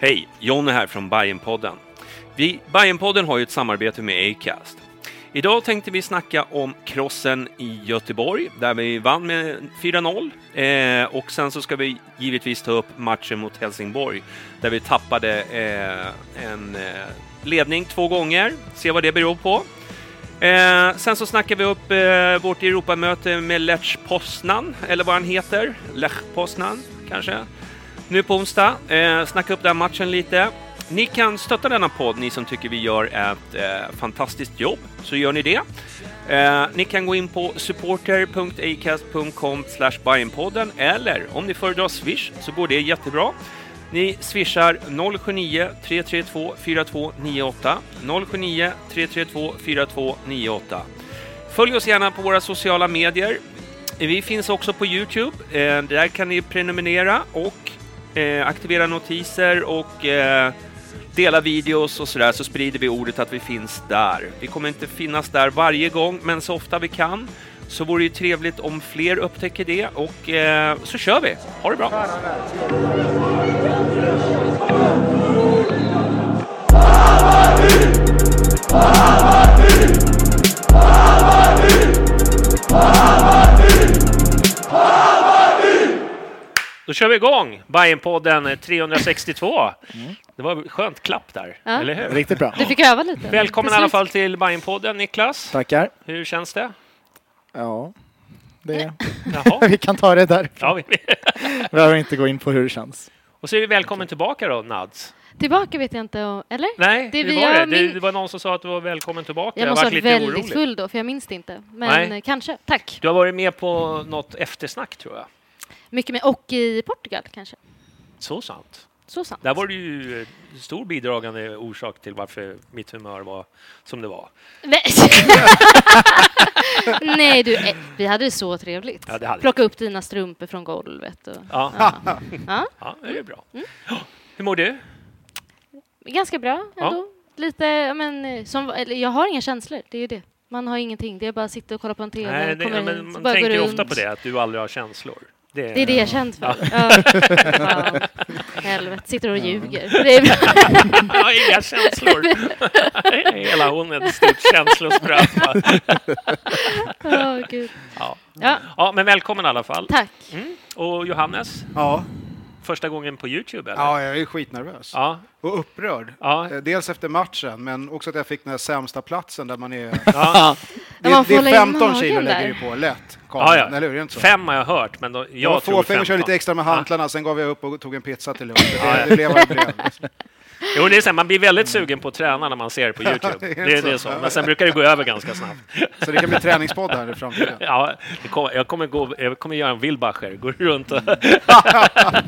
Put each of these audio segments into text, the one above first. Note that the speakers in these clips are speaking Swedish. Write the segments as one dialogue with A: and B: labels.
A: Hej, Jonny här från Bajenpodden. Vi, Bajenpodden har ju ett samarbete med Acast. Idag tänkte vi snacka om krossen i Göteborg, där vi vann med 4-0. Eh, och sen så ska vi givetvis ta upp matchen mot Helsingborg, där vi tappade eh, en eh, ledning två gånger. Se vad det beror på. Eh, sen så snackar vi upp eh, vårt Europamöte med Lech Poznan, eller vad han heter. Lech Poznan, kanske nu på onsdag. Eh, snacka upp den matchen lite. Ni kan stötta denna podd, ni som tycker vi gör ett eh, fantastiskt jobb, så gör ni det. Eh, ni kan gå in på supporter.acast.com Bajenpodden eller om ni föredrar Swish så går det jättebra. Ni swishar 079 332 4298 079 332 4298. Följ oss gärna på våra sociala medier. Eh, Vi finns också på Youtube. Eh, där kan ni prenumerera och eh, aktivera notiser och eh, dela videos och sådär, så sprider vi ordet att vi finns där. Vi kommer inte finnas där varje gång, men så ofta vi kan. Så vore det ju trevligt om fler upptäcker det och eh, så kör vi! Ha det bra! Då kör vi igång Bajenpodden 362. Det var ett skönt klapp där,
B: Mm. Ja.
A: eller hur?
C: Riktigt bra.
B: Du fick öva lite.
A: Välkommen i
B: Till
A: alla
B: slut.
A: fall till Bajenpodden, Niklas.
C: Tackar.
A: Hur känns det?
C: Ja, det...
A: Jaha.
C: vi kan ta det där.
A: Ja, vi...
C: Vi behöver inte gå in på hur det känns.
A: Och så är vi välkommen tillbaka då, Nads.
B: Tillbaka vet jag inte, om- eller?
A: Nej,
B: Det
A: det,
B: vi
A: var
B: gör,
A: det. det.
B: min-
A: Det var någon som sa att du var välkommen tillbaka.
B: Jag måste ha
A: varit
B: varit
A: lite
B: väldigt
A: orolig.
B: full då, för jag minns det inte. Men
A: Nej.
B: eh, kanske. Tack.
A: Du har varit med på något eftersnack, tror jag.
B: Mycket mer. Och i Portugal kanske.
A: Så sant.
B: Så sant.
A: Där var du ju eh, stor bidragande orsak till varför mitt humör var som det var.
B: Nej. Nej, du. eh, Vi hade det så trevligt.
A: Ja, det hade vi.
B: Plocka upp dina strumpor från golvet. Och...
A: Ja,
B: Ja. Ja. Mm.
A: ja det är bra. Ja, Hur mår du?
B: Ganska bra ändå.
A: Ja.
B: Lite, ja, men, eh, som, eller, jag har inga känslor, det är ju det. Man har ingenting, det är bara att sitta och kolla på en TV.
A: Nej, det,
B: kommer
A: ja,
B: hit,
A: men man
B: bara går
A: tänker
B: runt.
A: ofta på det, att du aldrig har känslor.
B: Det är det jag är känd för. Ja. Fan. Helvete, sitter och ljuger. Det är bra.
A: Jag har inga känslor. Hela hon är ett stort känslospröt.
B: Åh, Gud.
A: Ja.
B: Ja,
A: ja, men välkommen i alla fall.
B: tack.
A: Mm. Och Johannes,
C: Ja,
A: första gången på Youtube, eller?
D: Ja, jag är skitnervös
A: Ja,
D: och upprörd.
A: ja.
D: Eh, Dels efter matchen, men också att jag fick den här sämsta platsen där man är...
A: Ja.
D: Det,
B: man får
D: det
B: hålla i
D: är 15
B: magen
D: kilo
B: där.
D: lägger du på, lätt.
A: Ja, ja.
D: Kameran, eller hur? Är det inte så?
A: Fem har jag hört, men då,
D: Jag var
A: jag tror
D: tvåfingrig och körde lite
A: femton.
D: extra med hantlarna, sen gav jag upp och tog en pizza till lunch.
A: Ja, ja.
D: Det, det blev vad det blev.
A: Jo, det är så här, man blir väldigt sugen på att träna när man ser det på Youtube. Det är, det är så. Men sen brukar det gå över ganska snabbt.
D: Så det kan bli träningspodd här i framtiden.
A: Ja, det kommer, jag, kommer gå, jag kommer göra en Wilbacher, gå runt
B: Mm.
A: och...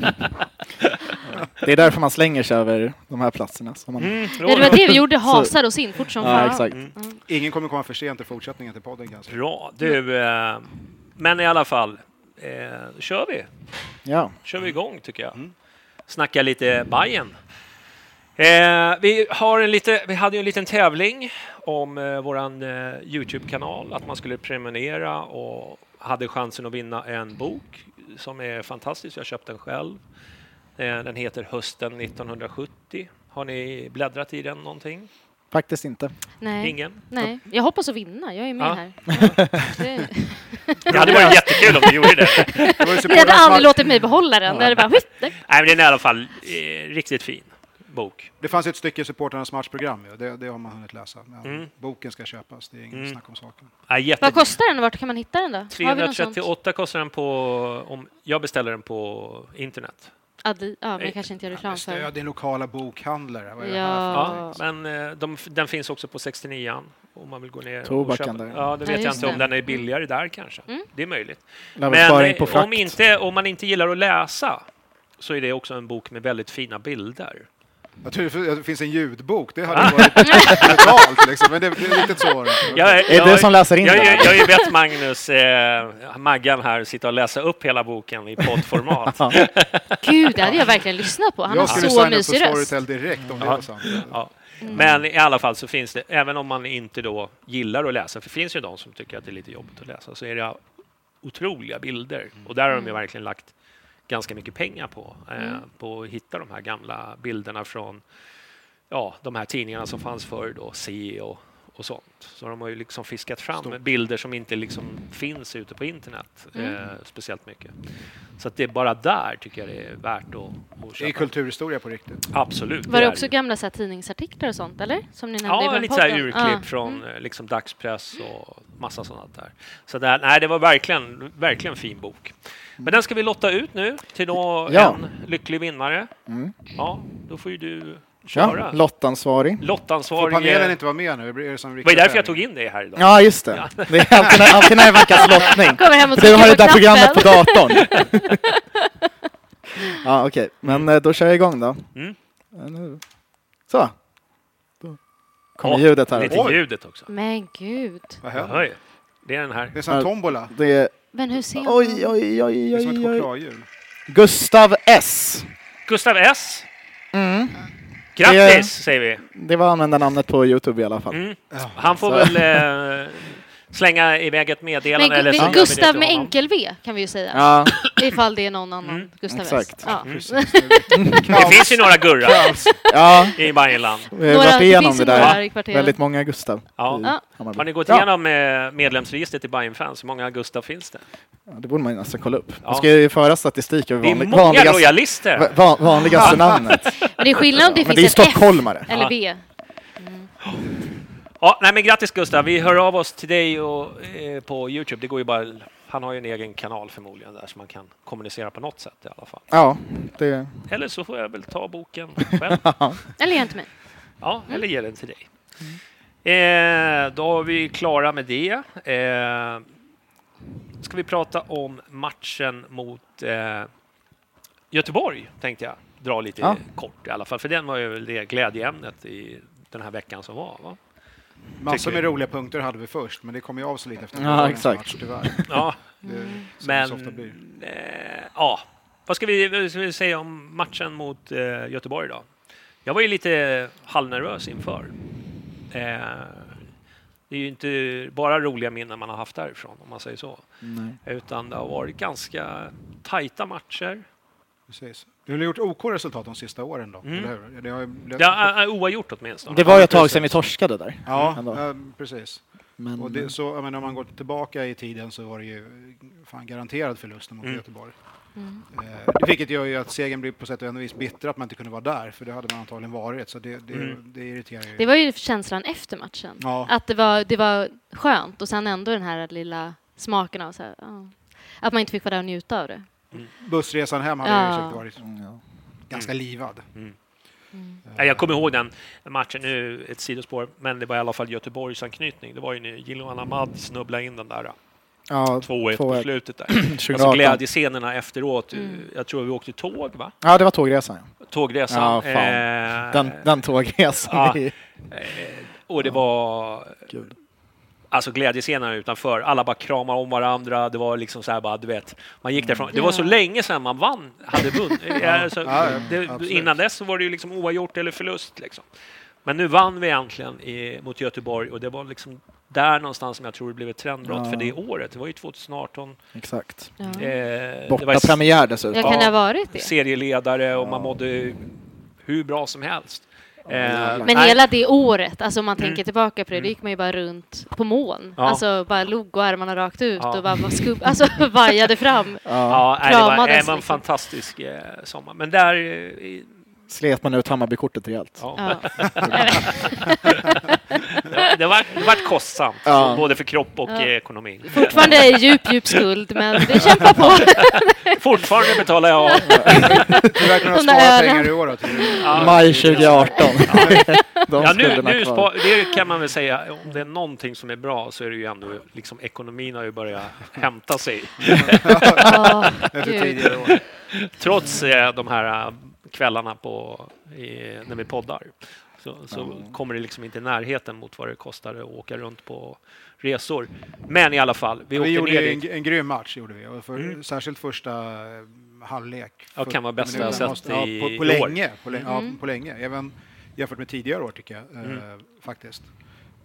C: Det är därför man slänger sig över de här platserna. Som man...
E: Mm.
B: Ja, det var det vi gjorde, hasade oss in fort som
C: Ja,
B: fan.
C: exakt.
D: Mm. Ingen kommer komma för sent i fortsättningen till podden kanske.
A: Bra. Du, eh, men i alla fall, eh, kör vi.
C: Ja.
A: kör vi igång tycker jag. Snacka lite Bajen. Eh, vi, har en lite, vi hade ju en liten tävling om eh, vår eh, Youtube-kanal, att man skulle prenumerera och
E: hade chansen att vinna en bok som är fantastisk. Jag köpte den själv. Eh, Den heter Hösten 1970. Har ni bläddrat i den någonting?
C: Faktiskt inte.
B: Nej.
E: Ingen?
B: Nej. Jag hoppas att vinna. Jag är med
E: Ja.
B: här. Det-
E: Det hade varit jättekul om du gjorde det.
D: Det var ju
B: Ni hade
D: supportrar som
B: aldrig
D: hade-
B: låtit mig behålla den. Det hade bara... Nej.
E: Nej, men den är i alla fall eh, riktigt fin bok.
D: Det fanns ju ett stycke i supportrarnas matchprogram, ju. det, det har man hunnit läsa. Men
E: Mm.
D: Boken ska köpas, det är inget snack om saken.
E: Ja, jätte...
B: Vad kostar den och vart kan man hitta den då? Har vi något sånt?
E: 338 kostar den på... Om jag beställer den på internet.
B: Adi... Ja, men jag kanske inte gör reklam för.
D: Stöd din lokala bokhandlare. Vad är det här för
B: Ja.
E: Ja, men eh, de, den finns också på 69an. Om man vill gå ner och
C: Tobaken
E: köpa.
C: där.
E: Ja, det vet jag
B: just
E: inte om
B: det. Mm.
E: den är billigare där kanske. Det är möjligt.
C: Lär väl
E: Men
C: spara in på
E: eh,
C: frakt.
E: om, inte, om man inte gillar att läsa så är det också en bok med väldigt fina bilder.
C: Mm.
D: Jag tror det- det finns en ljudbok, det hade varit brutalt. Liksom. Men det, det är riktigt så var det inte.
E: Jag,
C: Är det som läser in
E: jag,
C: den?
E: jag, jag har ju bett Magnus, eh, Maggan här, sitta och läsa upp hela boken i poddformat.
B: Gud, det hade jag verkligen lyssnat på. Han har
D: Jag skulle
B: så
D: signa upp på
B: mysig röst. Mm.
D: Storytel direkt om det var sant.
E: Ja. Mm. Men i alla fall så finns det, även om man inte då gillar att läsa, för det finns ju de som tycker att det är lite jobbigt att läsa, så är det otroliga bilder.
B: Mm.
E: Och där har de ju verkligen lagt ganska mycket pengar på, eh,
B: Mm.
E: på att hitta de här gamla bilderna från ja, de här tidningarna som fanns förr, då, Se och, och sånt. Så de har ju liksom fiskat fram bilder som inte liksom finns ute på internet
B: Mm.
E: eh, speciellt mycket. Så att det är bara där tycker jag det är värt att, att
D: Det är
E: köpa.
D: kulturhistoria på riktigt.
E: Absolut.
B: Var
E: är
B: det också
E: ju.
B: gamla så här, tidningsartiklar och sånt, eller? Som ni nämnde
E: eh, Ja,
B: i
E: lite så här
B: podden.
E: urklipp
B: Ja. Mm.
E: från eh, liksom, dagspress och massa sånt där. Så där, nej, det var verkligen, verkligen fin bok. Men den ska vi lotta ut nu till då
C: Ja. Mm.
E: en lycklig vinnare. Ja, då får ju du köra.
C: Ja, lottansvarig.
D: Får
E: Lottansvarig. eh,
D: panelen
E: Det
D: inte vara med nu? Är det som
E: var ju därför jag tog in dig här idag.
C: Ja, just det. Det är alltid när, alltid när det är veckans lottning.
B: Kommer hem och
C: För du
B: trycker
C: har
B: på
C: det där
B: knappen.
C: programmet på datorn. ja, okej. Men eh, då kör jag igång då.
E: Mm.
C: Ja, nu. Så. Då kommer
E: Åh,
C: ljudet här.
E: Lite ljudet också.
B: Men gud.
D: Vad händer?
E: Oj, det är den här.
D: Det
C: Mm.
D: är som en tombola.
C: Det är...
B: Men hur ser
C: Oj, oj,
B: man?
C: oj,
D: Det
C: oj,
D: är som ett
C: oj, oj.
D: chokladdjur.
C: Gustav S.
E: Gustav S.
C: Mm. Det är-
E: Grattis, säger vi.
C: Det var användarnamnet på Youtube i alla fall.
E: Mm. Han får väl eh, slänga iväg ett
B: Men,
E: meddelande.
B: Gu-
E: eller så gör
B: men
E: vi det
B: Gustav
E: till
B: med
E: honom.
B: enkel-V kan vi ju säga.
C: Ja,
B: Ifall det är någon annan
E: Mm.
B: Gustav S.
C: exakt.
B: Ja.
D: Precis. Knaus.
E: Det finns ju några gurrar
C: ja.
E: i varje land.
C: Vi har
B: Några-
C: varit
B: det
C: igenom
B: finns
C: det
B: ju några
C: där.
B: i kvarteret.
C: Väldigt många Gustav.
E: Ja.
C: i
B: Ja.
C: Hammarby.
E: Har ni gått
C: Mm. Ja.
E: igenom eh, medlemsregistret i Bayern fans Hur många Gustav finns det?
C: Ja, det borde man ju nästan kolla upp.
E: Ja.
C: Man ska ju föra statistik över
E: Det är
C: vanlig,
E: många
C: vanligaste,
E: lojalister.
C: va- vanligaste namnet.
B: Men det är skillnad om det
C: Men det är ju
B: finns ett F
C: stockholmare.
B: eller V.
E: Ja, nej, men grattis Gustav, vi hör av oss till dig och, eh, på Youtube. Det går ju bara, han har ju en egen kanal förmodligen där så man kan kommunicera på något sätt i alla fall.
C: Ja, det...
E: Eller så får jag väl ta boken själv.
B: Eller gör inte mig.
E: Ja, eller ge den till dig. Eh, då har vi klara med det. Eh, ska vi prata om matchen mot eh, Göteborg, tänkte jag dra lite
C: Ja.
E: kort i alla fall, för den var ju väl det glädjeämnet i den här veckan som var. Va?
D: Massor
E: tycker
D: med
E: jag.
D: roliga punkter hade vi först, men det kom ju av sig lite efter
C: Ja,
D: gårdagens
C: exakt.
D: match, tyvärr.
E: Ja,
D: Det är som det så ofta
E: men
D: blir.
E: eh, ja, vad ska vi, vad ska vi säga om matchen mot eh, Göteborg då? Jag var ju lite halvnervös inför. Eh, det är ju inte bara roliga minnen man har haft därifrån, om man säger så. Utan det har varit ganska tajta matcher.
D: Precis. Du har gjort OK resultat de sista åren då, eller hur? Det har ju blivit...
E: Det är eh, oavgjort åtminstone.
C: det var ju ett tag sedan vi torskade där.
D: Ja,
C: Ändå.
D: eh, precis.
C: Men,
E: Mm.
D: Och det, så, jag menar, om man går tillbaka i tiden så var det ju fan garanterad förlust
E: Mm.
D: mot Göteborg. Eh, vilket gör ju att segern blir på sätt och ändå vis bitter att man inte kunde vara där, för det hade man antagligen varit. Så det, det,
E: Mm.
D: det irriterar ju.
B: Det var ju känslan efter matchen.
D: Ja.
B: Att det var, det var skönt och sen ändå den här lilla smaken av så här, ja. att man inte fick vara där och njuta av det.
D: Bussresan hem hade
B: Ja.
D: ju säkert varit ganska livad.
E: Ja, Jag kommer ihåg den matchen, nu ett sidospår, men det var i alla fall Göteborgs anknytning. Det var ju när Jiloan Ahmad snubblade in den där
C: ja,
E: 2-1 på
C: 2-1.
E: slutet. Där.
C: 2018.
E: Alltså glädjescenerna efteråt. Jag tror vi åkte tåg, va?
C: Ja, det var tågresan. ja.
E: Tågresan.
C: Ja, fan. Den, den tågresan.
E: Ja.
C: är-
E: Och det var
C: Gud.
E: alltså glädjescenerna utanför. Alla bara kramar om varandra. Det var liksom så här bara, du vet, man gick därifrån. Det var så
B: Ja.
E: länge sedan man vann, hade vunnit. alltså,
D: ja,
E: det,
D: absolut.
E: innan dess så var det ju liksom oavgjort eller förlust. Liksom. Men nu vann vi äntligen i, mot Göteborg och det var liksom där någonstans som jag tror det blev ett trendbrott
C: Ja.
E: för det året. Det var ju 2018.
C: Exakt.
B: Ja.
E: Eh, det var
C: Borta
E: s-
C: premiär dessutom.
B: Jag kan
E: ja.
B: ha varit det.
E: serieledare och man mådde hur bra som helst. Eh,
B: Men
E: nej, Mm.
B: hela det året, alltså om man tänker tillbaka på det, då gick man ju bara runt på moln.
E: Ja.
B: Alltså bara log och armarna rakt ut
E: Ja.
B: och bara var skubb, alltså vajade fram.
E: Ja, nej, det var, nej, det
B: kramades
E: var en
B: liksom.
E: fantastisk eh, sommar. Men där... eh, i-
C: Slet man ut Hammarbykortet rejält.
E: Ja.
B: Ja.
E: Det var, det var kostsamt,
C: Ja.
E: både för kropp och
B: Ja.
E: eh, ekonomi.
B: Fortfarande är djup, djup skuld, men det kämpar på.
E: Fortfarande betalar jag av.
D: Du verkar ha
B: De där
D: sparat
B: ölen.
D: pengar i år då, till
C: Maj 2018. De
E: Ja, nu,
C: skulderna
E: nu
C: kvar.
E: spa, det kan man väl säga, om det är någonting som är bra så är det ju ändå liksom ekonomin har ju börjat hämta sig.
B: Ja,
D: efter
B: gud.
D: tidigare år.
E: Trots eh, de här eh, kvällarna på, i, när vi poddar så, så kommer det liksom inte i närheten mot vad det kostar att åka runt på resor. Men i alla fall, vi
D: Vi,
E: åkte
D: gjorde
E: ner
D: ju
E: dit.
D: en, en grym match, gjorde vi. Och för, Särskilt första eh, halvlek.
E: Ja, kan vara
D: 40
E: bästa jag
D: minuter.
E: sett
D: Ja,
E: i
D: på, på
E: år.
D: länge. På, länge ja, på länge. Även jämfört med tidigare år, tycker jag. eh,
E: Mm.
D: Faktiskt.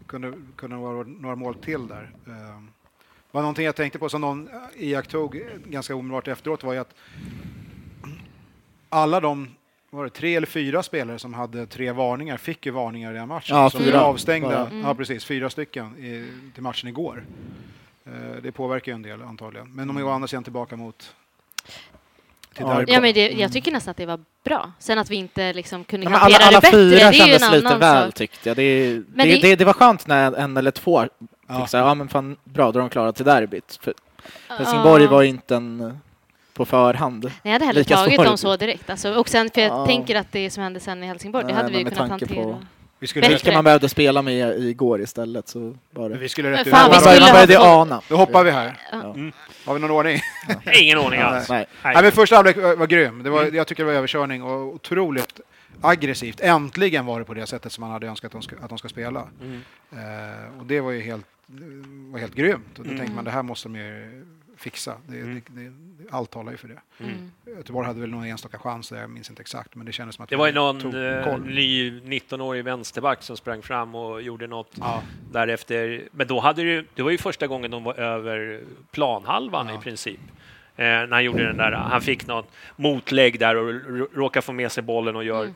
D: Kunde, kunde vara några mål till där. Eh, var någonting jag tänkte på som någon eh, iakttog eh, ganska omedelbart efteråt var ju att alla de var det tre eller fyra spelare som hade tre varningar fick ju varningar i den matchen.
C: Ja,
D: som
C: fyra.
D: blev avstängda.
C: Bara.
B: Mm.
D: Ja, precis. Fyra stycken i, till matchen igår. Eh, Det påverkar ju en del antagligen. Men de är å andra sidan tillbaka mot... Till
C: Ja,
D: derby.
B: Ja, men det, jag tycker nästan att det var bra. Sen att vi inte liksom kunde
C: Mm. Ja, men alla,
B: hantera
C: alla
B: det bättre,
C: fyra
B: det är ju en
C: kändes
B: annan
C: lite väl
B: sak.
C: tyckte jag. Det,
B: Men
C: det,
B: det-
C: det, det var skönt när en eller två fick
D: Ja.
C: så här, ja men fan bra, då har de klarat sig derbyt. För Helsingborg
B: Ja.
C: var ju inte en eh, på förhand.
B: Nej, jag hade hellre
C: lika
B: tagit
C: svår.
B: dem så direkt. Alltså, och sen, för jag
C: Ja.
B: tänker att det som hände sen i Helsingborg,
C: Nej,
B: det hade vi
C: men
B: ju
C: med
B: kunnat
C: tanke på-
B: hantera.
D: Vi skulle,
B: Bättre.
C: Vilka man behövde spela med igår istället så var det...
D: vi skulle rätt ut.
B: Fan, vi
C: man,
B: skulle
C: började, man
B: ha
C: började
B: fått-
C: ana.
D: Då hoppar vi här.
B: Ja.
D: Mm. Har vi någon ordning?
E: Ingen aning alls.
C: Nej.
D: Nej. men första halvlek var, var grym. Det var, Jag tycker det var överkörning och otroligt aggressivt. Äntligen var det på det sättet som man hade önskat att de ska, att de ska spela.
E: Mm.
D: Eh, och det var ju helt, var helt grymt. Och då tänkte man det här måste de ju fixa. Det, det, det, allt talar ju för det.
B: Mm.
D: Mm. Göteborg hade väl någon enstaka chans där, jag minns inte exakt. Men det kändes som att
E: Det
D: vi
E: var ju någon
D: tog
E: eh,
D: koll.
E: ny 19-årig vänsterback som sprang fram och gjorde något
D: Ja.
E: därefter. Men då hade det, det var ju första gången de var över planhalvan i princip. Eh, när han gjorde den där, han fick något motlägg där och r- råkade få med sig bollen och gör.
B: Mm.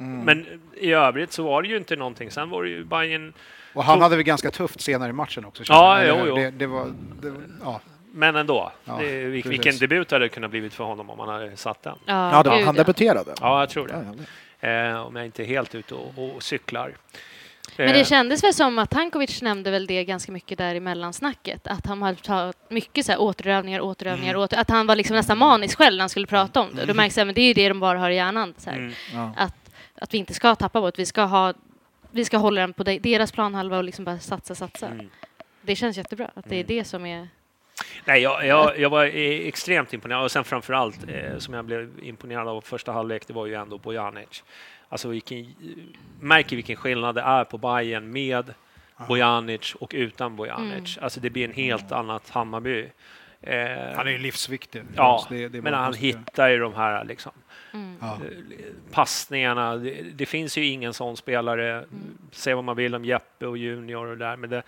D: Mm.
E: Men i övrigt så var det ju inte någonting. Sen var det ju Bayern
D: Och han
E: Tog-
D: hade väl ganska tufft senare i matchen också. kände
E: Ja,
D: jag.
E: jo,
D: Eller hur?
E: jo.
D: Det, det var, det, var- ja.
E: men ändå.
D: Ja,
E: det, vil-
D: precis.
E: vilken debut hade det kunnat blivit för honom om han hade satt den?
B: Ja,
C: Ja, då,
B: gud,
C: han
B: ja.
C: debuterade.
E: Ja, jag tror
C: Ja,
E: det.
C: jävlar.
E: Eh, om jag inte är helt ute och, och cyklar.
B: Men
E: Eh,
B: det kändes väl som att Tankovic nämnde väl det ganska mycket där i mellansnacket, att han hade tagit mycket så här återövningar, återövningar,
C: Mm.
B: åter, att han var liksom nästan manisk själv när han skulle prata om det. Då märks att det är ju det de bara har i hjärnan, så
E: mm,
B: här. Att, att vi inte ska tappa bort, vi ska, ha, vi ska hålla den på de, deras planhalva och liksom bara satsa, satsa.
E: mm.
D: Mm.
B: Det känns jättebra att det är det som är...
E: Nej, jag, jag, jag var eh, extremt imponerad. Och sen framför allt, eh, som jag blev imponerad av första halvlek, det var ju ändå Bojanic. Alltså, vilken, märker vilken skillnad det är på Bayern med Bojanic och utan Bojanic. Alltså, det blir en helt annat Hammarby. Eh,
D: Mm. Han är ju livsviktig. för
E: Ja,
D: oss. Det- det är
E: men
D: bara
E: han
D: positivt.
E: hittar ju de här liksom, eh,
D: Ja.
E: passningarna. Det, det finns ju ingen sån spelare. Säg vad man vill om Jeppe och Junior och där, men det,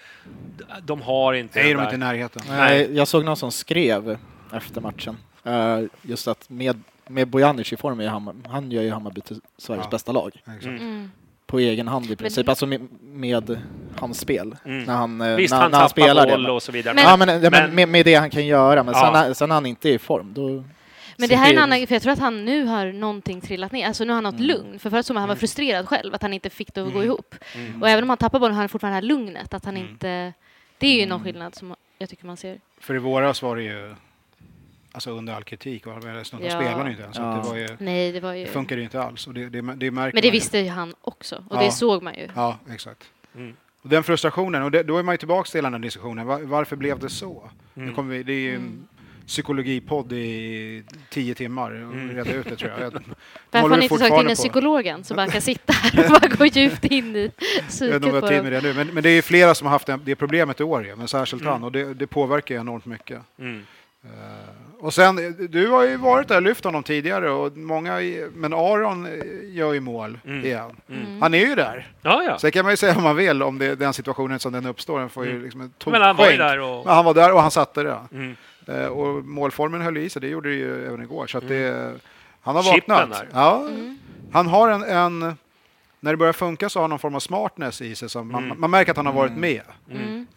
E: de har inte
D: Nej,
E: den
D: de är inte i
E: där.
D: närheten.
C: Nej, Eh, jag såg någon som skrev efter matchen eh, just att med, med Bojanic i form, är ju Hammar, han gör ju Hammarby till Sveriges
D: Ja.
C: bästa lag.
D: Exakt.
E: Mm.
C: På egen hand i princip, alltså med, med hans spel. När han, eh,
E: Mm. Visst,
C: när,
E: han
C: när han spelar
E: tappar
C: det.
E: boll och så vidare.
B: Men-
C: ja, men, ja, men
E: men-
C: med, med det han kan göra, men
E: Ja.
C: sen, när- sen när han inte är i form, då...
B: Men det här är en
C: sitter-
B: annan, för jag tror att han nu har någonting trillat ner, alltså nu har han något
D: Mm.
B: lugn. För förut så var han var frustrerad själv, att han inte fick det att gå ihop.
D: Mm.
B: Och även om han tappar bollen har han fortfarande det här lugnet, att han inte... Det är ju
D: Mm.
B: någon skillnad som jag tycker man ser.
D: För i våras var det ju alltså under all kritik. Och de
B: Ja.
D: spelade ju inte ens. Så att det, var ju,
B: Nej, det var ju...
D: det funkade ju inte alls. Och det, det, det märker
B: Men det
D: man ju.
B: visste ju han också, och
D: Ja.
B: det såg man ju.
D: Ja, exakt. Och den frustrationen, och det, då är man ju tillbaka till den här diskussionen. Var, varför blev det så?
C: Mm.
D: Nu kommer vi, det är ju en psykologipodd i tio timmar
E: Mm.
D: och reda ut det tror Mm, jag. jag
B: Varför har
D: håller
B: ni inte sökt
D: fortfarande
B: in en
D: på.
B: psykologen som bara kan sitta här och bara gå djupt in i
D: Jag vet
B: psyket
D: inte om vi
B: på
D: har tid med
B: dem?
D: det nu, men, men det är ju flera
E: Mm.
D: som har haft det, det problemet i år, ju, men särskilt han, och det, det påverkar ju enormt mycket. Eh, Och sen, du har ju varit där och lyft honom tidigare, och många, i- men Aron eh, gör ju mål igen. Han är ju där.
E: Mm. Ja, ja.
D: Sen kan man ju säga om man vill om det, den situationen som den uppstår. Den får ju liksom en
E: Mm. Men han var ju
D: tokskänk.
E: där och-
D: Men han var där och han satte det.
E: Mm.
D: Eh, och målformen höll i sig, det gjorde det ju även igår. Så att
C: Mm.
D: det, han har
E: Chippen
D: vaknat.
E: där.
D: Ja. Han har en, en... När det börjar funka så har han någon form av smartness i sig. Som
E: Mm.
D: man, man märker att han har
C: Mm.
D: varit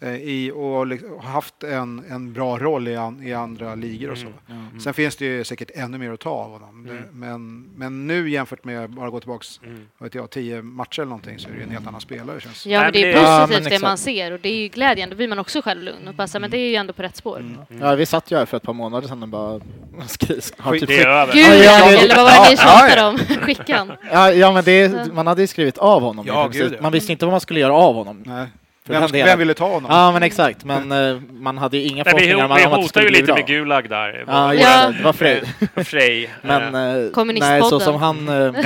D: med eh, i och liksom, haft en, en bra roll i, an, i andra ligor och så.
E: Mm.
D: Sen finns det ju säkert ännu mer att ta av honom. Det- Men, men nu jämfört med bara gå tillbaks
E: Mm.
D: vad vet jag, tio matcher eller någonting så är det ju en helt annan spelare känns det.
B: Ja,
E: Nej,
B: men det är
E: men det-
C: Ja,
B: positivt
C: men
B: det man
C: exakt.
B: ser och det är ju glädjande. Då blir man också själv lugn och bara så här, men det är ju ändå på rätt spår.
E: Mm.
C: Ja, vi satt ju här för ett par månader sedan och bara... Skris, har typ
E: Det är
C: skick-
E: över.
B: Gud,
C: Ja, ja, det-
B: eller vad var det ni
C: ja, ja,
B: tjatade om? Skickan.
C: ja, ja, men det, är- man hade ju skrivit av honom.
D: Ja,
C: i princip.
D: gud, ja.
C: man visste inte vad man skulle göra av honom.
D: Nej.
C: För
D: Vem,
C: den delen.
D: vem ville ta honom?
C: Ja, men exakt. Men eh, man hade ju inga
E: Nej, vi,
C: förhoppningar om
E: vi
C: om att det
E: hotar
C: skulle
E: ju
C: bli
E: lite
C: bra.
E: med Gulag där.
C: Ja,
E: Vår-
C: just det. Det var Frej.
E: eh, Frej.
C: Men
E: eh,
C: eh,
B: Kommunistpodden.
C: nej, så som han, eh,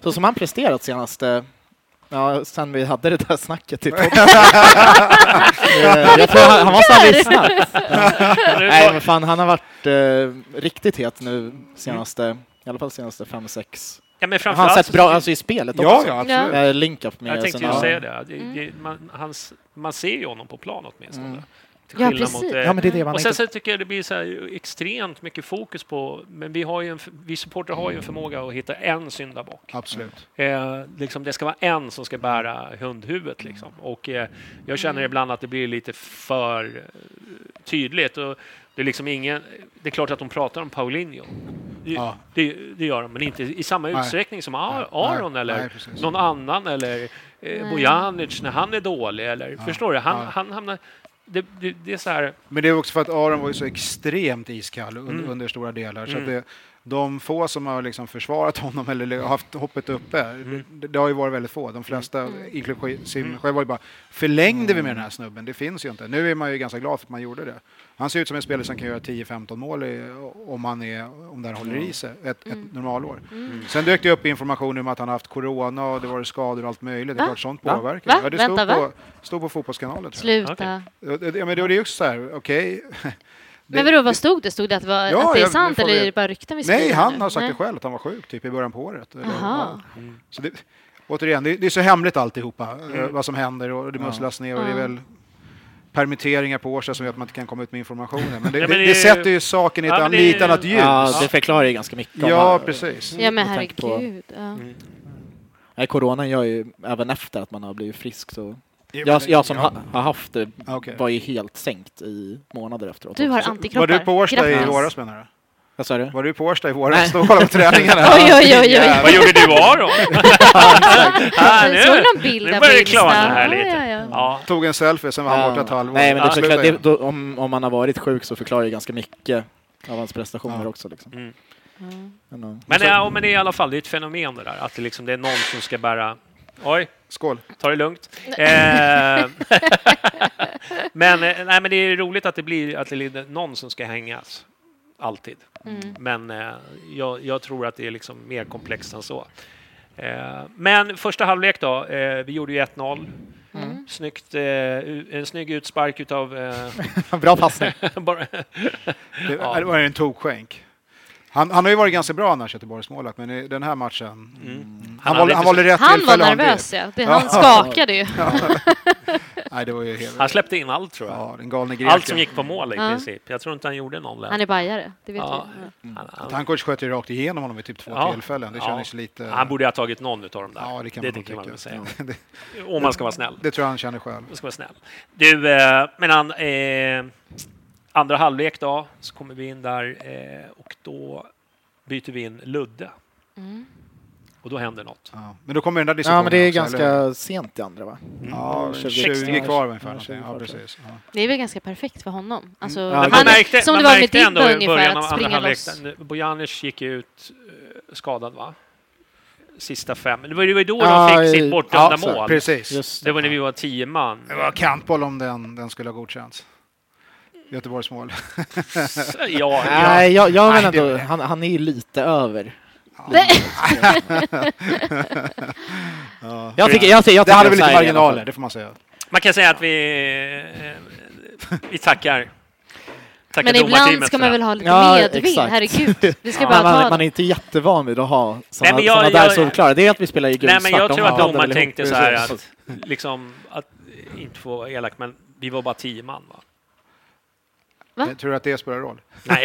C: så som han presterat senaste, ja, sen vi hade det där snacket i podden. Eh, jag tror han, han måste ha lyssnat.
E: nu
C: Nej,
E: var-
C: men fan, han har varit eh, riktigt het nu senaste, i alla fall senaste fem sex.
E: ja, men
C: Han har
E: framförallt
C: sett bra alltså, i spelet
D: Ja,
C: också.
D: ja,
B: Ja.
D: absolut.
C: Eh, Link-up med
E: Jag tänkte ju
C: sina-
E: säga det. det,
B: Mm.
E: det man, hans, man ser ju honom på plan åtminstone. Till
B: Ja,
E: skillnad
B: precis.
E: eh,
C: Mm. Ja, men det är det man
E: och sen
C: inte-
E: så tycker jag det blir så här extremt mycket fokus på, men vi, har ju en, f- vi supportrar har ju en förmåga att hitta en syndabock.
D: absolut.
E: Eh, liksom det ska vara en som ska bära hundhuvudet. Liksom. Och, eh, jag känner ibland att det blir lite för eh, tydligt. Och det, är liksom ingen, det är klart att de pratar om Paulinho. Det,
D: Ja.
E: det, det gör de, men inte i samma
D: Nej.
E: utsträckning som Ar-
D: Nej.
E: Aron eller
D: Nej, precis.
E: någon annan eller eh, Bojanic när han är dålig. Eller, Förstår du? Han,
D: Ja.
E: han hamnar... Det, det, det är så här...
D: Men det är också för att Aron var ju så extremt iskall un- under stora delar. Så att det, de få som har liksom försvarat honom eller haft hoppet uppe, det, det har ju varit väldigt få. De flesta, inklusive Sim själv, var ju bara förlängde vi med den här snubben? Det finns ju inte. Nu är man ju ganska glad för att man gjorde det. Han ser ut som en spelare som kan göra 10-15 mål i, om, han är, om det här håller i sig ett, ett normalår. Sen dök det upp information om att han har haft corona och det var skador och allt möjligt. Det är
B: Va?
D: klart sånt
C: Va?
D: påverkar.
B: Va?
D: Ja, det
B: Vänta,
D: stod,
B: va?
D: på, stod på Fotbollskanalen. Tror jag.
B: Sluta.
E: Okej.
D: Ja, det- Ja, men då är det ju också så här, okej. Det-
B: Men vadå, vad stod det? Stod det att, det var,
D: Ja,
B: att det är
D: jag-
B: sant
D: nu får
B: eller
D: vi-
B: är det bara rykten vi
D: Nej,
B: sprider
D: han
B: nu?
D: har sagt
B: Nej.
D: det själv, att han var sjuk typ i början på året. Eller,
B: Jaha.
D: ja. så det, återigen, det, det är så hemligt alltihopa, eh, vad som händer och det musslas ner och det är väl permitteringar på Årsta som gör att man inte kan komma ut med informationen. Men det,
E: Ja, men
D: det, det,
E: det är ju-
D: sätter ju saken i ett
E: Ja, men det är
D: lite
E: ju-
D: annat ljus.
C: Ja, det förklarar ju ganska mycket. om
D: Ja,
C: han-
D: precis.
B: Ja, men
C: Med tanke på-
B: herregud. Ja.
D: Mm.
C: Nej, coronan gör ju, även efter att man har blivit frisk så...
D: Ja,
C: Jag,
D: men-
C: jag som ha, har haft det
D: Ja, okej.
C: var ju helt sänkt i månader efteråt.
B: Du har
C: också.
B: antikroppar.
D: Var du på Årsta i
B: Grattis.
D: våras menar du?
C: Vad sa du?
D: Var du på Årsta i våras och kollade på träningarna?
B: Oj, oj, oj, oj.
E: Vad gjorde du Aron? ah,
B: Jag såg någon bild
E: nu
B: där på
E: börjar det
B: Insta.
E: klarna här
B: Ja,
E: lite.
B: ja, ja.
E: Ja.
D: Tog en selfie, sen var han borta ett
C: Ja.
D: halvår.
C: Nej, men det
D: Ja.
C: förklarar,
D: Sluta igen.
C: det, då, om, om man har varit sjuk så förklarar det ganska mycket av hans prestationer
D: Ja.
C: också. Liksom.
E: Mm.
C: Men, eh, ja.
D: Alltså-
E: Men, eh, ja, men det är i alla fall det är ett fenomen det där, att det, liksom, det är någon som ska bära... Oj,
D: Skål.
E: ta det lugnt. Eh, men, eh, nej, men det är roligt att det blir att det är någon som ska hängas. Alltid.
B: Mm.
E: Men eh, jag, jag tror att det är liksom mer komplext än så. Eh, men första halvlek då. Eh, vi gjorde ju 1-0. Snyggt, eh, u- en snygg utspark utav... Eh,
C: Bra passning.
D: Mm.
E: bara,
D: Det,
E: Ja.
D: det var en tokskänk. Han, han har ju varit ganska bra annars, Göteborgsmålvakt, men i den här matchen... Han,
E: Mm. hade
D: valde, han
E: inte-
D: valde rätt
B: Han var
D: tillfälle.
B: nervös, ja. Det, han
D: Ja.
B: skakade ju.
D: drev. Nej, det var ju helt...
E: han släppte in allt tror jag.
D: Ja, den galne greken.
E: Allt som gick på mål i
B: Ja.
E: princip. Jag tror inte han gjorde någon lätt.
B: Han är bajare, det vet
E: Ja.
B: vi. Ja.
E: Han- han-
D: Tankovic sköt ju rakt igenom honom vid typ två
E: Mm. Ja.
D: tillfällen. Det
E: Ja.
D: kändes lite...
E: Han borde ha tagit någon utav dem där.
D: Ja, det kan man nog
E: tycker man väl
D: tycka.
E: säga.
D: Ja, det,
E: Om man ska vara snäll.
D: det tror jag han känner själv.
E: Man ska vara snäll. Du, eh, men han, eh, andra halvlek då, så kommer vi in där eh, och då byter vi in Ludde.
B: Mm.
E: Och då händer något.
D: Ja. Men då kommer den där diskussionen
C: ja, men det är
D: också, eller hur?
C: ganska sent i andra va?
D: Mm. Ja, 20,
C: 16.
D: kvar ungefär.
C: Ja,
D: någonting.
C: 20 kvar,
D: ja,
C: tror jag.
D: precis. Ja.
B: Det är väl ganska perfekt för
D: Mm.
B: honom. Alltså,
C: Ja,
E: Men
C: man
B: han, som det var med
E: märkte ändå
B: Dibba
E: i början
B: ungefär,
E: av
B: att
E: andra
B: springa
E: halvlek,
B: loss.
E: den- Bojanic gick ju ut eh, skadad, va? Sista fem. Det var ju det var ju då
C: Ja,
E: de fick
C: i-
E: sitt bortdömda
D: så,
E: mål.
D: Precis.
C: Just
E: Det var när vi var tio man.
D: Det var kantboll om den, den skulle ha godkänts. Göteborgsmål.
E: Ja, ja.
C: Nej, jag, jag
D: Nej,
C: menar
D: det-
C: ändå, han, han är ju lite över. Jag tycker, jag, tycker- jag
D: Det hade väl
C: tycker
D: lite
C: så här i alla fall.
D: marginaler, det får man säga.
E: Man kan säga att vi, eh, vi tackar. Tacka
B: Men ibland
E: domarteamet för
B: ska man
E: det.
B: väl ha lite
C: Ja,
B: medvind,
C: exakt.
B: herregud. Vi ska bara
C: Men man,
B: ta
C: man är inte jättevan vid att ha
E: Nej,
C: sådana
E: men jag-
C: såna där
E: jag-
C: solklara. Det är att vi spelar i gulsvart.
E: Nej, men jag
C: de
E: tror att
C: blandar
E: domaren
C: väl ihop
E: tänkte
C: det.
E: så här att, liksom, att inte få vara elak, men vi var bara tio man, va?
B: Va?
D: Jag tror att det spelar roll.
E: Nej,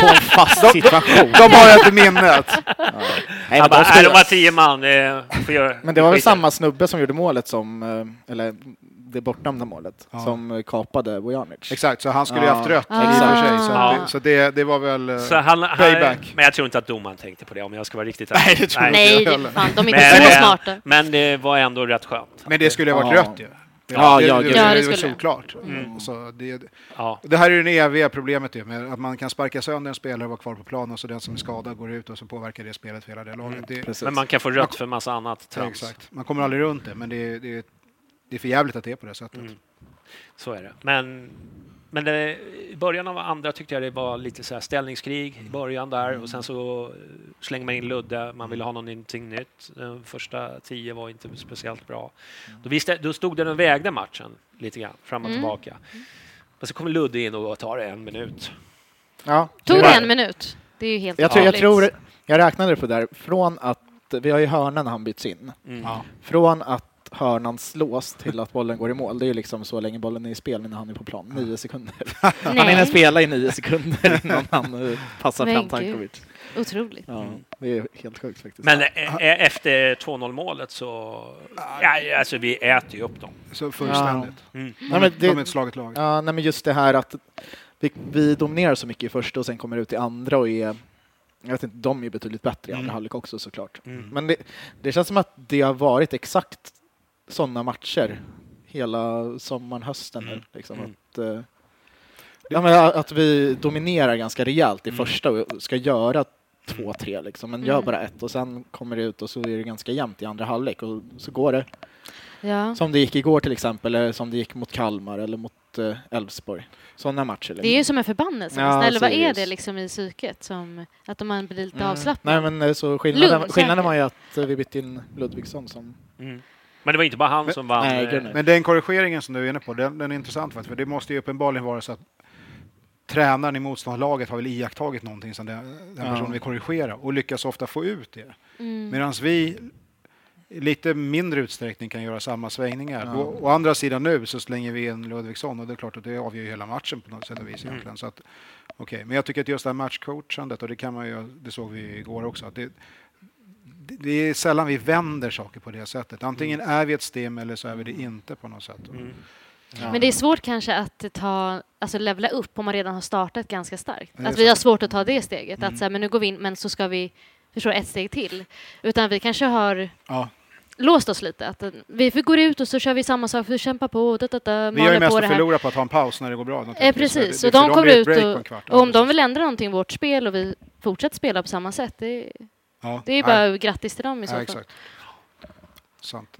C: på en fast situation.
D: De har inte minnet.
C: Nej, men, de
E: han bara, "Nej, de
C: skulle,
E: var tio man. eh, får göra-
C: men det var väl
E: skit i
C: samma snubbe som gjorde målet som, eh, eller det bortnämnda målet, som eh, kapade Bojanic.
D: Exakt, så han skulle ju
C: Ja,
D: haft rött i och
B: exakt.
D: för sig. Så,
E: Ja.
D: det, så det, det var väl... eh,
E: Så han, han,
D: Payback.
E: Men jag tror inte att domaren tänkte på det, om jag ska vara riktigt ärlig.
D: Nej, det tror jag inte.
B: Nej, det är fan, de är inte
E: Men,
B: så
E: eh,
B: smarta.
E: Men det var ändå rätt skönt.
D: Men det skulle ha varit
C: Ja.
D: rött ju. Det,
C: Ja,
D: det,
C: ja,
D: det,
C: gud.
B: Ja, det
D: det, det var
B: skulle det.
D: solklart. Så det,
E: Ja.
D: det här är ju det eviga problemet ju, med att man kan sparka sönder en spelare och vara kvar på planen och så den som är skadad går ut och så påverkar det spelet för hela det laget. Det,
C: Precis.
E: Men man kan få rött för massa annat
D: ja,
E: trams.
D: exakt. Man kommer aldrig runt det, men det, är- det, är- det är för jävligt att det är på det sättet.
E: Så är det. Men, men det, i början av andra tyckte jag det var lite så här ställningskrig i början där och sen så eh, slängde man in Ludde, man ville ha någonting nytt. Den första tio var inte speciellt bra. Då, visste, då stod den och vägde matchen lite grann, fram och tillbaka. Men så kommer Ludde in och tar en minut.
C: Ja,
B: Tog
C: var-
B: det en minut? Det är ju helt
C: Jag tror, jag
B: otroligt.
C: tror, jag räknade på det där, från att, vi har ju hörnan när han byts in,
B: Mm.
D: Ja.
C: från att hörnan slås till att bollen går i mål, det är ju liksom så länge bollen är i spel men när han är på plan, nio sekunder. Han
B: Nej.
C: hinner spela i nio sekunder innan han eh, passar
B: Men
C: fram
B: gud.
C: Tankovic.
B: Otroligt.
C: Ja, Mm. det är helt sjukt faktiskt.
E: Men eh, eh, efter 2-0 målet så... Ja, alltså vi äter ju upp dem. Mm.
D: Så fullständigt.
C: Nej, men
D: De är
C: det,
D: ett slaget lag.
C: ja, nej, men just det här att vi, vi dominerar så mycket i första och sen kommer ut i andra och är jag vet inte, de är betydligt bättre i andra halvlek också såklart.
E: Mm.
C: Men det, det känns som att det har varit exakt sådana matcher hela sommaren, hösten
D: Mm.
C: nu. Liksom, Att, eh, ja, men att vi dominerar ganska rejält
D: Mm.
C: i första och ska göra två, tre liksom, men
B: Mm.
C: gör bara ett och sen kommer det ut och så är det ganska jämnt i andra halvlek och så går det
B: Ja.
C: som det gick igår till exempel, eller som det gick mot Kalmar eller mot eh, Elfsborg. Sådana matcher. liksom.
B: Det är ju som en förbannelse
C: Ja,
B: nästan, eller vad är
C: seriöst.
B: det liksom i psyket? Som, att man blir lite
D: Mm.
C: Nej,
B: avslappnad?
C: men eh, så skillnaden,
B: Lugn,
C: skillnaden
B: säker.
C: var ju att eh, vi bytte in Ludvigsson som...
E: Men det var inte bara han som vann.
C: nej,
E: eh,
C: Gunnar.
D: Men den korrigeringen som du är inne på, den, den är intressant faktiskt. För det måste ju uppenbarligen vara så att tränaren i motståndarlaget har väl iakttagit någonting som den, den
C: Ja.
D: personen vill korrigera och lyckas ofta få ut det. Medan vi i lite mindre utsträckning kan göra samma svängningar.
C: Ja.
D: Då, å andra sidan nu så slänger vi in Ludvigsson och det är klart att det avgör ju hela matchen på något sätt och vis
C: Mm.
D: egentligen. Så att, okej. Men jag tycker att just det här matchcoachandet och det kan man ju, det såg vi igår också, att det, det det är sällan vi vänder saker på det sättet. Antingen
C: Mm.
D: är vi ett stim eller så är vi det inte på något sätt.
B: Men det är svårt kanske att ta, alltså levla upp om man redan har startat ganska starkt.
D: Det är Mm.
B: Att vi har svårt att ta det steget, att så här, men nu går vi in, men så ska vi, förstår ett steg till. Utan vi kanske har
D: Ja.
B: låst oss lite. Att eh, vi får gå ut och så kör vi samma sak, vi kämpar på, da, da,
D: Vi
B: da,
D: har ju
B: maler
D: mest
B: på det
D: att
B: här.
D: förlora på att ha en paus när det går bra.
B: Eh,
D: naturligtvis.
B: precis,
D: Så
B: och
D: det- för
B: de
D: dem
B: kommer
D: blir ett
B: ut
D: break på en
B: och,
D: kvart. Ja,
B: och om de
D: precis.
B: vill ändra någonting i vårt spel och vi fortsätter spela på samma sätt, det,
D: Ja.
B: det
D: Nej.
B: är bara grattis till dem i så
D: Ja,
B: fall.
D: exakt. Sant.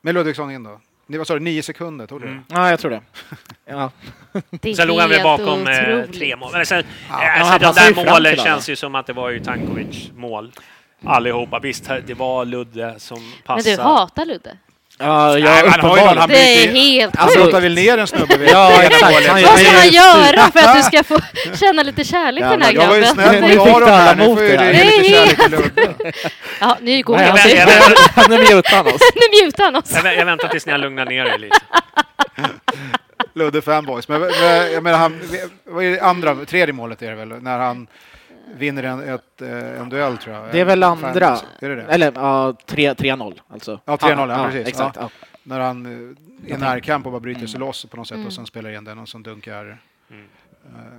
D: Men Ludvigsson in då? Det var, sorry, nio sekunder, tog du
E: Mm.
D: det?
C: Ja, jag tror det. Ja.
B: Det är
E: Sen låg han väl
B: helt
E: bakom eh,
B: otroligt.
E: tre mål. Men sen,
C: men
E: eh,
C: han
E: alltså, de
C: passar ju
E: där
C: fram
E: målen
C: till alla.
E: känns ju som att det var ju Tankovic mål. Allihopa. Visst, det var Ludde som
B: Men
E: passade.
B: du hatar Ludde.
C: Ja,
D: Nej,
C: jag
D: men han har ju någon- han
C: uppenbarligen.
D: byter
B: Det är
D: ju-
B: helt
D: Han
B: sjukt.
D: blottar Alltså, väl ner en snubbe vid
C: Ja, exakt. Han-
B: Vad ska
C: han
B: man
C: gör ju
B: göra för att du ska få känna lite kärlek för den här
D: Jag var ju snäll
C: Nu
D: mot
B: grabben?
C: fick
D: Aron
C: du alla
D: här, nu
C: mot
D: får ju
C: det här.
D: du ge lite
B: Nej.
D: kärlek till Ludde.
B: Ja, nu går
C: Nej,
B: jag.
E: jag,
C: han-
E: jag,
B: Nu
E: jag,
C: Han är mutan oss.
B: mutar han oss.
E: jag, jag väntar tills ni har lugnat ner er lite.
D: Ludde fanboys. Men, men jag menar, han, vad är det andra, tredje målet är det väl, när han vinner en, ett, eh, en duell tror jag.
C: Det är väl andra.
D: Fanboys. Är det det?
C: Eller ja, tre- 3-0 alltså.
D: Ja, 3-0, ja, precis.
C: Exakt.
D: Ja.
C: Ja. Mm.
D: När han eh, är i närkamp och bara bryter sig loss på något sätt och sen spelar igen den och sen dunkar. eh,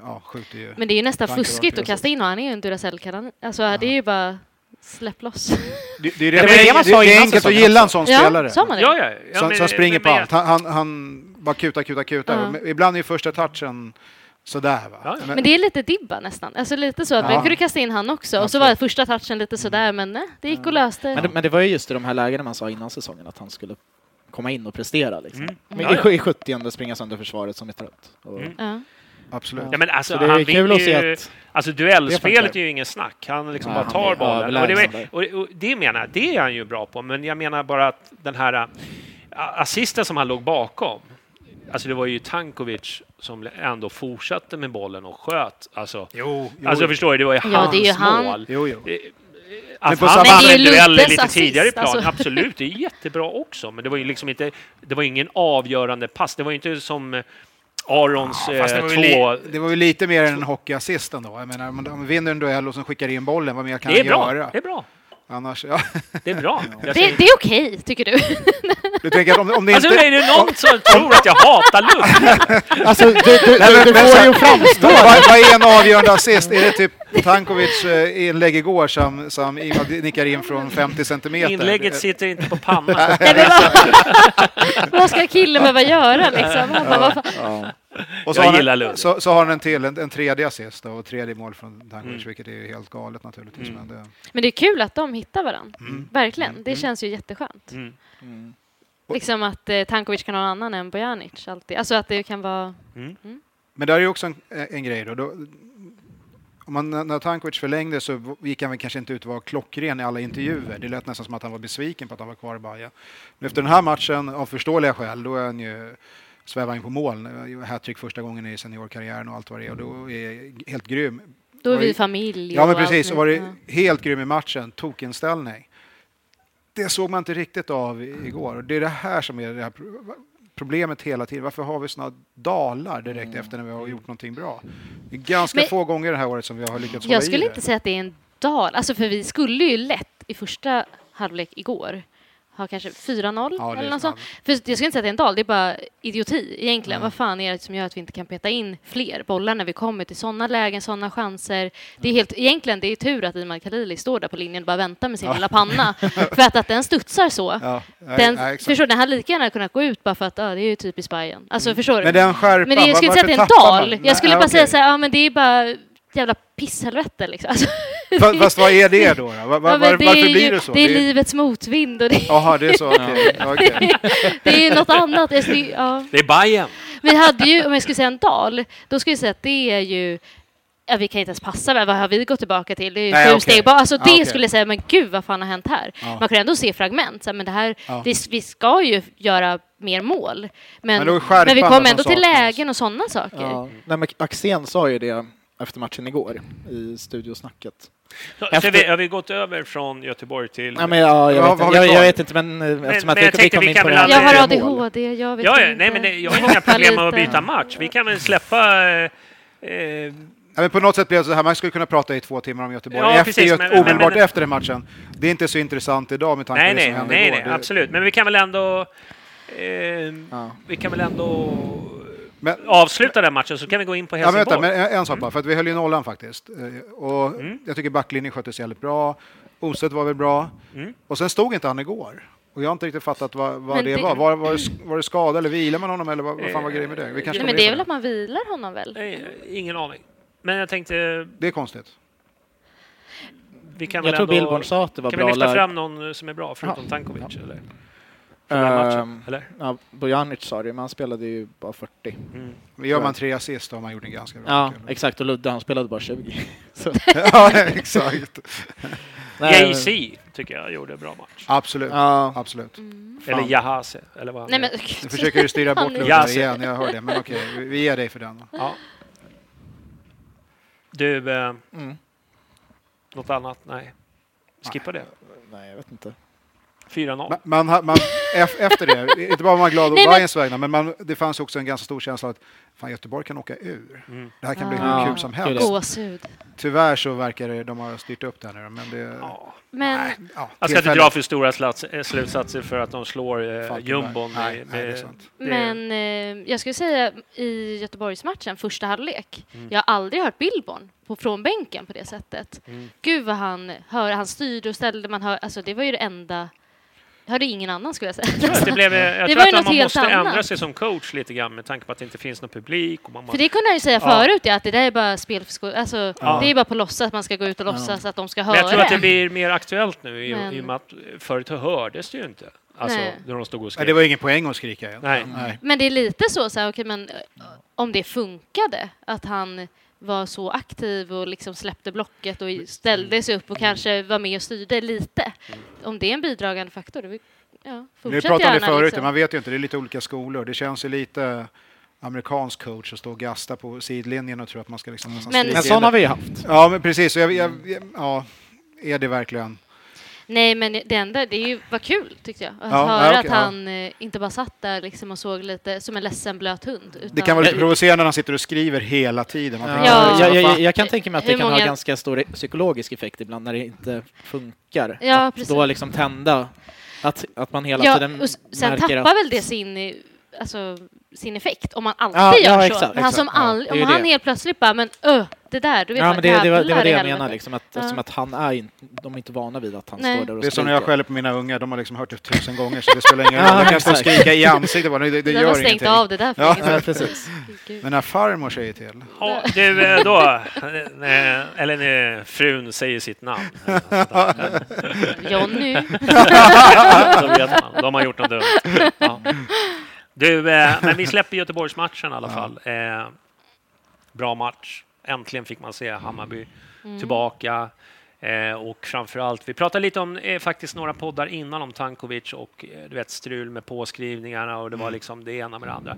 D: Ja, skjuter ju.
B: Men det är ju nästan
D: Tanken var
B: fuskigt att
D: precis.
B: kasta in honom. Han är ju en Duracell-kanon. Alltså, det är ju bara släpp loss.
D: Det, det, är
C: Ja,
D: det,
C: men det man
D: det,
C: sa
D: det är
C: innan
D: enkelt att
C: säsongen
D: gilla en
C: också.
D: sån
B: Ja,
D: spelare.
B: sa man det?
E: Ja, ja, ja,
D: som,
E: men-
D: som springer på
E: men jag-
D: allt. Han, han, han bara kuta, kuta, kuta.
B: Ja.
D: Men Ibland är ju första touchen sådär. Va?
E: Ja, ja.
B: Men det är lite Dibba nästan. Alltså lite så att vi
D: Ja.
B: kunde kasta in han också. Och så var första touchen lite sådär, men nej, det gick och löste.
C: Men, det, men det var ju just i de här lägena man sa innan säsongen att han skulle komma in och prestera. Liksom.
D: Mm.
C: Men
E: Mm. Ja,
C: i, I 70 springa sönder försvaret som är trött. Och,
B: Ja.
D: Absolut.
E: Ja, men alltså,
C: Så det är
E: han
C: kul
E: vinner
C: att se
E: ju,
C: att-
E: Alltså
C: Det funkar.
E: duellspelet är ju ingen snack. Han liksom
C: Nej,
E: bara
C: han
E: tar
C: är
E: bollen. Och det,
C: överlägsen
E: var- och, och det menar jag, det är han ju bra på. Men jag menar bara att den här äh, assisten som han låg bakom, Alltså det var ju Tankovic som ändå fortsatte med bollen och sköt. Alltså,
D: Jo, jo.
E: alltså förstår du, det var ju
B: Ja,
E: hans
B: det är ju han.
E: mål.
D: jo, jo.
E: Att
D: på
E: han
D: samma-
E: vann
B: Men det är
E: en
B: ju
E: duell
B: Lundes
E: lite
B: assist,
E: tidigare i planen,
B: alltså.
E: absolut, det är jättebra också. Men det var ju liksom inte, det var ju ingen avgörande pass. Det var ju inte som eh, Arons
D: Fast det,
E: eh,
D: var
E: två...
D: ju li- det var ju lite mer än en hockeyassist ändå. Jag menar, om man vinner en duell och sen skickar in bollen, vad mer kan
E: Det är
D: han
E: bra,
D: göra?
E: det är bra.
D: Annars, ja.
E: Det är bra. Jag
B: Det,
E: säger-
B: det är okej, tycker du?
D: Du tänker att om, om det
E: Alltså
D: inte...
E: är det någon som tror att jag hatar Lund?
C: Alltså, du, du,
D: Nej,
C: du,
D: men-
C: du
D: men
C: får
D: så-
C: ju framstå.
D: Vad, vad är en avgörande assist? Är det typ Tankovics eh, inlägg igår som, som Ingvar nickar in från 50 centimeter? Eh,
E: Inlägget sitter inte på pannan.
B: Nej, men vad, vad ska killen behöva göra liksom? Han bara, vad fan?
D: Och så
E: Jag
D: har
E: gillar
D: han,
E: Lund.
D: Så, så har han en till, en, en tredje assist då, och tredje mål från Tankovic, vilket är ju helt galet naturligtvis. Men det,
B: Men det är kul att de hittar varandra.
D: Mm.
B: Verkligen. Det känns ju jätteskönt. Liksom att eh, Tankovic kan ha någon annan än Bojanic alltid. Alltså att det kan vara...
D: Men där är ju också en, eh, en grej då. då om man, när Tankovic förlängde så v- gick han väl kanske inte ut och var klockren i alla intervjuer. Det lät nästan som att han var besviken på att han var kvar i Bajen. Men efter den här matchen, av förståeliga skäl, då är han ju svävar han på mål. Hattrick första gången i seniorkarriären och allt vad det är. Och då är helt grym.
B: Då är
D: Var det-
B: vi familj
D: Ja, men
B: och allt
D: precis. Och
B: nu.
D: var det
B: Ja.
D: helt grym i matchen. Tokinställning. Det såg man inte riktigt av i- igår. Och det är det här som är det här pro- problemet hela tiden. Varför har vi såna dalar direkt efter när vi har gjort någonting bra? Det är ganska
B: Mm. Men-
D: få gånger det här året som vi har lyckats hålla
B: Jag
D: i
B: skulle
D: det.
B: inte säga att det är en dal. Alltså för vi skulle ju lätt i första halvlek igår ha kanske 4-0
D: Ja, det är
B: eller något
D: sant.
B: sånt. För jag skulle inte säga att det är en dal, det är bara idioti egentligen. Vad fan är det som gör att vi inte kan peta in fler bollar när vi kommer till sådana lägen, sådana chanser? Det är
D: Mm.
B: helt, egentligen, det är tur att Imad Khalili står där på linjen och bara väntar med sin lilla panna. för att, att den studsar så.
D: Ja, nej,
B: Den,
D: nej, exakt.
B: förstår du, den hade lika gärna kunnat gå ut bara för att ah, det är ju typiskt Bayern. Alltså förstår du?
D: Mm. Men den skärpan,
B: Men det, jag skulle
D: var-
B: inte säga att
D: varför
B: det är
D: tappar
B: en dal.
D: man?
B: Jag skulle
D: Nej,
B: bara säga
D: okej.
B: så här, ja men det är bara jävla pisshelvete liksom. Alltså,
D: Fa- Fast vad är det då? då? Var, var,
B: ja, men
D: varför
B: det är ju-
D: blir det så?
B: Det är livets motvind och det,
D: Jaha, det är så. okej. Ja, okej.
B: det är något annat. Alltså, det, ja.
E: Det är Bayern.
B: Vi hade ju, om jag skulle säga en dal, då skulle jag säga att det är ju Ja, vi kan inte ens passa, med. vad har vi gått tillbaka till? Det är ju
D: Nej,
B: sju
D: okej.
B: steg bara. Alltså det
D: Ja, okej.
B: skulle jag säga, men gud vad fan har hänt här? Man kan ändå se fragment, så här, men det här,
D: Ja.
B: vi, vi ska ju göra mer mål. Men,
D: Men då är
B: men,
D: skärpan
B: vi
D: vad
B: kommer
D: som
B: ändå till
D: saknas.
B: lägen och sådana saker.
C: Ja. Nej, men Axén sa ju det efter matchen igår i studiosnacket.
E: Så,
C: Efter-
E: så vi, har vi gått över från Göteborg till...
C: Nej, men, ja,
D: Ja,
C: jag,
D: vad har
C: vet,
D: vi
C: jag,
D: kvar?
C: jag vet inte, men, eh, eftersom
E: men
C: att
E: jag
C: vi, vi
E: tänkte
C: kom
E: vi
C: in
E: kan
C: på det
E: väl
C: här
B: Jag
E: aldrig-
C: med
B: har
C: mål.
B: ADHD, jag vet
E: ja, ja,
B: inte.
E: nej, men det, jag har inga problem med att byta match. Vi kan väl släppa... Eh, eh,
D: Ja, men på något sätt blev det så här, man skulle kunna prata i två timmar om Göteborg
E: Ja,
D: efter,
E: precis,
D: Gö-
E: men- men-
D: omedelbart
E: men-
D: efter den matchen. Det är inte så intressant idag med tanke
E: nej,
D: på det
E: nej,
D: som hände
E: nej,
D: igår.
E: nej,
D: Det-
E: absolut. Men vi kan väl ändå... Eh,
C: Ja.
E: Vi kan väl ändå
D: Men,
E: avsluta den matchen så kan vi gå in på
D: ja, men
E: Helsingborg.
D: vänta, men en, en sak bara, för att vi höll ju nollan faktiskt. Eh, Och Jag tycker backlinjen sköttes jävligt bra. Ostedt var väl bra. Och sen stod inte han igår. Och jag har inte riktigt fattat vad, vad
B: Men
D: det,
B: det-
D: var. Var, var, det, sk- var det skada eller vila man honom eller vad, vad fan var grejen med det? Vi kanske
B: Eh, Nej,
D: kommer
B: men
D: in
B: det
D: på
B: är väl att man vilar honom väl?
E: Nej, Ingen aning. Men jag tänkte,
D: det är konstigt.
E: vi kan väl
C: Jag tror
E: ändå...
C: Billborn sa att det var
E: kan
C: bra
E: vi lyfta
C: lag.
E: fram någon eh, som är bra, förutom Tankovic? Eller? Från den här matchen,
C: Ehm,
E: eller?
C: ja, Bojanic sa det, men han spelade ju bara 40.
E: Mm.
D: Men Gör man tre assist då har man gjort en ganska bra
C: Ja,
D: kväll.
C: exakt. Och Ludde, han spelade bara 20. Så,
D: ja, exakt.
C: nej, men-
E: JC tycker jag gjorde en bra match.
D: Absolut.
C: Ja,
D: Absolut.
E: Eller Jahase, eller vad han
B: Nej, men,
E: heter.
D: Nu försöker du styra bort
B: Han är-
D: Ludde
E: Ja,
D: här
E: så-
D: igen, jag hör det. Men okej, vi- vi ger dig för den.
E: Ja. Du, eh,
C: Mm.
E: något annat? Nej. Skippa det.
C: nej, jag vet inte.
E: 4-0.
D: Ma- Man, ha- man, ef- efter det, inte bara var man glad å
B: Nej, men-
D: Bayerns vägnar, men man, det fanns också en ganska stor känsla av att fan, Göteborg kan åka ur.
E: Mm.
D: Det här kan bli hur
C: Ah.
D: kul som helst.
B: Gåshud.
D: Tyvärr så verkar det, de har styrt upp det här nu. Men det, ja,
B: Men
E: Jag ska inte
D: tillfälligt.
E: dra för stora slats, eh, slutsatser för att de slår eh,
D: Falkenberg.
E: jumbon. med-
D: Nej, nej, det är
E: med-
D: sant.
E: det-
B: Men eh, jag skulle säga i Göteborgsmatchen, första halvlek, jag har aldrig hört Billborn på, från bänken på det sättet. Gud vad han hör, han styrde och ställde, man hör, alltså det var ju det enda, jag hörde ingen annan skulle jag säga.
E: Att det blev, eh, jag
B: Det
E: tror
B: var ju
E: att
B: något
E: man
B: helt
E: måste
B: annat.
E: ändra sig som coach lite grann med tanke på att det inte finns någon publik. Och man,
B: För det kunde han ju säga förut, ja, att det där är bara spel för sko- alltså, det är bara på låtsas, man ska gå ut och låtsas att de ska höra.
E: men jag tror att det blir mer aktuellt nu i,
B: Men-
E: i och med att förut hördes det ju inte. Alltså,
B: Nej.
E: när de stod och
D: Nej,
E: skrek.
D: det var ingen poäng att skrika igen.
E: Nej.
B: Men det är lite så, så här, okej, men eh, om det funkade att han var så aktiv och liksom släppte blocket
D: Mm.
B: och ställde sig upp och kanske var med och styrde lite. Om det är en bidragande faktor, det är Ja,
D: Nu
B: fortsätt
D: pratade vi
B: gärna.
D: förut,
B: liksom.
D: man vet ju inte, det är lite olika skolor. Det känns ju lite amerikansk coach att stå och gasta på sidlinjen och tro att man ska liksom nästan
B: Men-
D: skrika
C: Men
D: in
C: sådana har
D: det.
C: vi ju haft.
D: Ja, men precis. Och Jag, jag, jag, ja, är det verkligen?
B: Nej, men det enda, det är ju, var kul tyckte jag. Att
D: Ja,
B: höra
D: ja, okej,
B: att
D: ja.
B: han eh, inte bara satt där liksom och såg lite som en ledsen blöt hund. Utan,
D: Det kan vara lite provocerande när han sitter och skriver hela tiden. Man tänker,
B: Ja.
C: Jag, jag, jag kan tänka mig att det
B: Hur
C: kan
B: många-
C: ha ganska stor psykologisk effekt ibland när det inte funkar.
B: Ja,
C: att
B: precis.
C: då liksom tända, att, att man hela
B: ja,
C: tiden
B: och s- sen
C: märker
B: tappar
C: att...
B: väl det sin, eh, alltså, sin effekt om man alltid
C: Ja,
B: gör
C: ja,
B: så.
C: exakt,
B: han
C: exakt,
B: som
C: ja.
B: all,
C: Det är
B: om
C: ju
B: han
C: det.
B: helt plötsligt bara, men öh, det där, du vet
C: Ja, men det, det, var, det var
B: jävlar
C: det
B: i
C: jag
B: helvete.
C: menade, liksom, att,
B: Ja.
C: eftersom att han är in, de är inte vana vid att han
B: Nej.
C: står där och
D: det är som när jag
C: skriker.
D: skäller på mina ungar, de har liksom hört det tusen gånger så det spelar ingen
C: Ja,
D: roll. De kan stå och
C: exakt.
D: skrika i ansiktet bara, det, det
B: Den har
D: gör
B: stängt
D: ingenting.
B: av det där för
D: Ja.
B: länge
C: Ja,
B: sedan.
C: precis.
B: Gud.
D: Men när farmor säger till.
E: Ja, du, eh, då. eh, Eller när frun säger sitt namn. eller något sånt där.
B: Jonny.
E: Då vet man. De har gjort något dumt. Ja. Du, eh, men vi släpper Göteborgsmatchen i alla fall. Eh, Bra match. Äntligen fick man se Hammarby tillbaka. Eh, och framförallt, vi pratade lite om eh, faktiskt några poddar innan om Tankovic och eh, du vet strul med påskrivningarna och det var liksom det ena med det andra.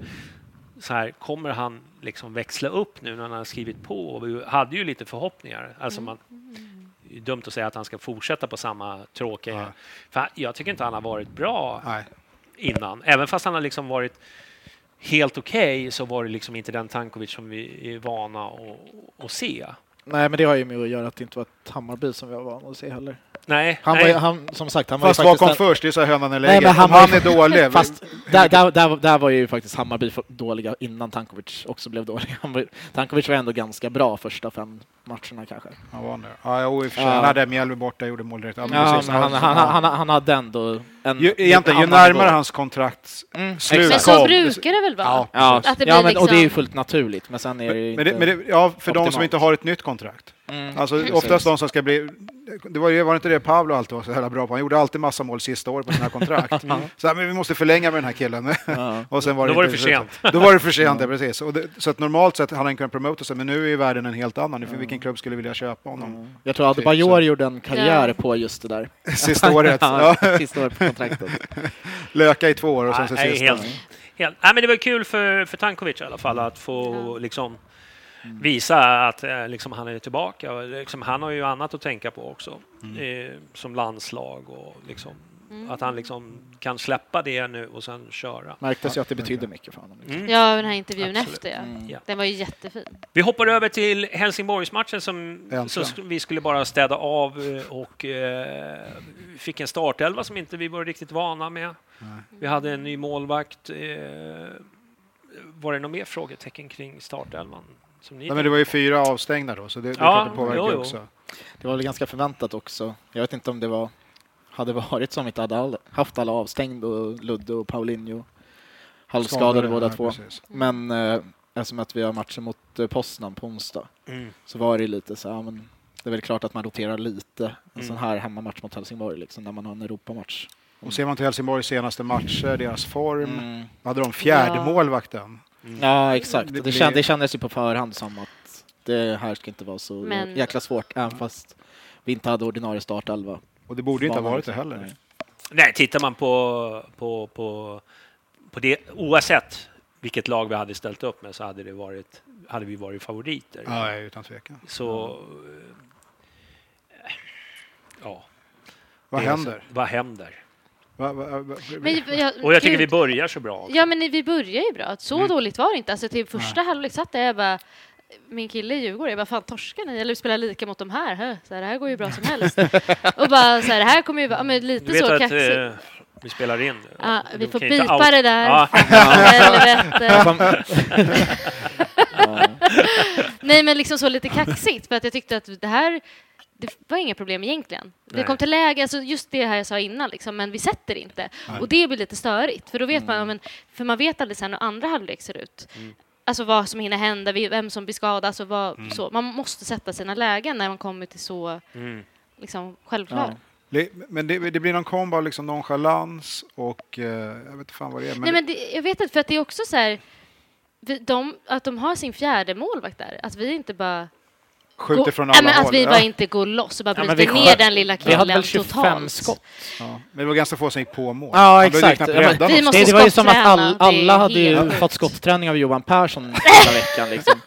E: Så här, kommer han liksom växla upp nu när han har skrivit på? Och vi hade ju lite förhoppningar. Alltså man, det är dumt att säga att han ska fortsätta på samma tråkiga.
D: Ja.
E: För han- jag tycker inte han har varit bra
D: Nej.
E: innan. Även fast han har liksom varit helt okej så var det liksom inte den Tankovic som vi är vana att, att se.
C: Nej, men det har ju med att göra att det inte var ett Hammarby som vi var vana att se heller.
E: Nej,
C: Han var
E: nej.
C: ju, han, som sagt, han var
D: Fast
C: ju
D: vad
C: faktiskt...
D: kom
C: den-
D: först? Det är så här hönan eller
C: Nej,
D: ägget.
C: men
D: Om
C: han var-
D: han är dålig.
C: Fast där, där, där, där var ju faktiskt Hammarby för- dåliga innan Tankovic också blev dålig. Han var, Tankovic var ändå ganska bra första fem matcherna kanske.
D: Han var nu. Ja, jo, i och för sig.
C: Ja.
D: Han hade Mjällby borta, gjorde mål direkt. Ja, men
C: Ja,
D: precis.
C: men han, han,
D: Ja.
C: han, han, han hade ändå en...
D: Ju, egentligen, ju
C: en annan
D: närmare
C: nivå.
D: hans kontrakt
C: Mm,
D: slut
B: Men
C: exakt.
B: så
D: kom.
B: brukar det väl vara?
D: Ja,
C: Ja,
B: Att det blir
C: ja men, och det är ju
B: liksom-
C: fullt naturligt, men sen är det ju
D: Men det,
C: inte...
D: men det, ja, för de som
C: optimalt.
D: inte har ett nytt kontrakt.
C: Mm,
D: Alltså,
C: precis.
D: oftast de som ska bli... Det var, ju- var det inte det Pablo alltid var så jävla bra på? Han gjorde alltid massa mål sista året på sina kontrakt. så här, men vi måste förlänga med den här killen.
C: Ja.
D: Och sen var
E: Då
D: det
E: var det
D: inte-
E: för sent.
D: Då var det för sent, ja, precis. Och det, så att normalt sett hade han kunnat promota sig, men nu är ju världen en helt annan. Nu, för vilken klubb skulle vilja köpa honom?
C: Jag tror att
D: Typ,
C: Bajor
D: så.
C: gjorde en karriär
B: Ja.
C: på just det där.
D: Sista året.
C: Ja,
D: Ja,
C: Sista året på kontraktet.
D: löka i två år och sen så
E: Nej,
D: sista.
E: helt, helt. Nej, men det var kul för, för Tankovic i alla fall att få liksom, visa att eh, liksom, han är tillbaka. Och Liksom, han har ju annat att tänka på också, eh, som landslag och liksom, att han liksom, kan släppa det nu och sen köra. Mm.
C: Märktes ju att det betydde mycket för honom. Liksom.
B: Ja, den här intervjun
E: Absolut.
B: efter ja.
C: Mm.
E: Ja.
B: Den var ju jättefin.
E: Vi hoppar över till Helsingborgsmatchen som,
D: Äntligen.
E: som sk- vi skulle bara städa av eh, och eh, fick en startelva som inte vi var riktigt vana med. Vi hade en ny målvakt. Eh, var det något mer frågetecken kring startelvan? Som ni
D: Nej, men det var ju fyra avstängda då, så det, det, är
E: Ja,
D: klart det påverkar
E: jo, jo.
D: också.
C: Det var väl ganska förväntat också. Jag vet inte om det var, hade varit som inte hade all, haft alla avstängd och Ludde och Paulinho halvskadade
D: Skadade,
C: båda
D: ja,
C: två.
D: precis.
C: Men eh, eftersom att vi har matchen mot eh, Poznan på onsdag
E: Mm.
C: så var det ju lite så ja, men det är väl klart att man roterar lite en sån här hemmamatch mot Helsingborg liksom, när man har en Europamatch.
D: Och ser man till Helsingborgs senaste matcher, deras form.
C: Mm.
D: Hade de fjärde
B: Ja.
D: målvakten?
C: Ja, exakt.
D: Det
C: Det,
D: blir-
C: känd, det kändes ju på förhand som att det här ska inte vara så
B: Men-
C: jäkla svårt, även fast vi inte hade ordinarie startelva.
D: Och det borde ju inte ha
C: Banan
D: varit det
C: liksom.
D: heller.
C: Nej.
E: Nej, tittar man på, på, på, på det oavsett vilket lag vi hade ställt upp med så hade, det varit, hade vi varit favoriter.
D: Ja, utan tvekan.
E: Så... eh, Ja.
D: Vad
E: det är så-
D: händer?
E: Vad händer?
D: Va, va, va,
B: Men, jag,
E: Och jag tycker vi
B: Mm,
E: Mm.
B: gud.
E: börjar så bra.
B: Ja, men vi börjar ju bra. Så dåligt var det inte. Alltså, till första halvlek satt jag bara min kille i Djurgården, jag bara fan torskar ni? Eller vi spelar lika mot de här, hö? Så här, det här går ju bra som helst. och bara så här, det här kommer ju vara, ja, men lite
E: Du vet
B: så
E: att
B: kaxigt.
E: eh, vi spelar in.
B: Ja, vi
E: De
B: får
E: kan ju inte
B: bipa
E: out-
B: det där.
E: Ja,
B: Helvete.
C: Fan,
B: Nej, men liksom så lite kaxigt för att jag tyckte att det här det var inga problem egentligen. Det
E: Nej.
B: kom till läge, alltså just det här jag sa innan, liksom, men vi sätter inte. Och det blir lite störigt, för då vet
E: Mm.
B: man, ja, men, för man vet aldrig sen hur andra halvlek ser ut. Alltså vad som hinner hända, vi- vem som blir skadad, alltså vad,
E: Mm.
B: så. Man måste sätta sina lägen när man kommer till så
E: Mm.
B: liksom, självklar.
C: Ja.
D: Det- Men det, det blir någon kombo av liksom nonchalans och eh, jag vet inte fan vad det är. Men
B: Nej, men det, jag vet inte, för att det är också så här, vi- de, att de har sin fjärde målvakt där, att vi inte bara
D: Skjuter
B: gå-
D: från
B: ja,
D: alla
B: men
D: håll.
B: att vi
D: ja.
B: bara inte går loss och bara
E: Ja,
B: bryter
E: men vi
B: ner
E: sköt-
B: den lilla
E: Vi hade
B: killen
E: väl 25
B: totalt.
E: skott.
D: Ja. Men det var ganska få som gick på mål.
C: Ja,
D: Man behövde ju
C: exakt.
D: knappt
C: Ja, men-
D: rädda
B: Vi
D: någon.
B: måste
C: Det, det var ju som att
B: skottträna,
C: all,
B: det är
C: alla hade ju
B: helt-
C: fått skottträning av Johan Persson hela veckan. Liksom.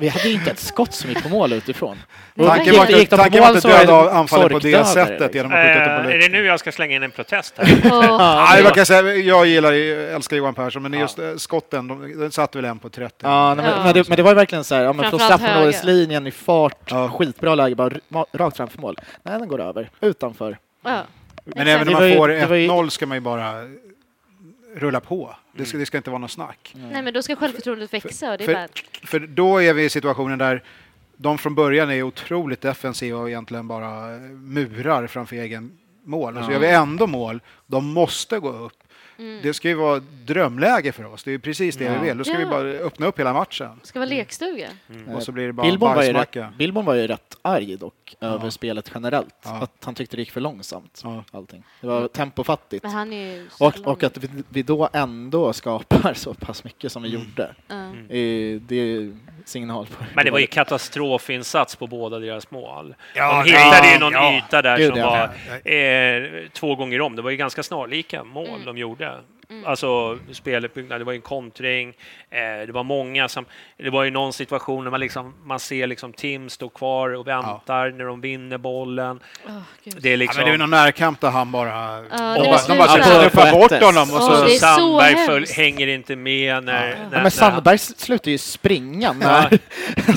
C: Vi hade ju inte ett skott som gick på mål utifrån.
B: Nej,
D: Tanken
B: gick-
D: var
C: gick
D: inte
C: de på
D: tanken var
C: mål
D: inte
C: så var
D: att döda
C: det
D: anfallen på det
C: sorgdödare,
D: sättet
C: liksom.
D: genom att skjuta
E: Eh,
D: ut
E: är
D: dem
E: det nu jag ska slänga in en protest här?
B: Och,
D: Nej, jag, kan säga, jag gillar, ju- älskar Johan Persson, men just eh, skotten, de, den satt väl en på 30.
C: Ja, nej, men,
B: Ja.
C: Men, det, men det var ju verkligen så här, ja, men från
B: Framförallt
C: straffområdeslinjen i fart,
D: Ja.
C: skitbra läge, bara r- ma- rakt framför mål. Nej, den går över, utanför.
B: ja.
D: men även om
C: Det var
D: man
C: ju-
D: får
C: det var ju-
D: 1-0 ska man ju bara rulla på. Det ska, det ska inte vara något snack.
B: Nej, men då ska självförtroendet växa och det är
D: för-
B: bara...
D: För då är vi i situationen där de från början är otroligt defensiva och egentligen bara eh, murar framför egen mål. Och så gör vi ändå mål, de måste gå upp.
B: Mm.
D: Det ska ju vara drömläge för oss, det är ju precis det vi vill. Då ska vi
B: Ja.
D: bara öppna upp hela matchen.
B: ska vara lekstuga.
D: Och så blir det bara
C: Billborn Mm. var, ju rätt,
D: bajsmacka.
C: Billborn var ju rätt arg dock, över spelet generellt.
D: Ja.
C: Att han tyckte det gick för långsamt,
D: Ja.
C: allting. Det var tempofattigt.
B: Men han är ju... så
C: Och,
B: lång.
C: och att vi, vi då ändå skapar så pass mycket som vi
D: Mm.
C: gjorde.
B: Ja.
C: Eh, Det är ju signal på hur
E: Men det var ju
C: dåligt-
E: katastrofinsats på båda deras mål.
D: Ja,
E: De hittade ju
D: ja,
E: någon
D: ja.
E: yta där
C: Gud,
E: som
C: ja.
E: var eh, två gånger om. Det var ju ganska snarlika mål
B: Mm.
E: de gjorde. Alltså speluppbyggnad, det var ju en kontring, eh, det var många som... Det var ju någon situation när man, liksom, man ser liksom Tim stå kvar och väntar när de vinner bollen.
B: Åh, gud.
E: Det är
D: Ja,
E: liksom...
D: men det är någon närkamp där han bara...
B: det
D: de
B: var
D: bara, de bara
B: slut
C: där.
D: knuffar bort
C: Alltså,
D: honom och
B: Åh,
D: så...
B: det är så
E: Sandberg
B: hemskt.
E: hänger inte med när... när,
C: Ja,
E: när
C: men Sandberg s- slutar ju springa när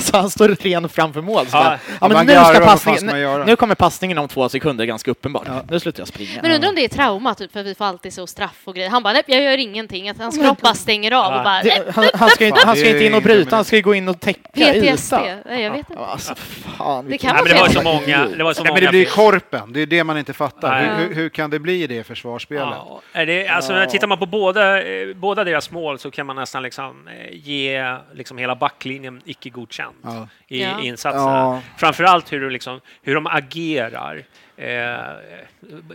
C: så han står ren framför mål. Så
E: Ja.
C: bara, ja,
D: Man
C: men nu,
D: garvar,
C: ska
D: vad fan ska
C: passningen,
D: man göra?
C: nu kommer passningen om två sekunder ganska uppenbart. Nu slutar jag springa.
B: Men undrar om det är trauma, typ, för vi får alltid så straff och grejer. Han bara, nej, jag gör ingenting. Att hans kropp bara stänger av och bara, "Äh, nej,
C: Det, han, han ska ju inte, han ska
D: Det är
C: ju inte in och
D: inte
C: bryta,
D: min-
C: han ska ju gå in och täcka
B: PTSD.
C: ytan.
B: Nej, jag vet inte.
C: Alltså, fan,
B: Det
C: vilken-
B: kan
E: Nej,
B: vara
E: men det var ju så
B: fel.
E: många... Det var så
D: Nej,
E: många
D: men det blir ju
E: fel.
D: korpen, det är det man inte fattar.
E: Nej.
D: Hur, hur, hur kan det bli det i försvarsspelet?
E: Ja, är det, alltså, när Tittar man på båda, eh, båda deras mål så kan man nästan liksom, eh, ge liksom, hela backlinjen icke godkänt
D: Ja.
E: i
B: Ja.
E: insatserna.
C: Ja.
E: Framförallt hur, du liksom, hur de agerar. Eh,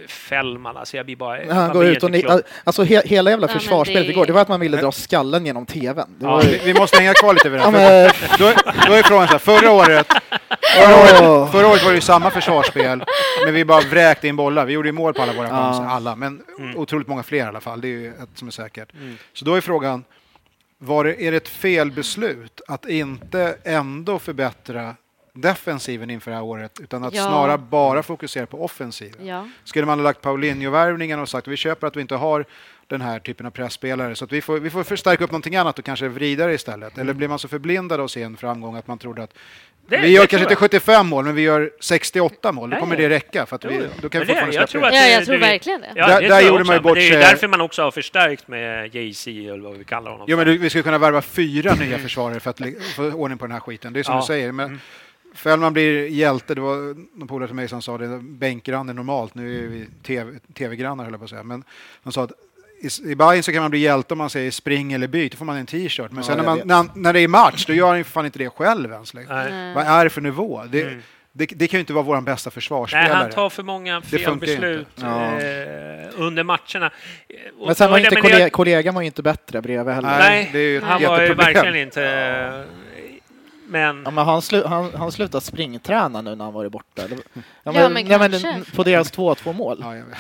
E: Fällman, alltså jag blir bara...
C: När han
E: man
C: går
E: blir
C: ut och
E: inte
C: ni,
E: klok.
C: alltså he, hela jävla
B: Ja, men
C: försvarsspelet
B: det-
C: igår, det var att man ville dra skallen genom tvn. Det var
D: Vi, vi måste hänga kvar lite vid det
C: Ja,
D: här.
C: men-
D: För- Då, då är frågan så här, förra året, förra året, förra året var det ju samma försvarsspel, men vi bara vräkte in bollar. Vi gjorde ju mål på alla våra chanser, alla, men otroligt många fler i alla fall. Det är ju ett som är säkert. Så då är frågan, var det, är det ett felbeslut att inte ändå förbättra defensiven inför det här året, utan att
B: Ja.
D: snarare bara fokusera på offensiven?
B: Ja.
D: Skulle man ha lagt Paulinho-värvningen och sagt vi köper att vi inte har den här typen av pressspelare så att vi får, vi får förstärka upp någonting annat och kanske vrida det istället. Eller blir man så förblindad av sin framgång att man trodde att
E: Det-
D: vi gör
E: det tror
D: kanske inte
E: jag.
D: 75 mål men vi gör 68 mål, då
E: Nej.
D: kommer det räcka för att vi, då kan vi
E: Men det-
D: fortfarande släppa
E: jag tror
D: in.
E: att
B: Ja,
E: det-
B: jag tror
E: det-
B: verkligen det.
D: Där-
E: Ja, det
D: där
E: tror jag
D: gjorde
E: också.
D: man ju bort
E: Det är ju
D: sig.
E: därför man också har förstärkt med JC, eller vad vi kallar honom.
D: Jo men du, vi skulle kunna värva fyra nya försvarare för att li- få ordning på den här skiten, det är som
E: Ja.
D: du säger. Men Fällman blir hjälte, det var någon polare till mig som sa det, bänkgranne normalt, nu är vi TV tv-grannar höll jag på att säga, men han sa att i, i Bayern så kan man bli hjälte om man säger spring eller byt, då får man en t-shirt. Men sen när,
C: jag
D: man,
C: vet.
D: när, han- när det är match, då gör han ju för fan inte det själv ens. Liksom.
E: Nej.
B: Mm.
D: Vad är det för nivå? Det, det, det kan ju inte vara vår bästa försvarsspelare.
E: Nej, han tar för många
D: funkar ju
E: felbeslut
D: inte.
E: eh, under matcherna. Och-
C: Men sen var
E: och-
C: ju inte
E: men det-
C: kollega, Eh, kollegan var ju inte bättre bredvid heller.
D: Nej,
E: Nej,
D: det är ju ett
E: han var ju
D: jätteproblem.
E: verkligen inte... Men...
C: Ja, men han, slu, han, han slutade springträna nu när han varit borta. eller? Ja,
B: men
C: nej,
B: kanske.
C: n- på deras 2-2 mål.
D: Ja, jag vet.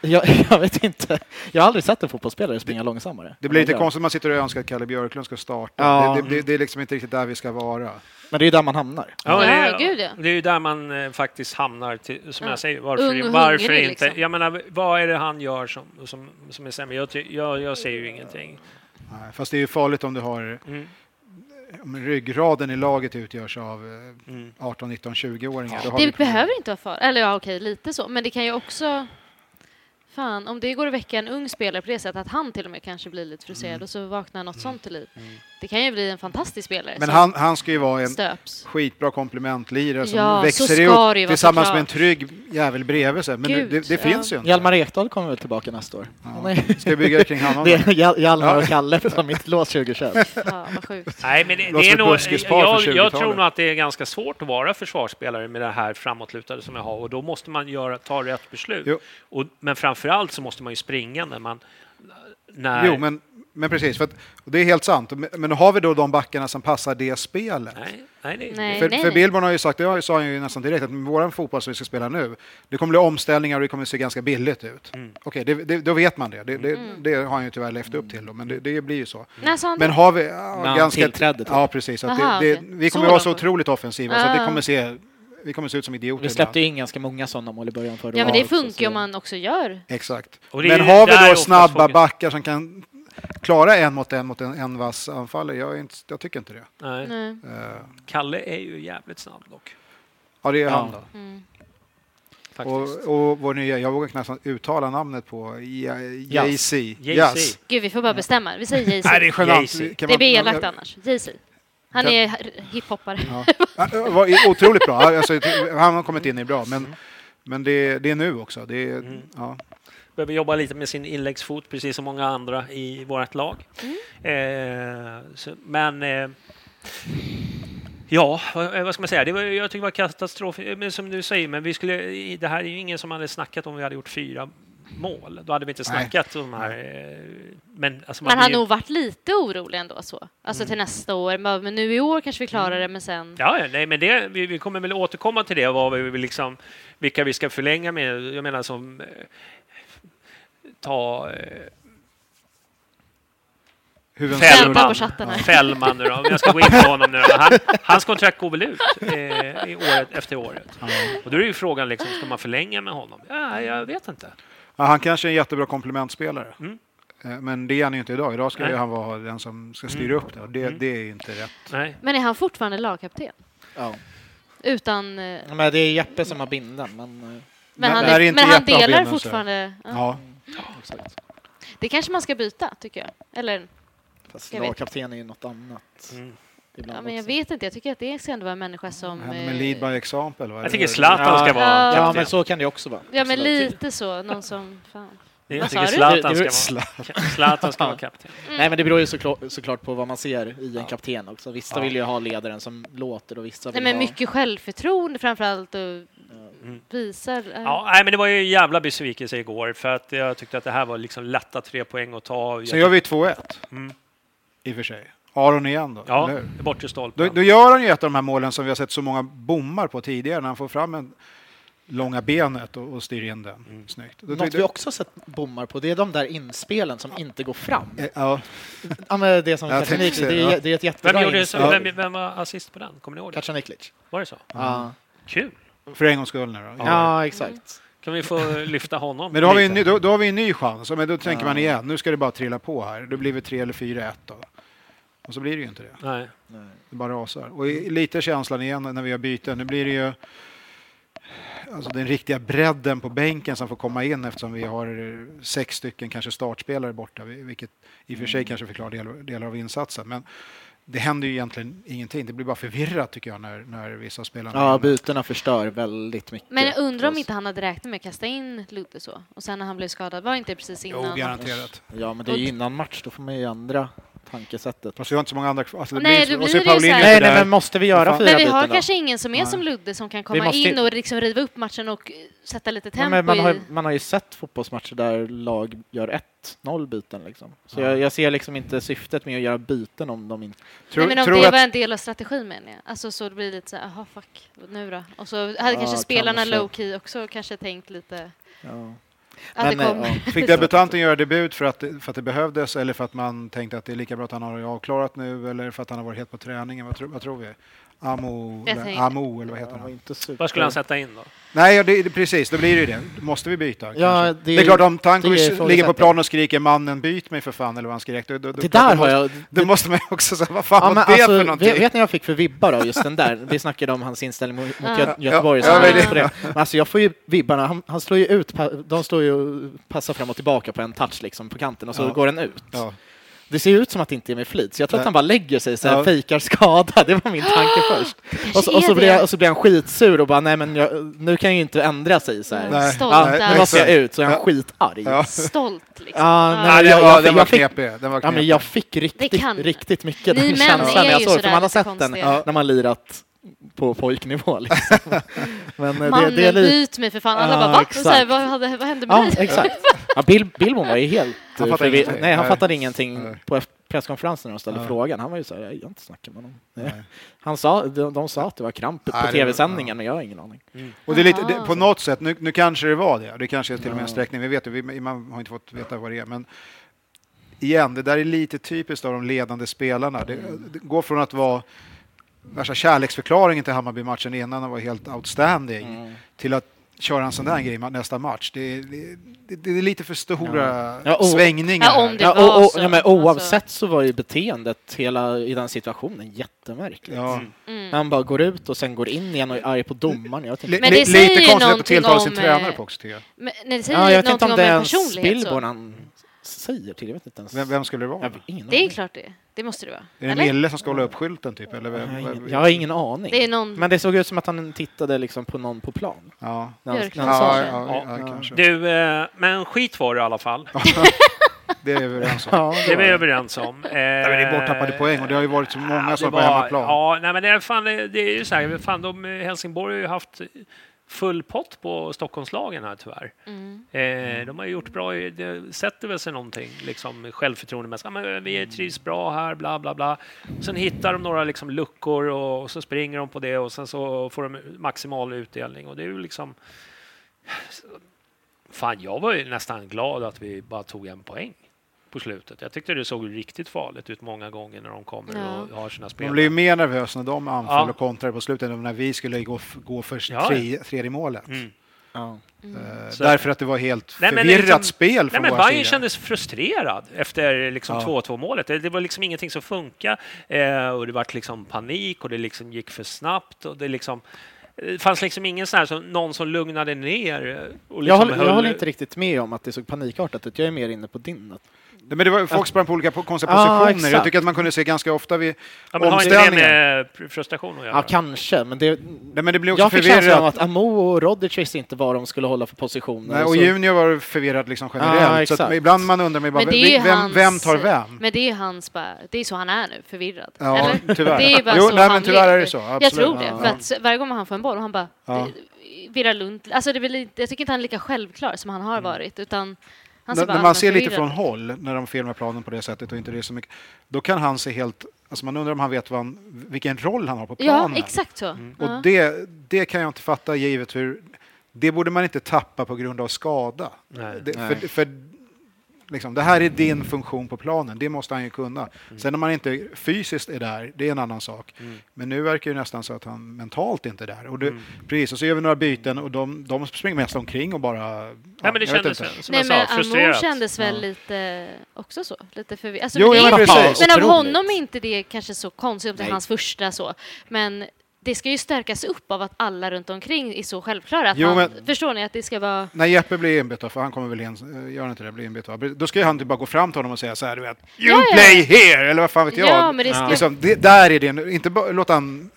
C: Jag, jag vet inte. Jag har aldrig sett en fotbollsspelare springa långsammare.
D: Det blir lite
C: Ja.
D: konstigt om man sitter och önskar att Kalle Björklund ska starta.
C: Ja.
D: Det, det, det, det är liksom inte riktigt där vi ska vara.
C: Men det är ju där man hamnar.
B: Ja,
E: det är-
B: gud, ja.
E: Det är ju där man eh, faktiskt hamnar, till, som
B: Ja.
E: jag säger,
B: Ung
E: varför,
B: och
E: varför
B: hungrig,
E: inte?
B: liksom.
E: Jag menar, vad är det han gör som, som, som är sämre? Jag, ty- jag, jag säger ju ingenting.
D: Nej, Fast det är ju farligt om du har
E: Mm.
D: om ryggraden i laget utgörs av eh,
E: Mm.
D: 18, 19, 20-åringar. Då har vi-
B: Det behöver inte vara far. Eller ja, okej, lite så. Men det kan ju också... Fan, om det går att väcka en ung spelare på det sättet att han till och med kanske blir lite frustrerad
D: Mm.
B: och så vaknar något sånt till liv. Det kan ju bli en fantastisk spelare
D: Men
B: som
D: han, han ska ju vara en
B: stöps.
D: skitbra komplementlirare som
B: Ja, så
D: växer
B: ska det ju
D: upp
B: vara
D: tillsammans
B: såklart.
D: med en trygg jävel bredvid sig. Men nu-
B: Gud,
D: det, det
B: ja.
D: finns ju inte.
C: Hjalmar Ekdal kommer väl tillbaka nästa år? Han är-
D: Ska vi bygga kring honom?
C: Det
D: då?
C: är Hjal- Hjalmar och Kalle som mitt lås 2021.
B: Ja, vad sjukt.
E: Nej, men det,
D: Låter
E: det är
D: som ett
E: nog,
D: buskispar
E: jag,
D: från
E: jag
D: 20-talet.
E: tror nog att det är ganska svårt att vara försvarsspelare med det här framåtlutade som jag har och då måste man göra, ta rätt beslut.
D: Jo.
E: Och, men framför allt så måste man ju springa när man när...
D: Jo, men, men precis. För att, och det är helt sant. Men- Men har vi då de backarna som passar det spelet?
E: Nej, nej, det,
B: Nej.
D: För, för Billborn har ju sagt, det sa han ju nästan direkt, att med våran fotboll som vi ska spela nu, det kommer bli omställningar och det kommer se ganska billigt ut.
C: Mm.
D: Okej, det, det, då vet man det. Det, det,
B: Mm.
D: det har han ju tyvärr levt upp till, då, men det, det blir ju så.
B: När sa han
D: Men
B: det?
D: har vi... Ja,
C: han
D: ganska,
C: tillträdde, typ. tror jag.
D: ja precis. Att
B: Aha,
D: det, det,
B: okej.
D: vi
B: Så
D: kommer vara
B: långt
D: så
B: bort.
D: otroligt offensiva, så att
B: Ah.
D: det kommer se, vi kommer se ut som idioter.
C: Vi släppte
D: ibland.
C: ju in ganska många sådana mål i början förra
B: Ja, men det
C: året också,
B: funkar ju
C: så-
B: om man också gör.
D: Exakt.
E: Och det är
D: Men
E: ju
D: har
E: där
D: vi då
E: oftast
D: snabba
E: fokus-
D: backar som kan klara en mot en mot en, en vass anfallare? Jag, är inte, jag tycker inte det.
E: nej.
B: Nej.
D: Eh,
E: Kalle är ju jävligt snabb dock.
D: ja, det är
C: Ja.
D: han då.
E: Faktiskt.
D: Och, och vår nya, jag vågar knappt uttala namnet på, Ja- JC.
E: JC.
D: Yes.
B: Gud, vi får bara bestämma. Vi säger Jay-Z.
D: Nej, det är genant.
E: JC.
D: Kan
B: Det
D: man-
B: blir elakt
D: Ja,
B: annars. Jay-Z. Han
D: Kan-
B: är h- hiphoppare.
D: ja. Ja, det var otroligt bra. Alltså, han har kommit in i bra,
E: Mm.
D: men, men det, det är nu också. Det, är- ja.
E: Behöver jobba lite med sin inläggsfot, precis som många andra i vårt lag.
D: Mm.
E: Eh, så, men... Eh, Ja, vad eh, vad ska man säga? Det var, jag tycker det var katastrof. eh, Men som du säger, men vi skulle, i- det här är ju ingen som hade snackat om vi hade gjort fyra mål. Då hade vi inte
D: Nej.
E: snackat om de här... eh, Men, alltså,
B: Man
E: blir
B: har
E: ju-
B: nog varit lite orolig ändå så. Alltså
D: Mm.
B: till nästa år. Men men nu i år kanske vi klarar det, men sen...
E: Ja, ja, nej, men det, vi, vi kommer väl återkomma till det, vad vi, vill liksom, vilka vi ska förlänga med. Jag menar som... Eh, ta eh,
D: Huvuden-
B: Vänta på chatten här.
E: Fällman nu då, om jag ska gå in på honom nu då. Han, hans kontrakt går väl ut eh, i året, efter året. Och då är ju frågan, liksom, ska man förlänga med honom? Ja, jag vet inte.
D: Ja, han kanske är en jättebra komplementspelare.
E: Mm.
D: Eh, Men det är han ju inte idag. Idag ska
E: Nej. Mm.
D: ju han vara den som ska styra upp det. och Det, det är ju inte rätt.
E: Nej.
B: Men är han fortfarande lagkapten?
C: Ja.
B: Utan... eh,
C: Ja, Men det är Jeppe som har binden, men... eh,
B: Men han,
D: det här är inte
B: men han
D: jättebra
B: delar
D: bilden, så.
B: fortfarande... Ja.
D: Ja.
C: Exakt.
B: Det kanske man ska byta, tycker jag. Eller,
C: Fast
B: Jag vet.
C: lagkapten är ju något annat. Ibland
B: ja, men jag
C: också.
B: vet inte. Jag tycker att det ska ändå vara en människa som...
D: Han
B: eh,
D: med lead by example. va?
E: Jag tycker Zlatan ska
B: Ja.
E: vara
C: Ja, men
E: kapten.
C: så kan det också vara.
B: Ja, men
C: Absolut.
B: lite så. Någon som... Fan.
E: Jag
B: Vad
E: tycker
B: sa du?
E: Zlatan
C: Det- det-
E: ska vara, Zlatan ska vara kapten.
C: Nej, men det beror ju såklart, såklart på vad man ser i en kapten också. Vissa vill ju ha ledaren som låter och vissa
B: Nej,
C: vill
B: men
C: ha...
B: mycket självförtroende framförallt och visar... eh,
E: Ja, nej, men det var ju en jävla besvikelse igår för att jag tyckte att det här var liksom lätta tre poäng att ta. Jag
D: Sen gör vi 2-1.
E: Mm.
D: I och för sig. Aron igen då,
E: Ja,
D: eller hur?
E: bortre
D: Då,
E: stolpen.
D: då gör han ju ett av de här målen som vi har sett så många bommar på tidigare när han får fram en långa benet och, och styr in den.
E: Mm.
D: Snyggt. Då
C: Något
D: tyckte-
C: vi också sett bommar på, det är de där inspelen som inte går fram.
D: Eh, Ja,
C: Ja, men det som
D: Jag
C: Kacaniklic,
D: tänkte-
C: det,
D: ja.
C: är- det är ett
E: vem,
C: jättebra
E: gjorde,
C: inspel.
E: vem, vem var assist på den? Kommer ni ihåg det?
C: Kacaniklic.
E: Var det så?
C: Ja.
E: Kul!
D: för en gångs skull nu då.
C: ja, exakt.
E: Kan vi få lyfta honom?
D: Men då har, vi en
E: lite?
D: ny, då, då har vi en ny chans. Men då tänker man igen, nu ska det bara trilla på här. Då blir vi 3 eller 4-1 då. Och så blir det ju inte det.
E: Nej.
D: Det bara rasar. Och i- lite känslan igen när vi har byten. Nu blir det ju alltså den riktiga bredden på bänken som får komma in eftersom vi har eh, sex stycken kanske startspelare borta, vil- vilket i och för sig
B: Mm.
D: kanske förklarar del, delar av insatsen. Men det händer ju egentligen ingenting. Det blir bara förvirrat tycker jag när, när vissa av spelarna...
C: Ja, bytena förstör väldigt mycket.
B: Men jag undrar om
C: för oss.
B: inte han hade räknat med att kasta in Ludde så. Och sen när han blev skadad, var inte det precis
D: Jo,
B: innan?
D: garanterat.
C: Ja, men det är ju innan match, då får man ju andra tankesättet.
D: Fast vi har inte så många andra kvar. Alltså,
B: Nej,
D: ju-
B: då
D: och
B: blir det ju
D: Paulinho
B: så här-
D: inte
C: Nej, nej,
D: där.
C: men måste vi
D: göra
C: göra
D: Men
C: fyra
B: Men vi
C: byten
B: har
C: då?
B: kanske ingen som är som Ludde som kan komma
C: måste
B: in
C: ju-
B: och liksom riva upp matchen och eh, sätta lite
C: Ja,
B: tempo
C: men man, har,
B: i...
C: ju- man har ju sett fotbollsmatcher där lag gör 1-0 byten. Liksom. Så jag, jag ser liksom inte syftet med att göra byten om de inte...
D: Tror-
B: Nej, men om
D: tror
B: det
D: att-
B: var en del av strategin menar jag. Alltså så det blir lite så här, aha fuck, nu då? Och så hade kanske spelarna
C: kanske.
B: low key också kanske tänkt lite
C: Ja.
B: att
C: Men,
B: det kom.
C: eh, ja.
D: Fick debutanten göra debut för att, för att det behövdes eller för att man tänkte att det är lika bra att han har avklarat nu eller för att han har varit het på träningen? Vad, tro, vad tror vi? Amo,
B: Jag
D: eller
B: tänker-
D: Amo eller vad heter
C: Han var
D: han?
C: inte super-
E: Vad skulle han sätta in då?
D: Nej, ja, det, det, precis, då blir det ju det. Måste vi byta?
C: Ja,
D: kanske?
C: det-
D: det är klart, om
C: det är
D: Tankovic
C: ifrågasättande.
D: ligger på plan och skriker ”mannen byt mig för fan” eller vad han skrek. Då, då, då,
C: Det där
D: då
C: har
D: måste,
C: jag...
D: Då måste man ju också säga, vad fan
C: Ja, men
D: var det
C: alltså,
D: för någonting?
C: vet, vet ni vad jag fick för vibbar av just den där? Vi snackade om hans inställning mot, mot Gö- Göteborg.
D: Ja,
C: så
D: ja, men
C: vi var inne
D: det-
C: på det. Men alltså, jag får ju vibbarna. Han, han slår ju ut, pa- de slår ju och passar fram och tillbaka på en touch liksom, på kanten och så
D: Ja.
C: går den ut.
D: Ja.
C: Det ser ju ut som att det inte är med flit, så jag tror att
D: Nej.
C: han bara lägger sig så här,
D: Ja.
C: fejkar skada. Det var min tanke först. Och så, och,
B: är
C: så blir
B: det.
C: jag, och så blir han skitsur och bara, nej men jag, nu kan jag ju inte ändra sig så här.
D: Nej,
B: Stolt
D: nej,
B: där.
C: Ja, nu måste jag
D: exakt.
C: ut, så är han skitarg. Ja.
D: Ja.
B: Stolt liksom.
C: Ja, nej,
D: Ja,
C: jag,
D: ja,
C: jag,
D: den
C: jag,
D: var
C: fick,
D: knepig. Den var
C: ja, men
D: knepig.
C: jag fick riktigt,
B: kan-
C: riktigt mycket
B: Ni
C: den
B: män
C: känslan
B: är
C: när jag
B: ju
C: såg
B: sådär
C: för man har
B: lite
C: sett den
B: konstiga.
C: när man lirat på pojknivå. Liksom. Men eh, det,
B: Mannen,
C: det är lite...
B: byt mig för fan. Alla
C: Ja,
B: bara, va? Och
C: exakt.
B: Så här, vad, hade, vad hände med
C: Ja,
B: mig?
C: exakt. Ja, Bil Bilbon var ju helt...
D: Han fattade
C: förvirrad.
D: ingenting.
C: Nej, han
D: Nej.
C: fattade ingenting
D: Nej.
C: på F- presskonferensen när de ställde
D: Nej.
C: frågan. Han var ju så här, jag har inte snackat med honom. Han sa, de, de sa att det var kramp
D: Nej,
C: på
D: det-
C: tv-sändningen, men jag har ingen aning.
B: Mm.
D: Och det är lite, det,
B: Aha.
D: på något sätt, nu, nu kanske det var det, det kanske är till och med en sträckning, vi vet ju, vi, man har inte fått veta vad det är, men igen, det där är lite typiskt av de ledande spelarna. Det,
C: Mm.
D: det går från att vara värsta kärleksförklaringen till Hammarby-matchen innan, han var helt outstanding, till att köra en sån där grej ma- nästa match. Det, det, det, det är lite för stora
C: Ja, och-
D: svängningar.
B: Ja, om Det
C: Ja,
B: var
C: och, och,
B: så.
C: ja, men
B: Alltså-
C: oavsett så var ju beteendet hela, i den situationen jättemärkligt.
D: Ja.
B: Mm.
C: Han bara går ut och sen går in igen och är arg på domaren. Jag tänkte,
D: Li-
B: Men
D: li-
B: det säger ju
D: lite konstigt att
B: någonting
D: tilltala sin
B: om, eh,
D: tränare på också, tycker jag.
B: Men, nej, det säger
C: ja,
B: ju
C: jag vet inte
B: någonting
C: om
B: om
C: det
B: en
C: ens
B: personlighet. Så.
C: Bilbon han säger till. Jag vet inte ens.
D: Vem, vem skulle det vara?
C: Jag har ingen
B: Det är
C: aning.
B: klart det Det måste det vara.
D: Är det
B: Eller?
D: Mille som ska hålla upp skylten, typ? Eller vem,
C: Jag har ingen-
D: vem,
C: Jag har ingen aning.
B: Det är någon...
C: Men det såg ut som att han tittade liksom på någon på plan.
D: Ja.
C: När han,
B: Björklund.
C: när han sa
D: Ja,
C: det.
D: ja, ja,
C: Ja.
D: kanske.
E: Du, eh, men skit var det i alla fall.
D: Det är vi överens om.
C: Ja,
E: Det är vi
C: var-
E: överens om. Eh,
D: Nej, men det är borttappade poäng och det har ju varit så många
E: det
D: som på
E: var-
D: hemmaplan.
E: Ja, nej, men det är, fan, det det är ju så här, fan, de, Helsingborg har ju haft full pott på Stockholmslagen här tyvärr.
D: Mm.
E: Eh, de har ju gjort bra, i- det sätter väl sig någonting liksom, självförtroendemässigt. Ja, men
D: Mm.
E: vi trivs bra här, bla bla bla. Sen hittar de några liksom, luckor och, och så springer de på det och sen så får de maximal utdelning och det är ju liksom... Fan, jag var ju nästan glad att vi bara tog en poäng på slutet. Jag tyckte det såg riktigt farligt ut många gånger när de kommer
B: Ja.
E: och har sina spel.
D: De blev ju mer nervösa när de anföll
E: Ja.
D: och kontrade på slutet än när vi skulle gå, f- gå för
E: Ja, ja.
D: tre, tredje målet.
E: Mm.
C: Ja.
D: Eh,
E: Så-
D: därför att det var helt
E: Nej, men det är
D: förvirrat
E: liksom-
D: spel
E: Nej,
D: från
E: men
D: vår
E: Bayern
D: sida.
E: kändes frustrerad efter liksom
D: Ja.
E: 2-2 målet. Det, det var liksom ingenting som funkade eh, och det var liksom panik och det liksom gick för snabbt och det liksom det fanns liksom ingen sån här som, någon som lugnade ner. eh, Och liksom
C: Jag, håller, jag
E: höll-
C: håller inte riktigt med om att det såg panikartat ut. Jag är mer inne på din. Att,
D: Nej, men det var, folk sprang på olika po- konstiga
C: Ah,
D: positioner. Jag
C: exakt.
D: tycker att man kunde se ganska ofta vid
E: ja, men har inte det
D: omställningen.
E: med pr- frustration att göra?
C: ja, kanske, men det...
D: Nej, men det blev också
C: Jag fick känslan av
D: förvirrat.
C: att Amo och Rodic visste inte vad de skulle hålla för positioner.
D: Nej, och
C: så-
D: Junior var förvirrad liksom
C: Ah,
D: generellt. så att
C: exakt.
D: ibland man undrar man ju bara,
B: Men det är ju
D: vem, vem,
B: hans-
D: vem tar vem?
B: Men det är hans bara, det är så han är nu, förvirrad.
D: Ja,
B: Eller?
D: tyvärr.
B: Det är bara
D: Jo,
B: så
D: nej,
B: han
D: men tyvärr
B: lever.
D: är det så.
B: Jag
D: Absolut.
B: tror det,
D: Ja.
B: för att s- varje gång han får en boll och han bara
D: Ja.
B: det- virrar runt. Alltså det är väl, inte- jag tycker inte han är lika självklar som han har varit, utan han ser
D: när, när
B: bara
D: Mm. man
B: allmänt
D: ser lite från
B: förvirrad ut.
D: håll, när de filmar planen på det sättet och inte det är så mycket, då kan han se helt... Alltså man undrar om han vet vad han, vilken roll han har på
B: Ja,
D: planen.
B: exakt så.
D: Mm. Och
B: Ja.
D: det, det kan jag inte fatta givet hur... Det borde man inte tappa på grund av skada.
E: Nej.
D: Det, För, för, liksom, det här är din funktion på planen, det måste han ju kunna.
E: Mm.
D: Sen om man inte fysiskt är där, det är en annan sak. Men nu verkar det nästan så att han mentalt inte är där. Och det,
E: Mm.
D: Precis, och så gör vi några byten och de, de springer mest omkring och bara...
E: Nej, men det kändes som
B: Nej,
E: jag sa,
B: men Amor
E: frustrerat.
B: kändes väl lite också så, lite förvirrad. Alltså,
D: Jo,
B: men det
D: ja,
B: är
D: men
B: inte-
D: precis.
B: Men av
C: Otroligt.
B: honom är inte det kanske så konstigt om det är
C: Nej.
B: hans första så. Men det ska ju stärkas upp av att alla runt omkring är så självklara. Att
D: Jo,
B: man,
D: men-
B: Förstår ni att det ska vara...
D: När Jeppe blir inbytt, då, för han kommer väl in, eh, gör han inte det, blir inbytt, va? då ska ju han typ bara gå fram till honom och säga så här, du vet, you
B: Ja, ja.
D: play here, eller vad fan vet
B: Ja,
D: jag.
B: men det ska-
D: liksom, det, där är det, en- inte bara låta han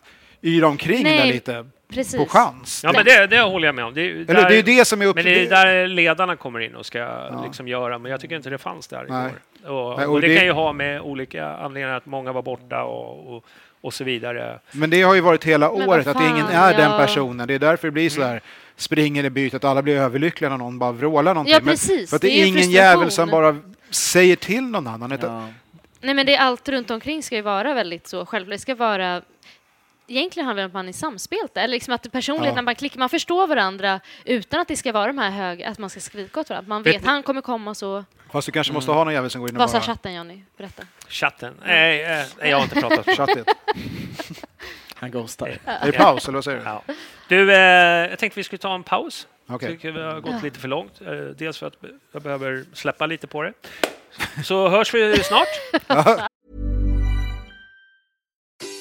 D: yra omkring
B: Nej,
D: där lite,
B: Precis.
D: på chans.
E: Ja, men det, det håller jag med om. Det, är ju
D: eller
E: där-
D: det är ju det som är upp
E: Men det är där ledarna kommer in och ska liksom göra, men jag tycker inte det fanns där
D: Nej.
E: igår. Och,
D: Nej, och
E: och det,
D: det-
E: kan ju ha med olika anledningar, att många var borta och, och, och så vidare.
D: Men det har ju varit hela
B: Men vad
D: året, att
B: fan,
D: ingen är
B: ja.
D: den personen. Det är därför det blir så här, springer i bytet, alla blir överlyckliga när någon bara vrålar någonting.
B: Ja,
D: Men-
B: precis.
D: För att det
B: Det är
D: är
B: ju
D: ingen
B: frustration.
D: jävel som bara säger till någon annan. utan-
C: Ja.
B: Nej, men det är allt runt omkring ska ju vara väldigt så självklart. Det ska vara... Egentligen handlar det om att man är samspelta, eller liksom att personligheten,
D: Ja.
B: man klickar, man förstår varandna utan att det ska vara de här höga, att man ska skrika åt varandra. Man vet,
E: Vet
B: vet
E: ni-
B: han kommer komma och så...
D: Fast du kanske
B: Mm.
D: måste ha någon jävel som går in och
B: Vad sa
D: bara...
B: chatten, Johnny? Berätta.
E: Chatten. Nej, eh, nej, jag har inte pratat.
D: Chatten.
C: Han ghostar.
D: Är det paus, eller vad säger du?
E: Ja. Du, eh, jag tänkte vi skulle ta en paus.
D: Okej.
E: tycker vi har gått lite för långt. Eh, dels för att jag behöver släppa lite på det. Så hörs vi snart.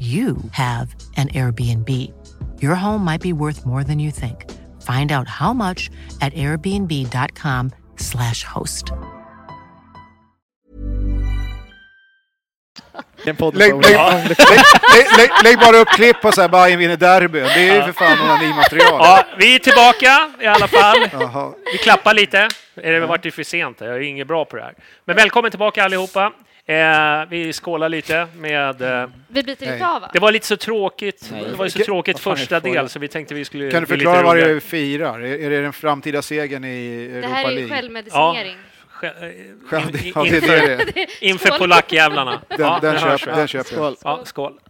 F: you have an Airbnb. Your home might be worth more than you think. Find out how much at airbnb.com/slash host.
D: Lägg, lägg, lägg, lägg, lägg, lägg bara upp klipp på så här Bayern vinner derbyn. Det är ju för fan onanimaterial.
E: Ja, vi är tillbaka i alla fall. Vi klappar lite. Är det varit för sent? Jag är inget bra på det här. Men välkommen tillbaka allihopa. Eh, vi skålar lite med... Eh,
B: Vi biter inte av va?
E: det var lite så tråkigt.
B: Nej.
E: Det var ju så tråkigt
D: Vad fan är det
E: första
D: för-
E: del så vi tänkte vi skulle...
D: Kan du
E: bli lite
D: förklara vad det är
E: roligare.
D: vi firar? Är, är det den framtida segern i Europa
B: Det här är ju
D: League?
B: självmedicinering.
D: eh, Ja, det- ja, det är
E: inför,
D: det det
B: är.
E: inför
B: Skål.
E: polackjävlarna.
D: Den-
E: Ja,
D: den
E: det
D: köp-
E: hörs väl.
D: den köper jag.
E: Ja, skål.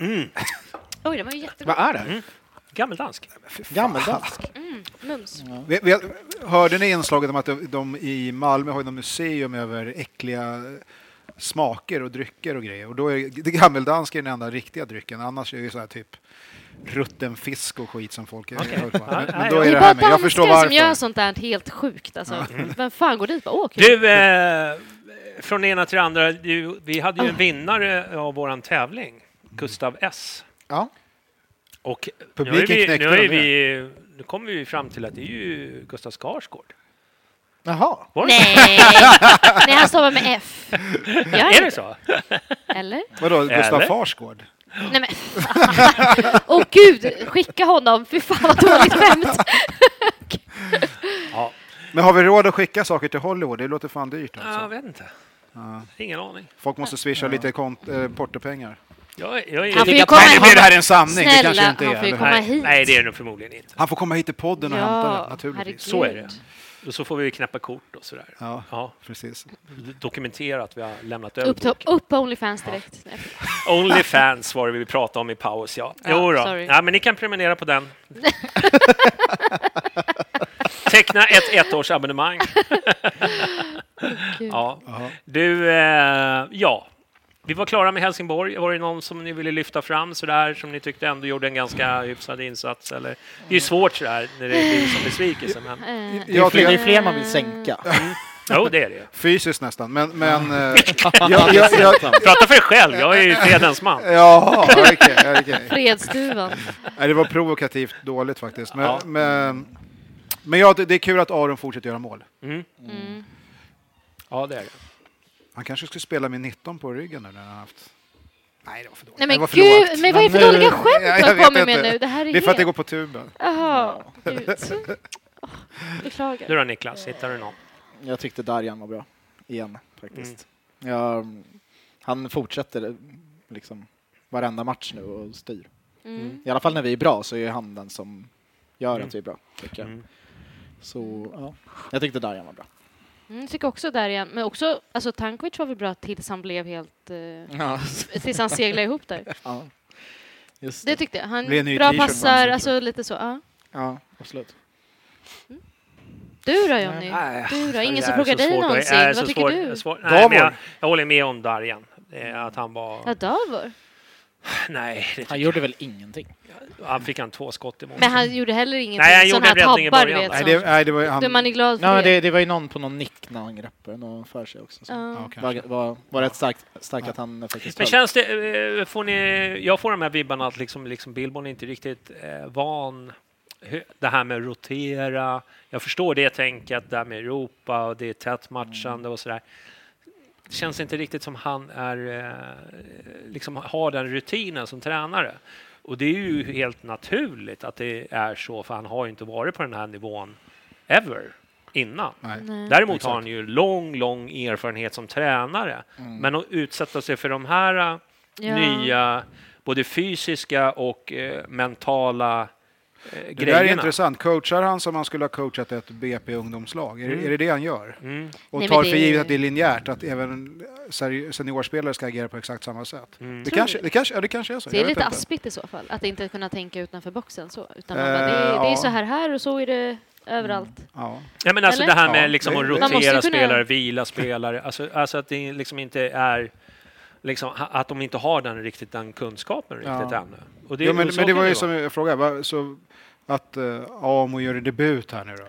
E: Mm.
B: Oj, den var ju jättegod.
D: Vad är det?
E: Mm. Gammeldansk.
D: Gammeldansk?
B: Mm,
D: ah,
B: mums.
D: Vi, vi, hörde ni inslaget om att de, de i Malmö har ju något museum över äckliga smaker och drycker och grejer? Och då är det gammeldansk är den enda riktiga drycken, annars är det ju så här typ rutten fisk och skit som folk
E: Okej.
D: okay. men,
E: Ja,
D: men
E: ja,
D: då
E: ja.
D: är
E: Det
D: det
E: är
D: här
B: Bara
D: med. Jag förstår
B: danskar som gör
D: varför.
B: sånt där helt sjukt alltså. Vem fan går dit? Bara åker.
E: Du, eh, från det ena till det andra. Du, vi hade ju en
B: Ah.
E: vinnare av våran tävling, Gustav S.
D: Ja.
E: Och
D: Publiken
E: nu, är vi,
D: knäckte
E: nu, är
D: den
E: vi, nu kommer vi ju fram till att det är ju Gustav Skarsgård.
D: Jaha.
E: Var det
B: Nej. Nej, han stavar med F. Gör han
E: Är det
B: inte?
E: så?
B: Eller?
D: Vadå, Gustav
E: Eller?
D: Farsgård?
B: Nej men Åh gud, skicka honom. Fy fan vad dåligt skämt.
E: Ja.
D: Men har vi råd att skicka saker till Hollywood? Det låter fan dyrt
E: Ja, Jag
D: alltså.
E: vet inte.
D: Ja.
E: Ingen aning.
D: Folk måste swisha lite kont- eh, portopengar.
E: Jag, jag är
B: Han får ju
E: Nej,
B: komma-
D: nu blir det här en sanning, det
B: Snälla,
D: kanske inte
B: han
D: är,
B: får ju
D: eller?
B: komma hit.
E: Nej, det är det nog förmodligen inte.
D: Han får komma hit till podden och
B: Ja,
D: hämta den naturligtvis.
B: herregud.
E: Så är det. Och så får vi knäppa kort och sådär.
D: Ja,
E: Ja,
D: precis.
E: dokumentera att vi har lämnat över
B: Upp,
E: boken.
B: på- upp på Onlyfans direkt. Nej.
E: Onlyfans var det vi pratade om i paus, ja.
B: Ja,
E: jo då.
B: sorry.
E: Ja, men ni kan prenumerera på den. Teckna ett ettårsabonnemang.
B: Gud.
E: ja. Du, eh, ja. Vi var klara med Helsingborg. Var det någon som ni ville lyfta fram sådär som ni tyckte ändå gjorde en ganska hyfsad insats? Eller? Det är ju svårt sådär när det blir som besvikelse. Men...
B: Eh,
C: Det är,
D: Jag
C: fler, det är
D: tycker,
C: fler man vill sänka.
E: Jo, det är det.
D: fysiskt nästan, men... men eh, jag, jag, jag,
E: Prata för dig själv. Jag är ju fredens man.
D: jaha, okej. okej.
B: Fredsduvan.
D: Nej, Det var provokativt dåligt faktiskt. Men,
E: Ja.
D: men, men ja, det det är kul att Aron fortsätter göra mål.
B: Mm.
E: Ja, det är det.
D: Han kanske skulle spela med 19 på ryggen nu när han har haft... Nej, det var för dåligt.
B: Nej
D: Det
B: men
D: var för
B: gud,
D: lågt.
B: men vad är det för
D: Men-
B: dåliga skämt
D: Ja,
B: du
D: jag
B: har
D: vet
B: kommit med
D: inte.
B: nu? Det här är
D: Det är för att det
B: helt...
D: går på tuben.
B: Jaha, gud. Åh, Beklagar.
E: Du då, Niklas? Hittar du någon?
C: Jag tyckte Darjan var bra. Igen, faktiskt. Ja, mm, han fortsätter liksom varenda match nu och styr.
B: Mm.
C: I alla fall när vi är bra så är han den som gör
E: Mm.
C: att vi är bra. Tycker jag.
E: Mm.
C: Så, ja. Jag tyckte Darjan var bra.
B: Mm, jag tycker också där igen. Men också, alltså Tankovic var väl bra tills han blev helt... eh,
C: Ja,
B: tills han seglade ihop där.
C: ja. Just
B: Det
C: det.
B: tyckte jag. Han
D: Blir en ny
B: bra
D: t-shirt på hans
B: passar,
D: sida.
B: alltså lite så. Ja. Mm.
C: Ja, absolut.
B: Du då Jonny? Du då? Ingen som frågar dig någonsin? Vad tycker du?
E: Svår, nej,
D: Davor.
E: men jag, jag håller med om Darjan. Eh, Att han
B: Ja,
E: var...
B: Davor.
E: Nej, det
C: Han
E: tycker
C: gjorde väl ingenting?
E: jag. han fick han två skott emot.
B: Men han gjorde heller ingenting.
E: Nej, han
B: Sån
E: gjorde
B: här
E: en räddning i
B: tabbar, du
E: början.
B: vet.
D: Nej,
B: sånt.
D: det, nej, det var ju
B: Då är man
D: han...
B: är glad för
C: Nej, men
B: det.
C: det, det var ju någon på någon nick när han greppade den framför sig också. Så.
B: Ja.
D: Ja,
C: Det
D: kanske.
C: var, var, var rätt starkt, starkt att han faktiskt
E: Men
C: höll.
E: känns det... eh, Får ni, jag får de här vibbarna att liksom, liksom Bilbon är inte riktigt eh, van hur- det här med att rotera. Jag förstår det tänket, det här med Europa och det är tätt matchande och sådär. Det känns inte riktigt som han är, eh, liksom har den rutinen som tränare. Och det är ju helt naturligt att det är så, för han har ju inte varit på den här nivån ever innan.
A: Nej.
E: Däremot
A: Exakt.
E: har han ju lång, lång erfarenhet som tränare.
A: Mm.
E: Men att utsätta sig för de här eh,
A: Ja.
E: nya, både fysiska och eh, mentala eh,
D: Det där är
E: grejerna.
D: intressant. Coachar han som han skulle ha coachat ett BP-ungdomslag? Är,
E: Mm.
D: det, är det det han gör?
E: Mm.
D: Och
E: Nej, men
D: tar
E: det
D: för
E: är-
D: givet att det är linjärt, att även seri- seniorspelare ska agera på exakt samma sätt?
E: Mm.
D: Det,
B: Tror
D: kanske,
B: du?
D: det, kanske, ja, det kanske är så.
B: Det
D: jag
B: är
D: vet
B: lite
D: inte.
B: aspigt i så fall, att inte kunna tänka utanför boxen. Så, utan man
E: Eh,
B: bara, det, är, det är
E: ja.
B: så här här och så är det överallt.
D: Ja.
E: Ja, men alltså
B: Eller?
E: det här med
B: Ja,
E: liksom
B: det-
E: att
B: det- Man måste ju
E: rotera
B: kunna-
E: spelare, vila spelare, alltså, alltså att det liksom inte är liksom, ha- att de inte har den riktigt den kunskapen riktigt
D: Ja.
E: ännu. Och det,
D: ja, men,
E: och så
D: men det
E: kan
D: var ju
E: vara.
D: som jag frågade, va, så att uh, Amo gör en debut här nu då.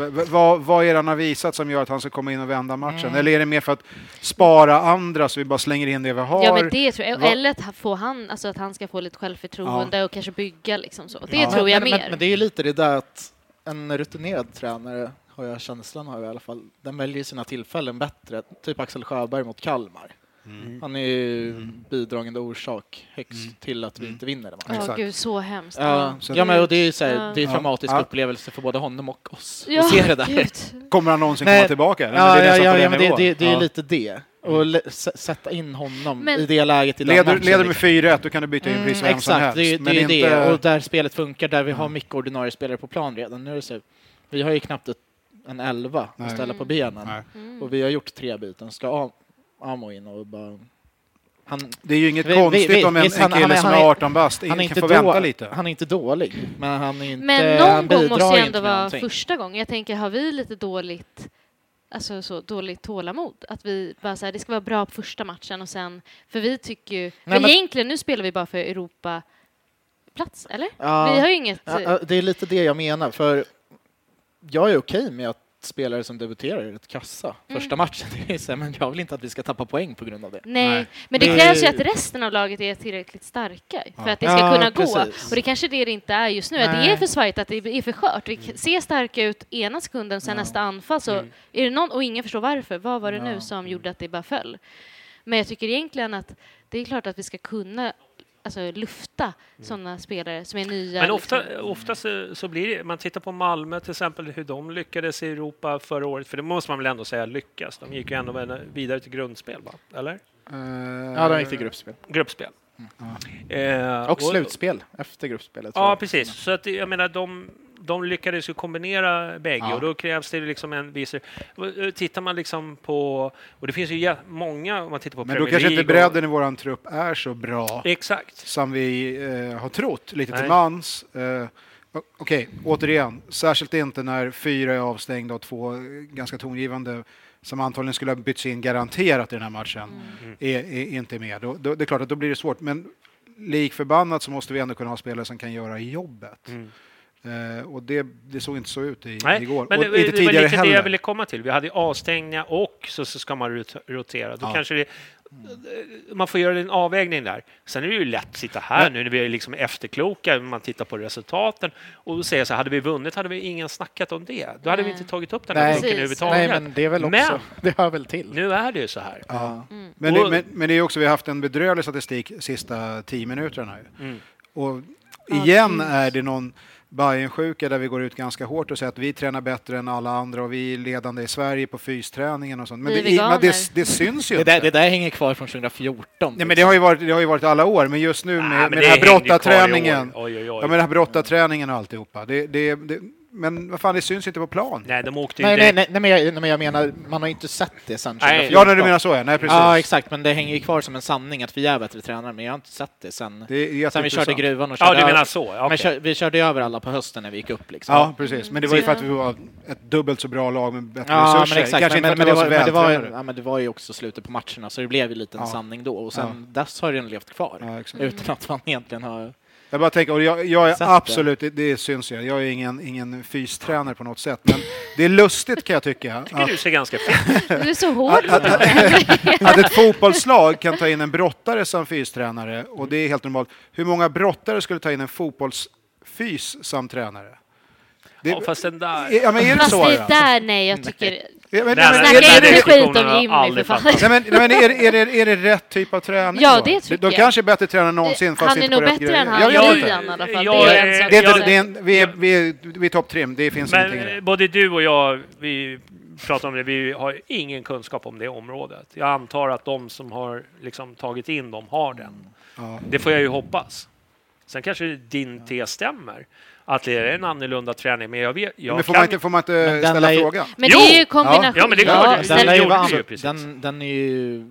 D: Va- va- Vad, vad är det han har visat som gör att han ska komma in och vända matchen?
B: Mm.
D: Eller är det mer för att spara andra så vi bara slänger in det vi har?
B: Ja, men det tror jag.
D: Va-
B: Eller att, ha- få han, alltså att han ska få lite självförtroende och kanske bygga liksom så. Det
C: Ja.
B: tror jag
C: men,
B: mer.
C: Men, men det är ju lite det där att en rutinerad tränare, har jag känslan av i alla fall, den väljer sina tillfällen bättre. Typ Axel Sjöberg mot Kalmar.
B: Mm.
C: Han är ju bidragande orsak högst
D: Mm.
C: till att vi inte vinner den matchen.
B: Åh, Exakt. gud, så hemskt.
C: Ja,
B: Ja.
C: ja men och det är ju så här,
B: Ja.
C: det är en
B: Ja.
C: traumatisk
D: Ja.
C: upplevelse för både honom och oss.
B: Ja,
C: att se det där.
B: gud.
D: Kommer han någonsin komma tillbaka? Nej,
C: Ja,
D: men det är
C: ja,
D: nästan
C: ja,
D: på
C: ja,
D: den
C: Mm. men det,
D: nivån.
C: det, det är
D: Ja.
C: lite det. Och le- s- sätta in honom
B: Men-
C: i det läget i den
D: Leder,
C: matchen,
D: leder med
C: liksom.
D: 4-1, då kan du byta in precis vem som
C: Mm, Exakt,
D: helst.
C: det är ju det,
D: men
C: är ju
D: inte-
C: det. Och där spelet funkar, där vi har mycket ordinarie spelare på plan redan. Nu är det så, vi har ju knappt ett, en elva
D: Nej.
C: att ställa på
D: Mm.
C: benen.
D: Nej.
C: Och vi har gjort tre byten. Ska Am- Amo in och bara... Han,
D: Det är ju inget konstigt om en-
C: visst,
D: en kille som är 18 bast
C: han
D: kan
C: inte
D: få vänta
C: då-
D: lite.
C: Han är inte dålig, men han är inte...
B: Men
C: han
B: någon gång
C: bidrar
B: måste ju
C: inte
B: ändå
C: med
B: vara
C: någonting.
B: första gången. Jag tänker, har vi lite dåligt, alltså så dåligt tålamod? Att vi bara så här, det ska vara bra på första matchen och sen, för vi tycker ju,
C: Nej,
B: för
C: men-
B: egentligen nu spelar vi bara för Europa plats, eller?
C: Ja.
B: Vi har ju inget...
C: Ja, ja, det är lite det jag menar, för jag är okej med att spelare som debuterar är rätt kassa
B: Mm.
C: första matchen. Det är så här, men jag vill inte att vi ska tappa poäng på grund av det.
B: Nej, men det krävs ju att resten av laget är tillräckligt starka för
C: Ja.
B: att det ska
C: Ja,
B: kunna
C: precis.
B: gå. Och det kanske är det det inte är just nu, att det
C: Nej.
B: är för svajigt, att det är för skört. Vi
D: Mm.
B: ser starka ut ena sekunden, sen nästa anfall så är det någon, och ingen förstår varför, vad var det nu som gjorde att det bara föll? Men jag tycker egentligen att det är klart att vi ska kunna alltså, lufta
D: Mm.
B: sådana spelare som är nya.
E: Men ofta,
B: liksom.
E: ofta så, så blir det, man tittar på Malmö till exempel, hur de lyckades i Europa förra året, för det måste man väl ändå säga lyckas. De gick ju ändå väl- vidare till grundspel, va? eller?
C: Ja, de gick till gruppspel.
E: Gruppspel.
D: Mm.
E: Eh,
C: och slutspel efter gruppspelet.
E: Ja, precis. Så att, det- jag menar, de, de lyckades ju kombinera bägge
C: Ja.
E: och då krävs det liksom en viss... Tittar man liksom på... Och det finns ju jä- många, om man tittar på
D: Men då
E: Premier
D: kanske inte
E: League och-
D: bredden i våran trupp är så bra
E: Exakt.
D: som vi eh, har trott lite till
E: Nej.
D: mans. Eh, o- Okej, återigen, särskilt inte när fyra är avstängda och två eh, ganska tongivande som antagligen skulle ha bytts in garanterat i den här matchen
E: Mm.
D: är, är inte med. Då, då, det är klart att då blir det svårt, men lik förbannat så måste vi ändå kunna ha spelare som kan göra jobbet. Eh, och det, det såg inte så ut i,
E: Mm. Nej,
D: igår.
E: men
D: och
E: det, det
D: inte tidigare
E: var lite
D: heller.
E: det jag ville komma till. Vi hade avstängningar och så, så ska man rot- rotera. Då
D: Ja.
E: kanske det, man får göra en avvägning där. Sen är det ju lätt att sitta här nu när vi är liksom efterkloka, när man tittar på resultaten och säga så här, hade vi vunnit hade vi ingen snackat om det. Då hade vi inte tagit upp den här
C: Nej.
E: punkten
C: Precis.
E: överhuvudtaget.
C: Nej, men det är väl också- det hör väl till.
E: Nu är det ju så här.
D: Ja. Men, det, men, men det är också, vi har haft en bedrövlig statistik sista tio minuterna. Ju.
E: Mm.
D: Och igen är det någon Bayern-sjuka där vi går ut ganska hårt och säger att vi tränar bättre än alla andra och vi är ledande i Sverige på fysträningen och sånt. Men
C: Vi
D: det,
C: är
D: men
C: veganer.
D: det, det syns ju
C: Det
D: inte.
C: där, det där hänger kvar från 2014.
D: Nej, men det, har ju varit, det har ju varit alla år, men just nu med,
C: men
D: med
C: det
D: den här
C: hängde ju kvar i år.
D: brottaträningen.
E: Oj, oj, oj.
D: Ja, med den här brottaträningen och alltihopa. Det, det, det, men vad fan, det syns ju inte på plan.
E: Nej, de åkte
C: Nej, nej, nej, nej, men jag, nej, men jag menar, man har ju inte sett det sedan
D: Nej.
C: 2014.
D: Ja, nej, du menar så, ja. Nej, precis.
C: Ja, exakt, men det hänger ju kvar som en sanning att vi är bättre tränare, men jag har inte sett det sen,
D: Det är
C: sen vi
D: jätteintressant.
C: körde gruvan och
D: Ja,
C: körde
D: du menar
C: över-
D: så, ja,
C: men
D: okej.
C: kör, Vi körde över alla på hösten när vi gick upp. Liksom.
D: Ja, precis. Men det var ju
C: Så-
D: för att vi var ett dubbelt så bra lag med bättre
C: Ja,
D: resurser.
C: men exakt.
D: Kanske
C: Men, men,
D: inte
C: men,
D: för att vi
C: det var, men det, var,
D: vältränade.
C: ju- ja, men det var ju också slutet på matcherna, så det blev ju lite en
D: Ja.
C: sanning då. Och sen dess har den levt kvar,
D: Ja, exakt.
C: utan att man egentligen har...
D: Jag bara tänker, och jag, jag är
C: Sett det.
D: absolut, det, det syns ju, jag är ingen, ingen fystränare på något sätt, men det är lustigt kan jag tycka.
E: tycker du ser ganska fit
B: Du är så hård.
D: att, att ett fotbollslag kan ta in en brottare som fystränare, och det är helt normalt. Hur många brottare skulle ta in en fotbollsfys som tränare? Det-
E: Ja, fast den där...
D: Ja, men är det
B: Fast
D: så?
B: det
D: då?
B: där, nej, jag tycker...
D: Ja, men-
E: Nej,
D: men-
E: nej,
D: är-
E: den här
D: är det-
E: diskussionen har jag aldrig fattat.
D: Nej, men, nej, men är, det- är, det, är det rätt typ av träning?
B: Ja,
D: då?
B: det tycker
D: De
B: jag.
D: kanske är bättre tränare än någonsin. Fast
B: han är
D: inte
B: nog
D: på rätt
B: bättre
D: grejer.
B: än han
D: Jag vet
B: är
D: inte.
B: i alla fall.
E: Jag
B: det
E: är-
B: är en sak
D: Det är,
B: jag
D: inte- det är,
B: säger.
D: en- vi är, vi är, vi är topptrim, det finns ingenting i
E: Men
D: det.
E: eh, både du och jag, vi pratar om det, vi har ingen kunskap om det området. Jag antar att de som har liksom tagit in dem har den.
D: Ja.
E: Det får jag ju hoppas. Sen kanske din tes stämmer, att det är en annorlunda träning, men jag vet... Jag
D: Men får
E: kan-
D: man inte, får man inte
C: den
D: ställa
C: lär ju-
D: frågan?
B: Men det är ju kombination.
E: Ja, men det är
B: Ja,
E: klart.
B: den
E: det,
C: den,
E: det
C: är ju
E: gjorde du ju
C: an,
E: precis.
C: Alltså, den, den är ju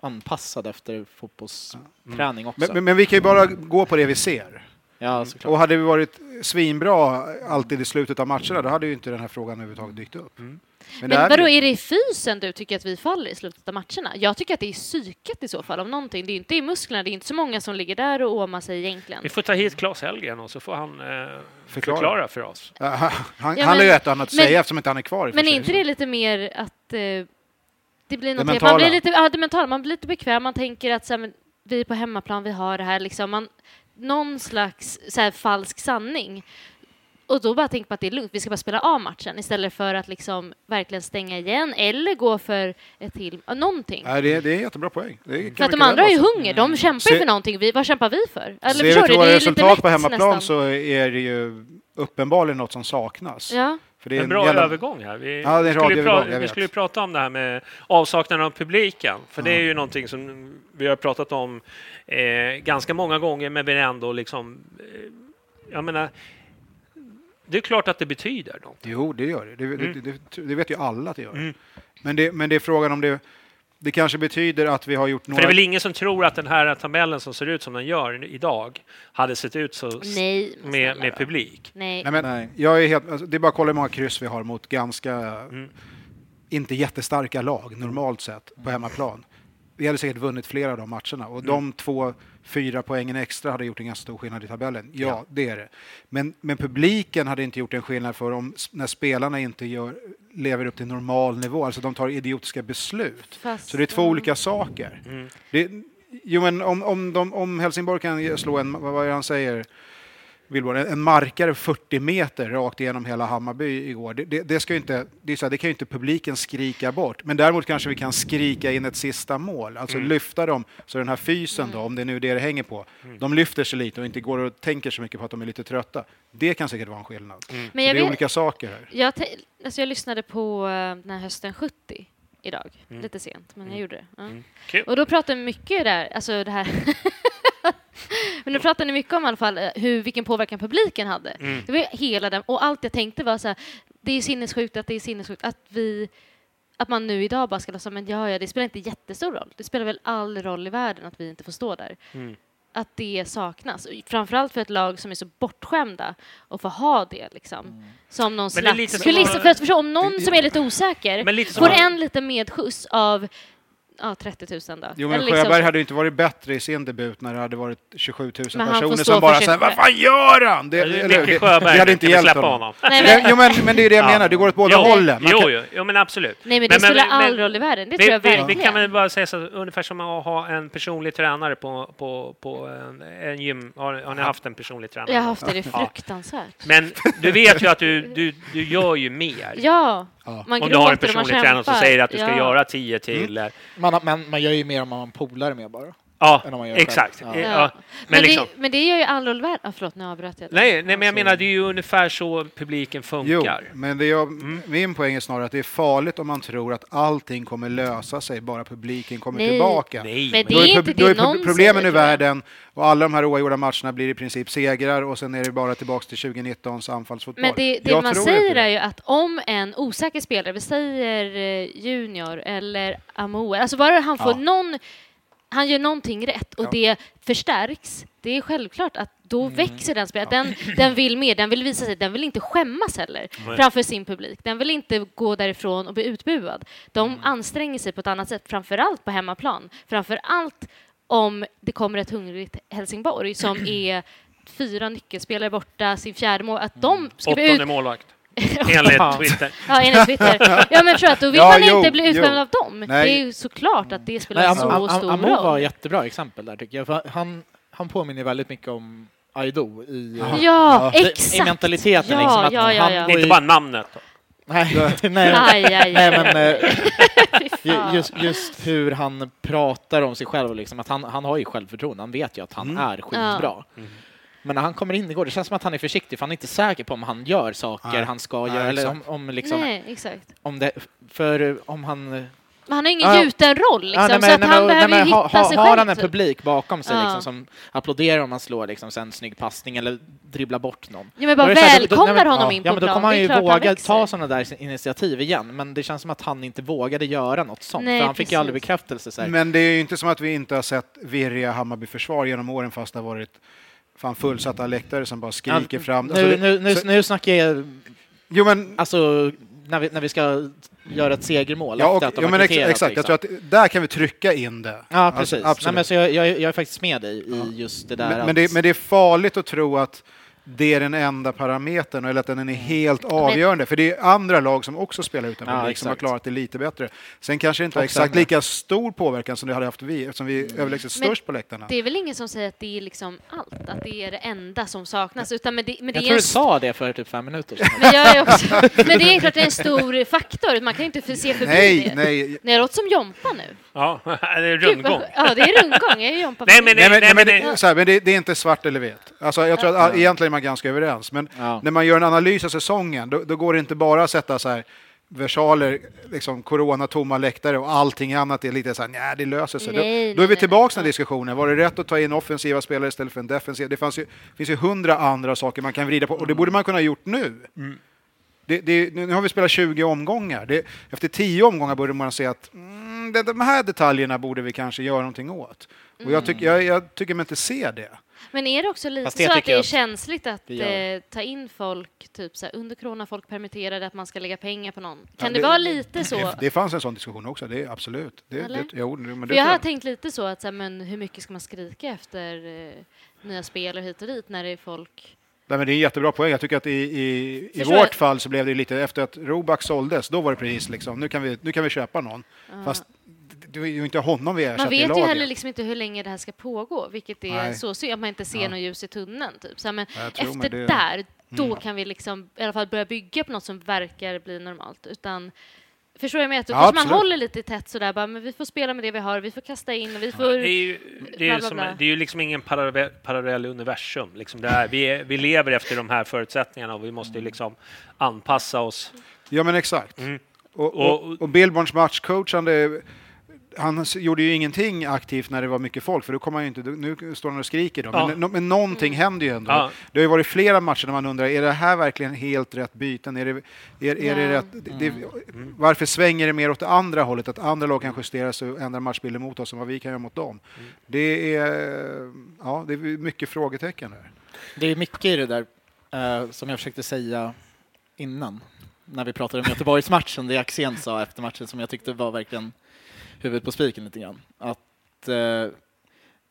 C: anpassad efter fotbollsträning också.
D: Men, men, men vi kan ju bara gå på det vi ser.
C: ja, såklart.
D: Och hade vi varit svinbra alltid i slutet av matcherna, då hade ju inte den här frågan överhuvudtaget dykt upp.
E: Mm.
B: Men,
D: det är
B: vadå,
D: vi-
B: är det i fysen du tycker att vi faller i slutet av matcherna? Jag tycker att det är i psyket i så fall, om någonting. Det är inte i musklerna, det är inte så många som ligger där och åmar sig egentligen.
E: Vi får ta hit Claes Hellgren och så får han eh, förklara. för oss.
D: Ja, Han,
B: Ja,
D: han har ju
B: men-
D: ett annat att
B: men-
D: säga eftersom inte han är kvar. i och för
B: Men är
D: sig.
B: inte det lite mer att eh, det blir något helt-
D: mentala.
B: man blir lite, ja, det mentala, man blir lite bekväm, man tänker att så här, men, vi är på hemmaplan, vi har det här liksom, man, någon slags så här, falsk sanning. Och då bara tänker man att det är lugnt, vi ska bara spela av matchen istället för att liksom verkligen stänga igen eller gå för ett till, ja, någonting.
D: Nej, det, är- det är en jättebra poäng. Det kan
B: För att de
D: mycket väl
B: andra har ju
D: vara så.
B: hunger, de kämpar ju
D: Se-
B: för någonting, vi, vad kämpar vi för? Eller
D: Ser vi
B: förstår
D: till
B: du,
D: våra
B: det är ju lite
D: resultat
B: lätt
D: på hemmaplan
B: nästan.
D: så är det ju uppenbarligen något som saknas.
B: Ja.
D: För det är
E: en bra
D: jävla-
E: övergång här. Vi,
D: Ja, det är en
E: skulle, ju
D: radioövergång,
E: pra-
D: jag
E: vi
D: vet.
E: skulle ju prata om det här med avsaknaden av publiken, för det är ju någonting som vi har pratat om eh, ganska många gånger, men vi är ändå liksom... Eh, jag menar, det är klart att det betyder något.
D: Jo, det gör det. Det,
E: Mm.
D: det, det, det vet ju alla att det gör. Men, det, men det är frågan om det... Det kanske betyder att vi har gjort
E: För det
D: några...
E: är väl ingen som tror att den här tabellen som ser ut som den gör idag hade sett ut så s-
B: Nej, men
E: med,
B: snälla
E: med
B: då.
E: publik.
B: Nej.
D: Nej, men
C: Nej.
D: Jag är helt, alltså, det är bara att kolla hur många kryss vi har mot ganska, inte jättestarka lag normalt sett på hemmaplan. Vi hade säkert vunnit flera av de matcherna och de två, fyra poängen extra hade gjort en ganska stor skillnad i tabellen. Ja, det är det. Men, men publiken hade inte gjort en skillnad för om, s- när spelarna inte gör, lever upp till normal nivå, alltså de tar idiotiska beslut.
B: Fast-
D: Så det är två olika saker. Det, jo, men om, om, de, om Helsingborg kan ge- slå en, vad vad är det han säger, Wilborg, en- en markare 40 meter rakt igenom hela Hammarby igår. Det, det, det, ska ju inte, det, är så här, det kan ju inte publiken skrika bort, men däremot kanske vi kan skrika in ett sista mål, alltså lyfta dem så den här fysen då, om det är nu det det hänger på, de lyfter sig lite och inte går och tänker så mycket på att de är lite trötta. Det kan säkert vara en skillnad. Så
B: Men jag
D: det är
B: vet-
D: olika saker här.
B: Jag, te- alltså jag lyssnade på eh, den här hösten 70 idag,
D: Mm.
B: lite sent, men jag gjorde det. Ja.
E: Kul.
B: Och då pratade vi mycket där, alltså det här Men då pratade ni mycket om i alla fall eh, hur, vilken påverkan publiken hade.
D: Mm.
B: Det var hela den, och allt jag tänkte var så här, det är ju sinnessjukt att det är sinnessjukt att vi att man nu idag bara ska låtsas, men ja, ja, det spelar inte jättestor roll. Det spelar väl all roll i världen att vi inte får stå där.
E: Mm.
B: Att det saknas. Framförallt för ett lag som är så bortskämda och får ha det liksom.
D: Mm.
B: Som någon
E: Men det är lite
B: slags
E: som-
B: kuliss. För att förstå, om någon som är lite osäker
E: Men lite som-
B: får en liten medskjuts av ja, 30 000 då.
D: Jo, men
B: Eller liksom-
D: Sjöberg hade ju inte varit bättre i sin debut när det hade varit 27 000
B: Men han får
D: personer
B: stå
D: som
B: för
D: bara
B: sitt-
D: säger vad fan gör han? Det, eller hur?
E: Micke
D: det,
E: Sjöberg,
D: det hade inte
E: kan vi
D: hjälpt
E: släppa
D: honom.
E: honom?
B: Nej, men-
D: Det, jo, men, men det är det jag menar, det går åt båda
E: jo,
D: hållen. Man
E: Jo,
D: kan-
E: jo, jo, men absolut.
B: Nej, men det spelar all roll i världen. Det
E: vi,
B: tror jag
E: vi, vi
B: verkligen.
E: kan väl bara säga så, här, ungefär som att ha en personlig tränare på, på, på en, en gym. Har, har ni haft en personlig tränare?
B: Jag har haft det, det är
E: Ja.
B: fruktansvärt.
E: Men du vet ju att du, du, du gör ju mer.
B: Ja, man
E: Om du har en
B: gråter och man
E: personlig tränare som
B: kämpar.
E: säger att du ska
B: Ja.
E: göra tio
C: Mm.
E: till. eh,
C: Man, har- men man gör ju mer om man har en polare med bara.
E: Ja,
C: Än om man gör det
E: exakt.
C: själv.
E: Eh,
C: Ja.
E: Ja.
B: Ja.
E: Men,
B: Men,
E: liksom,
B: det, men det gör ju all roll i världen. Ah, förlåt, nu avbröt jag. dig.
E: nej, nej, men jag menar, det är ju ungefär så publiken
D: Jo,
E: funkar.
D: men det jag, min poäng är snarare att det är farligt om man tror att allting kommer lösa sig bara publiken kommer
B: Nej.
D: tillbaka.
E: Nej,
B: Men det
D: Då är,
B: är inte
D: pub- då är
B: det
D: pub-
B: någon
D: problemen
B: säger,
D: ur
B: tror jag.
D: världen och alla de här oavgjorda matcherna blir i princip segrar och sen är det bara tillbaka till 2019s anfallsfotboll.
B: Men det, det
D: Jag
B: man
D: tror
B: säger
D: inte det.
B: är ju att om en osäker spelare, vi säger eh, Junior eller Amoe, alltså bara han får
D: Ja.
B: någon, han gör någonting rätt och det förstärks, det är självklart att då
D: Mm.
B: växer den spelaren. Den, den vill mer, den vill visa sig, den vill inte skämmas heller framför sin publik. Den vill inte gå därifrån och bli utbuad. De
E: Mm.
B: anstränger sig på ett annat sätt, framförallt på hemmaplan. Framförallt om det kommer ett hungrigt Helsingborg som är fyra nyckelspelare borta, sin fjärde mål, att de ska bli ut,
E: Mm. Åttonde målvakt, enligt Twitter.
B: Ja, enligt Twitter. Ja, men förstår att då vill
D: Ja,
B: man
D: jo,
B: inte bli utskämd
D: jo.
B: av dem.
D: Nej.
B: Det är ju såklart att det spelar
C: Nej, Am-
B: så
C: Am-
B: stor
C: Am- Amo
B: roll.
C: var ett jättebra exempel där tycker jag. För han, han påminner väldigt mycket om Aido i,
B: Ja,
C: i- i
B: exakt.
C: mentaliteten.
B: Ja,
C: liksom, att
B: ja, ja,
C: han
B: ja.
E: Det är
C: går
E: inte
C: i-
E: bara namnet. då.
C: Nej, nej,
B: Aj, aj, aj.
C: nej men eh,
B: Fy
C: ju-
B: fan.
C: just, just hur han pratar om sig själv och liksom att han, han har ju självförtroende. Han vet ju att han
B: Mm.
C: är skitbra.
B: Ja. Mm.
C: Men när han kommer in igår, det känns som att han är försiktig för han är inte säker på om han gör saker
D: Nej.
C: han ska
D: Nej,
C: göra. Eller om,
D: exakt.
C: om, liksom,
B: Nej, exakt.
C: om det, för om han... eh,
B: Men han har ju ingen
C: Ja.
B: gjuten roll, liksom,
C: Ja, nej, men-
B: så att
C: nej,
B: han
C: men-
B: behöver
C: nej, men
B: ju
C: ha-
B: hitta
C: ha-
B: sig
C: Har
B: själv.
C: han en
B: typ.
C: publik bakom sig
B: Ja.
C: liksom, som applåderar om han slår liksom, så en snygg passning eller dribblar bort någon?
B: Ja, men bara
C: Då är det så här, då- då-
B: välkomnar
C: nej, men-
B: honom
C: ja,
B: in
C: ja,
B: på
C: men Då
B: plan.
C: kommer han
B: Det är
C: ju
B: klart han
C: våga
B: växer.
C: ta sådana där initiativ igen, men det känns som att han inte vågade göra något sånt,
B: Nej,
C: för han fick ju
B: precis.
C: aldrig bekräftelse. Så här.
D: Men det är ju inte som att vi inte har sett virriga Hammarby-försvar genom åren fast det har varit fan fullsatta läktare som bara skriker
C: Ja,
D: fram.
C: Nu,
D: Alltså, det-
C: nu, nu,
D: så-
C: nu snackar jag...
D: Jo, men,
C: alltså, när vi, när vi ska göra ett segermål
D: ja,
C: efter
D: och,
C: att de
D: ja,
C: har
D: men ex,
C: kvitterat,
D: exakt, jag
C: liksom.
D: tror att där kan vi trycka in det.
C: Ja, precis.
D: Alltså,
C: Nej,
D: absolut.
C: men så jag, jag, jag är faktiskt med dig i just det där
D: men,
C: att...
D: men, det, men det är farligt att tro att det är den enda parametern eller att den
C: Mm.
D: är helt avgörande. För det är andra lag som också spelar utan
C: Ja,
D: publik som har
C: exakt.
D: klarat det lite bättre. Sen kanske det inte har
C: Och
D: exakt
C: sämre.
D: lika stor påverkan som det hade haft vi eftersom
C: Mm.
D: vi är överlägset
B: Men
D: störst på läktarna.
B: Det är väl ingen som säger att det är liksom allt, att det är det enda som saknas. Utan men det, men det
C: jag
B: är
C: tror
B: en
C: du sa det för typ fem minuter sedan.
B: Men jag är också... Men det är klart det är en stor faktor. Man kan ju inte för- se förbi
C: Nej,
B: det.
D: nej.
B: Ni har låtit som Jompa nu.
E: Ja, det är
B: Gud, vad-
E: rundgång.
B: Ja, det är rundgång. Jag är Jompa.
E: Nej, men det-
D: Nej, men, nej, men,
B: Ja.
D: det, så här, men det, det är inte svart eller vitt. Alltså, jag tror att all, egentligen är man ganska överens, men när man gör en analys av säsongen då, då går det inte bara att sätta så här versaler, liksom corona, tomma läktare och allting annat är lite så här, nej det löser sig.
B: Nej,
D: då, då är
B: nej,
D: vi tillbaka till den diskussionen, var det rätt att ta in offensiva spelare istället för en defensiv? Det fanns ju, finns ju hundra andra saker man kan vrida på och det borde man kunna ha gjort nu.
B: Mm.
D: Det, det, nu nu har vi spelat 20 omgångar. Det, efter 10 omgångar borde man se att mm, det, de här detaljerna borde vi kanske göra någonting åt. Och jag, tyck, jag, jag tycker man inte ser det.
B: Men är det också lite
D: Fast det
B: så att
D: tycker
B: det är
D: jag-
B: känsligt att
D: Det gör
B: eh, ta in folk, typ så här, under corona, folk permitterade, att man ska lägga pengar på någon? Kan
D: Ja,
B: det, vara lite så?
D: Det, det fanns en sån diskussion också, det, är absolut. Det,
B: Eller?
D: det, jo, men
B: För
D: det
B: jag
D: tror
B: har
D: jag.
B: tänkt lite så att så här, men hur mycket ska man skrika efter eh, nya spel och hit och dit när det är folk...
D: Nej, men det är en jättebra poäng. Jag tycker att i, i, i
B: Förstår
D: vårt
B: jag.
D: fall så blev det lite efter att Roback såldes, då var det precis liksom, nu kan vi, nu kan vi köpa någon.
B: Ja.
D: Fast det- det är ju inte honom vi
B: Man
D: ersätter i
B: vet ju
D: laget.
B: heller liksom inte hur länge det här ska pågå, vilket är
D: Nej.
B: så synd att man inte ser
D: Ja.
B: något ljus i tunneln. Typ. Så här, men
D: Jag tror
B: efter
D: med det-
B: där, då
D: Mm.
B: kan vi liksom i alla fall börja bygga på något som verkar bli normalt. Utan, förstår jag med? Att då
E: Ja,
B: kanske man
E: absolut.
B: håller lite tätt sådär, bara, men vi får spela med det vi har, vi får kasta in och vi får...
E: Det är ju, det är
B: bla,
E: ju,
B: bla,
E: som,
B: bla.
E: det är ju liksom ingen parallell, parallell universum. Liksom det här. Vi, är, vi lever efter de här förutsättningarna och vi måste
B: Mm.
E: ju liksom anpassa oss.
D: Ja, men exakt.
C: Mm.
D: Och,
E: Och-
D: och, och Billborns matchcoach, han, det- han s- gjorde ju ingenting aktivt när det var mycket folk, för då kommer han ju inte, nu står han och skriker. Då. Men,
E: Ja.
D: no, men någonting händer ju ändå.
E: Ja.
D: Det har ju varit flera matcher där man undrar, är det här verkligen helt rätt byten? Är det, är, är det
E: Ja.
D: rätt, det, det,
C: Mm.
D: varför svänger det mer åt det andra hållet? Att andra lag kan justera sig och ändra matchbilden mot oss än vad vi kan göra mot dem.
C: Mm.
D: Det är, ja, det är mycket frågetecken där.
C: Det är mycket i det där eh, som jag försökte säga innan, när vi pratade om Göteborgsmatchen, det Axén sa efter matchen som jag tyckte var verkligen huvudet på spiken lite grann. Att eh,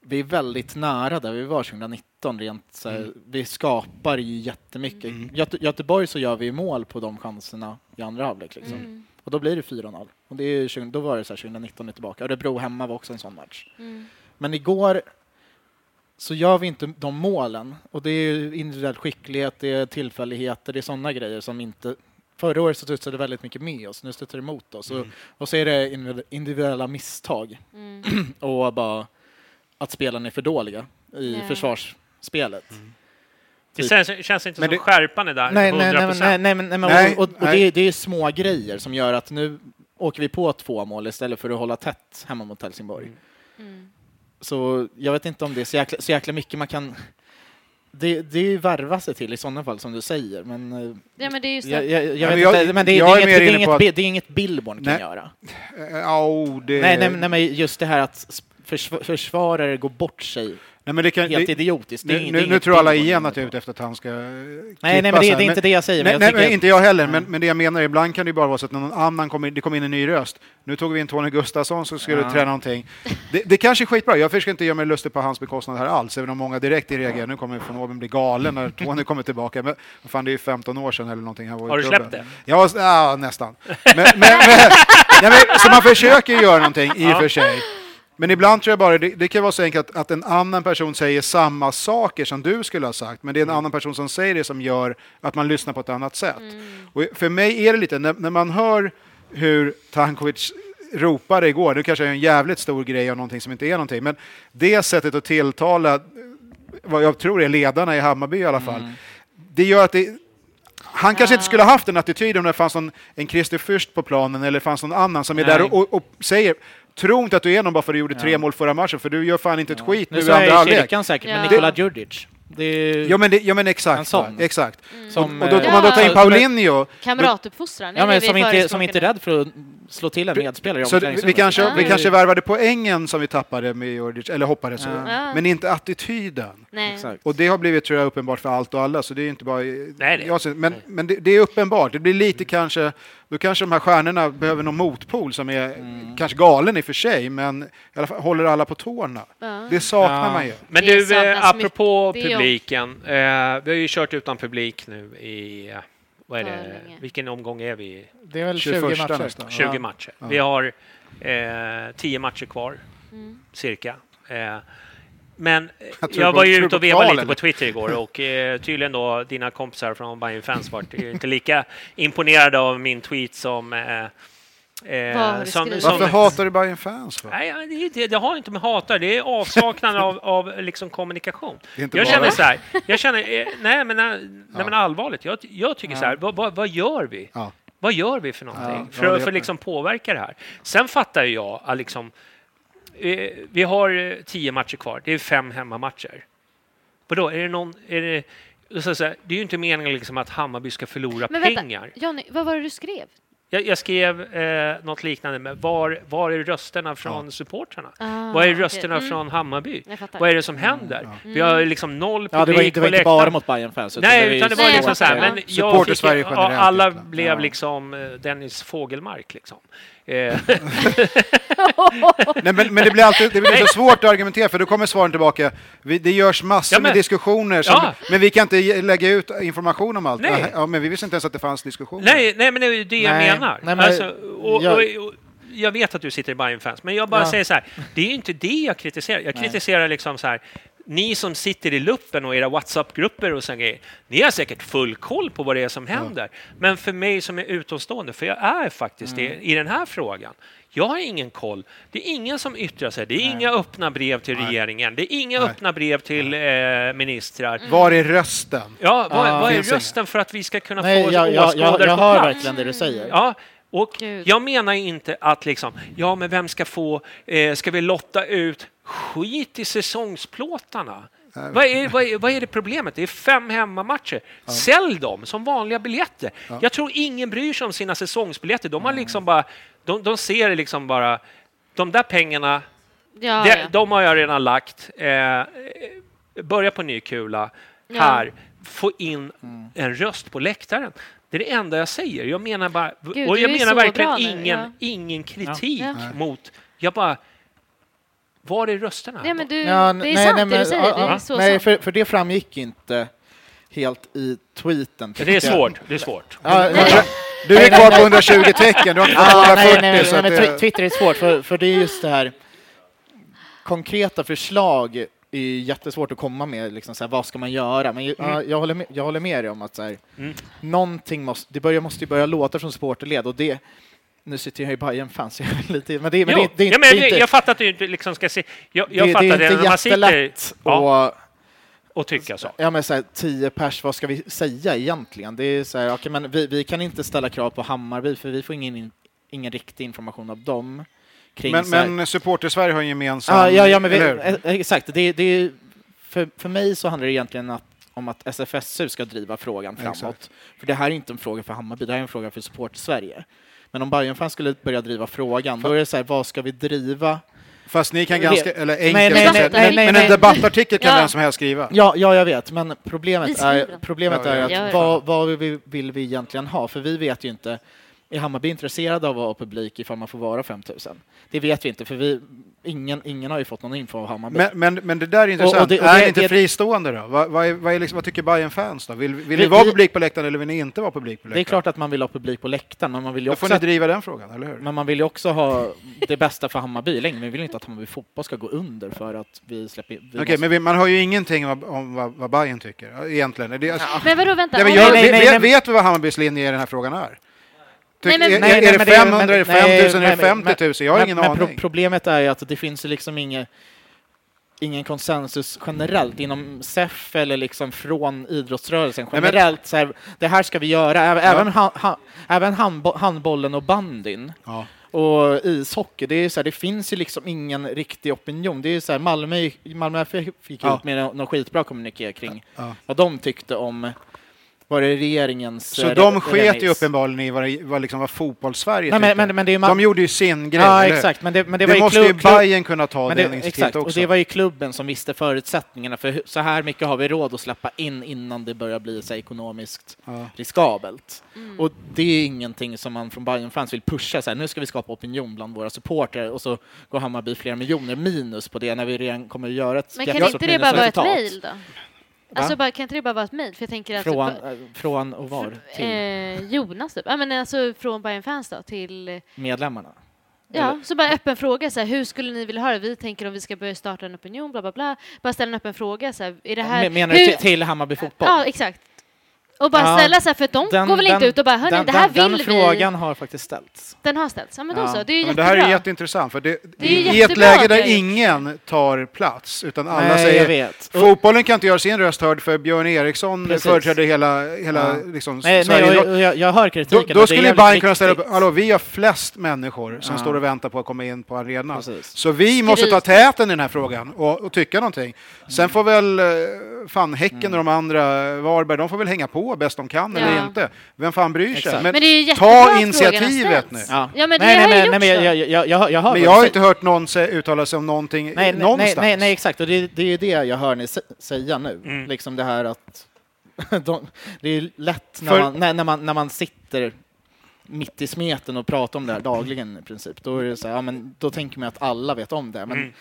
C: vi är väldigt nära där vi var 2019 rent så här, Vi skapar ju jättemycket. Göte Göteborg så gör vi mål på de chanserna i andra halvlek liksom.
B: Mm.
C: Och då blir det 4-0. Och det är ju 20, då var det så här 2019 är tillbaka. Örebro hemma var också en sån match.
B: Mm.
C: Men igår så gör vi inte de målen. Och det är ju individuell skicklighet, det är tillfälligheter, det är sådana grejer som inte... Förra året så studsade det väldigt mycket med oss, nu studsar det emot oss. Och, och så är det individ- individuella misstag
B: Mm.
C: och bara att spelarna är för dåliga i
E: Ja.
C: försvarsspelet.
E: Det
C: Typ.
E: känns, känns inte
C: Men
E: som
C: det-
E: skärpan är där.
C: Nej, nej, nej,
E: 100%.
C: men- nej, nej, men- nej, men- och, och, och det, är- det är små grejer som gör att nu åker vi på två mål istället för att hålla tätt hemma mot Helsingborg. Mm. Så jag vet inte om det är så jäkla, så jäkla mycket man kan... Det, det är ju värva sig till i sådana fall som du säger, men... eh,
B: Ja, men det är just det.
C: jag, jag, jag vet
B: Ja, men jag-
C: inte, men det,
D: jag
C: det,
D: är
C: är
D: mer
C: inget, det, är
D: inne
C: inget,
D: på att-
C: bi- det är inget Billborn kan
D: Nej.
C: göra.
D: Eh, oh, det...
C: Nej, nej, nej, men just det här att s- försv- försvarare går bort sig
D: Nej, men det kan,
C: helt
D: det,
C: idiotiskt. Det är
D: Nu,
C: inget- det är
D: nu, nu
C: inget
D: tror alla
C: Billborn.
D: igen att jag är ute efter att han ska eh,
C: nej, men
D: klippas
C: det- det är
D: här.
C: inte det jag säger, men
D: Nej,
C: jag
D: nej,
C: tycker Mm. att-
D: inte jag heller, men, men det jag menar, ibland kan det ju bara vara så att någon annan kommer, det kom in en ny röst. Nu tog vi in Tony Gustafsson som skulle
C: Ja.
D: träna någonting. Det, det kanske är skitbra, jag försöker inte göra mig lustig på hans bekostnad här alls, även om många direkt reagerar, nu kommer von Oben bli galen när Tony kommer tillbaka. Men vad fan, det är ju 15 år sedan eller någonting. Han var i
E: Har du
D: klubben.
E: släppt det?
D: Ja, s- ja, nästan. Men, men, men, nej, men, så man försöker göra någonting i och
E: Ja.
D: för sig. Men ibland tror jag bara det, det kan vara så enkelt att, att en annan person säger samma saker som du skulle ha sagt, men det är en annan person som säger det som gör att man lyssnar på ett annat sätt. Och för mig är det lite, när, när man hör hur Tankovic ropade igår, nu kanske jag gör en jävligt stor grej av någonting som inte är någonting, men det sättet att tilltala eh, vad jag tror är ledarna i Hammarby i alla fall, det gör att det, han kanske inte skulle ha haft den attityden om det fanns någon, en Christer Fürst på planen eller fanns någon annan som är
E: Nej.
D: där och, och, och säger Tro inte att du är någon bara för att du gjorde tre
E: Ja.
D: mål förra matchen, för du gör fan inte ett skit nu
C: Nu
D: i
C: sa
D: andra
C: jag i
D: halvlek.
C: kyrkan säkert,
B: Ja.
C: men Nikola Djurdjic. Det är ju
D: Ja men, det, ja, men exakt.
C: en sån.
D: va? exakt.
C: Som,
D: och, och då,
C: eh,
D: om man då tar in
C: som-
D: Paulinho...
B: Kamratuppfostran.
C: Ja, men som, inte, som
B: förespråkar
C: inte är
B: det.
C: rädd för att slå till en medspelare i
D: Så vi, vi,
C: omklädningsrummet.
D: kanske, vi
B: Ah.
D: kanske värvade poängen som vi tappade med Djurdjic, eller hoppades så.
B: Ja.
D: Men inte attityden.
B: Nej.
D: Och det har blivit tror jag uppenbart för allt och alla, så det är inte bara... Nej,
E: det-
D: jag, ser- men men det, det är uppenbart, det blir lite kanske... Då kanske de här stjärnorna behöver någon motpol som är kanske galen i och för sig, men i alla fall håller alla på tårna. Det saknar
E: Ja.
D: man ju.
E: Men
B: Det
E: du,
B: saknas
E: eh, apropå
B: mycket.
E: publiken. Eh, vi har ju kört utan publik nu i, eh, vad är det,
B: Örlänge.
E: vilken omgång är vi i?
C: Det är väl 20
D: 21
C: matcher.
D: nästan.
E: 20
D: Ja.
E: matcher.
D: Ja.
E: Vi har eh, 10 matcher kvar, cirka. Eh, men eh,
D: Jag tror
E: jag
D: på-
E: var ju
D: tror
E: ute
D: på
E: och vevade
D: tal,
E: lite
D: eller?
E: på Twitter igår och eh, tydligen då dina kompisar från Bayern fans var inte lika imponerade av min tweet som... Eh, eh,
B: Vad har du skrivit?
D: Varför hatar du Bayern fans för?
E: Nej, ja, det, det, det har inte med hatar, det är avsaknaden av, av liksom kommunikation.
D: Det är inte
E: Jag
D: bara-
E: känner så här, jag känner, eh, nej men, eh, nej, men allvarligt, jag, jag tycker så här, vad, vad, vad gör vi?
D: Ja.
E: Vad gör vi för någonting
D: Ja, jag
E: för,
D: vet
E: för att liksom påverka det här? Sen fattar ju jag att liksom, eh, vi har eh, tio matcher kvar, det är fem hemmamatcher. Vadå, är det någon, är det, så, så här, det är ju inte meningen liksom att Hammarby ska förlora
B: Men
E: pengar.
B: vänta, Johnny, vad var det du skrev?
E: Jag, jag skrev eh, något liknande, men var, var är rösterna från supportrarna?
B: Ah,
E: var är
B: okej.
E: rösterna
B: Mm.
E: från Hammarby?
B: Jag fattar.
E: Vad är det som händer? Vi har liksom noll
C: Ja,
E: publik
C: det var, det var inte
E: på läktaren.
C: bara mot Bayern fans
E: Nej, utan det var
B: ju
E: liksom så här, men jag
D: Supporter
E: fick,
D: Sverige
E: ja,
D: generellt
E: alla
D: egentligen.
E: blev
D: Ja.
E: liksom eh, Dennis Fågelmark liksom. Eh,
D: Nej, men, men det blir alltid det blir så svårt att argumentera för då kommer svaren tillbaka. Vi, det görs massor
E: Ja, men-
D: med diskussioner, som,
E: Ja.
D: men vi kan inte ge- lägga ut information om allt.
E: Nej.
D: Ja, men vi visste inte ens att det fanns diskussioner.
E: nej, nej, men det är ju det
C: Nej,
E: jag menar.
C: nej, men
E: alltså, och, och,
C: jag-
E: och, jag vet att du sitter i Bayern fans men jag bara
C: Ja.
E: säger så här, det är ju inte det jag kritiserar. Jag
C: Nej.
E: kritiserar liksom så här, ni som sitter i luppen och era WhatsApp-grupper och sådana grejer, ni har säkert full koll på vad det är som händer. Men för mig som är utomstående, för jag är faktiskt
C: Mm.
E: det i den här frågan, jag har ingen koll. Det är ingen som yttrar sig. Det är inga öppna brev till regeringen. Det är inga öppna brev till eh, ministrar.
C: Mm.
D: Var är rösten?
E: Ja, vad,
C: Ah.
E: vad är
D: Finns inga.
E: rösten för att vi ska kunna
C: Nej,
E: få
C: jag, jag, jag, jag,
E: åskådare på
C: hör
E: plats?
C: verkligen det du säger.
E: Ja, och
B: Gud.
E: jag menar inte att liksom, ja men vem ska få, eh, ska vi lotta ut skit i säsongsplåtarna? Vad är, vad, är, vad är det problemet? Det är fem hemmamatcher. Sälj dem som vanliga biljetter. Jag tror ingen bryr sig om sina säsongsbiljetter. De har liksom bara, de, de ser liksom bara, de där pengarna,
B: Ja,
E: de,
B: Ah, ja.
E: de har jag redan lagt. Eh, eh, börja på ny kula
B: Ja.
E: här. Få in en röst på läktaren. Det är det enda jag säger. Jag menar bara,
B: Gud,
E: och
B: du
E: jag
B: är
E: menar
B: så
E: verkligen
B: bra nu,
E: ingen,
B: ja.
E: ingen kritik
B: Ja.
E: mot... Jag bara... Var är rösterna?
B: Nej, men du,
C: Ja,
B: det är
C: nej,
B: sant
C: nej,
B: det
C: men-
B: du säger. det
C: ja,
B: är
C: ja.
B: så
C: nej,
B: sant.
C: för, för det framgick inte helt i tweeten.
E: Det är svårt. Det är svårt.
C: Ja, ja, ja.
D: Du är kvar på 120 tecken, du har inte fått
C: Ja, nej, nej,
D: 140.
C: nej,
D: så
C: nej,
D: att
C: men
D: det-
C: twi- Twitter är svårt, för, för det är just det här konkreta förslag är ju jättesvårt att komma med, liksom så här, vad ska man göra? Men ju, ja,
D: Mm.
C: jag, håller med, jag håller med dig om att så här, någonting måste, det börjar, måste ju börja låta från supporterled och det, nu sitter jag i Bayern fans jag är lite, men det, men
E: Jo,
C: det, det, är
E: ja,
C: inte-
E: men
C: det är
E: jag-
C: inte-
E: Jag fattar att du inte liksom ska se... Jag, jag
C: det,
E: fattar
C: det
E: det,
C: är
E: när man
C: inte
E: sitter
C: jättelätt
E: ja,
C: och
E: och tycka så.
C: Ja, men så här, 10 pers, vad ska vi säga egentligen? Det är så här, okej, men vi, vi kan inte ställa krav på Hammarby för vi får ingen, ingen riktig information av dem. Kring
D: Men,
C: så här,
D: men Supporter-Sverige har en gemensam...
C: ja, ja, ja, men vi,
D: eller hur?
C: eh, exakt. Det, det, är- för, för mig så handlar det egentligen att, om att SFSU ska driva frågan framåt.
D: Exakt.
C: För det här är inte en fråga för Hammarby, det här är en fråga för Support-Sverige. Men om Bayern skulle börja driva frågan, då är det så här, vad ska vi driva?
D: Fast ni kan
C: Re-
D: ganska... Eller
C: Nej,
D: enkelt.
C: nej,
D: så-
C: nej, nej,
D: men
C: nej.
D: en debattartikel kan
B: Ja.
D: vem som helst skriva.
C: Ja, ja, jag vet, men
B: Vi
C: problemet
B: skriver
C: är,
B: den.
C: problemet
D: Ja,
C: är
D: ja.
C: att
B: Ja, ja.
C: Vad, vad vill, vi, vill vi egentligen ha? För vi vet ju inte, är Hammarby intresserade av att ha publik ifall man får vara 5000? Det vet vi inte, för vi, ingen, ingen har ju fått någon info av Hammarby.
D: Men, men, men det där är intressant.
C: Och- och det- och
D: är
C: det-
D: det inte
C: det-
D: fristående då? Vad, vad, är, vad, är liksom, vad tycker Bayern fans då? Vill, vill
C: Vi-
D: ni vara
C: vi-
D: publik på läktaren eller vill ni inte vara publik på läktaren?
C: Det är klart att man vill ha publik på läktaren, men man vill ju
D: Då
C: också...
D: får ni
C: att-
D: driva den frågan, eller hur?
C: Men man vill ju också ha det bästa för Hammarby i längden. Vi vill ju inte att Hammarby fotboll ska gå under för att vi släpper... Vi
D: Okej, men vi, man har ju ingenting om, om vad, vad Bayern tycker egentligen. Det, alltså,
B: Men vadå, vänta,
D: Nej, men
B: om
D: jag,
B: vi-
D: nej,
B: Nej, nej, nej,
D: vet vi vad Hammarbys linje i den här frågan är? Tyck,
B: Nej, men-
D: är,
C: Nej, nej,
D: är
C: men
D: det
C: det-
D: 500,
C: men-
D: är det 5 000,
C: nej,
D: är
C: nej,
D: det
C: men-
D: 50 000? Jag har
C: men-
D: ingen
C: men pro-
D: aning.
C: Problemet är ju att det finns ju liksom ingen, ingen konsensus generellt inom SEF eller liksom från idrottsrörelsen
D: men-
C: generellt. så här, det här ska vi göra, även, även, ha, ha, även handbo, handbollen och bandyn.
D: Ja.
C: Och ishockey, det, är ju så här, det finns ju liksom ingen riktig opinion. Det är ju så här, Malmö, Malmö FF fick
D: Ja.
C: ut med någon, någon skitbra kommuniké kring
D: Ja.
C: vad de tyckte om var det regeringens
D: Så
C: eh,
D: de
C: re-
D: sket ju
C: remiss.
D: uppenbarligen i vad, det- vad, liksom, vad fotbolls-Sverige
C: Nej, men-
D: tyckte.
C: men- men det är ju ma-
D: De gjorde ju sin grej.
C: Ja,
D: eller hur?
C: exakt. Men det, men det,
D: det,
C: var ju
D: måste
C: klubb-
D: ju
C: klubb-
D: Bayern kunna ta
C: men det,
D: den initiativet
C: Exakt, och
D: också.
C: det var ju klubben som visste förutsättningarna för hur, så här mycket har vi råd att släppa in innan det börjar bli så här, ekonomiskt
D: Ja.
C: riskabelt. Och det är ingenting som man från Bayern fans vill pusha, så här, nu ska vi skapa opinion bland våra supportrar och så går Hammarby flera miljoner minus på det när vi redan kommer att göra ett
B: Men kan
C: jättestort
B: inte det bara vara ett
C: minusresultat.
B: mejl då? Alltså, bara, kan inte det bara vara ett mejl? För jag tänker att...
C: Från, eh, från och var till
B: eh, Jonas, typ. Ja, men alltså från Bayern Fans då, till...
C: medlemmarna.
B: Ja, så bara öppen fråga så här, hur skulle ni vilja ha det? Vi tänker om vi ska börja starta en opinion, bla bla bla. Bara ställa en öppen fråga så här, är det här...
C: Men- Menar du
B: hur-
C: till, till Hammarby fotboll?
B: Ja, exakt. Och bara
C: Ja.
B: ställa så här, för de går väl inte ut och bara, hörni,
C: den,
B: det här
C: den,
B: vill
C: den
B: vi.
C: frågan har faktiskt ställts.
B: Den har ställts. Ja, men då
C: Ja.
B: så. Det är ju
D: Ja, men det
B: jättebra.
D: här är ju jätteintressant, för det,
B: Det är ju
D: i ett
B: jättebra
D: läge
B: att
D: där
B: vi har
D: ingen tar plats, utan alla
C: Nej, jag
D: säger
C: vet. Och-
D: fotbollen kan inte göra sin röst hörd för Björn Eriksson
C: Precis.
D: företräder hela, hela
C: Ja.
D: liksom,
C: nej, nej,
D: Sverige.
C: jag, jag, jag hör kritiken.
D: då,
C: och det är
D: då skulle ju
C: jävligt
D: Bayern kunna ställa upp,
C: viktigt.
D: hallå vi har flest människor som
C: Ja.
D: står och väntar på att komma in på arenan.
C: Precis.
D: Så vi måste ta täten i den här frågan och, och tycka någonting. Sen får väl eh, fan Häcken
C: Mm.
D: och de andra, Varberg, de får väl hänga på bäst de kan eller
B: Ja.
D: inte. Vem fan bryr sig?
C: Exakt.
B: Men, det är ju jättebra att
D: ta
B: frågan
D: initiativet nu.
B: ställs.
C: Ja.
B: Ja, men
C: nej,
B: det
C: nej,
B: har
C: nej,
B: ju
C: nej, men jag,
B: gjorts
C: jag, jag, jag, jag hör
D: Men
C: vad
D: jag har
C: du
D: inte hört någon sä- uttala sig om någonting
C: Nej, nej, nej,
D: någonstans.
C: nej, nej, exakt. Och det, det är ju det jag hör ni sä- säga nu. Liksom det här att de, det är lätt när,
D: För-
C: man, när, när, man, när man sitter mitt i smeten och pratar om det här dagligen i princip. Då, är det så här, ja, men, då tänker man att alla vet om det. Men,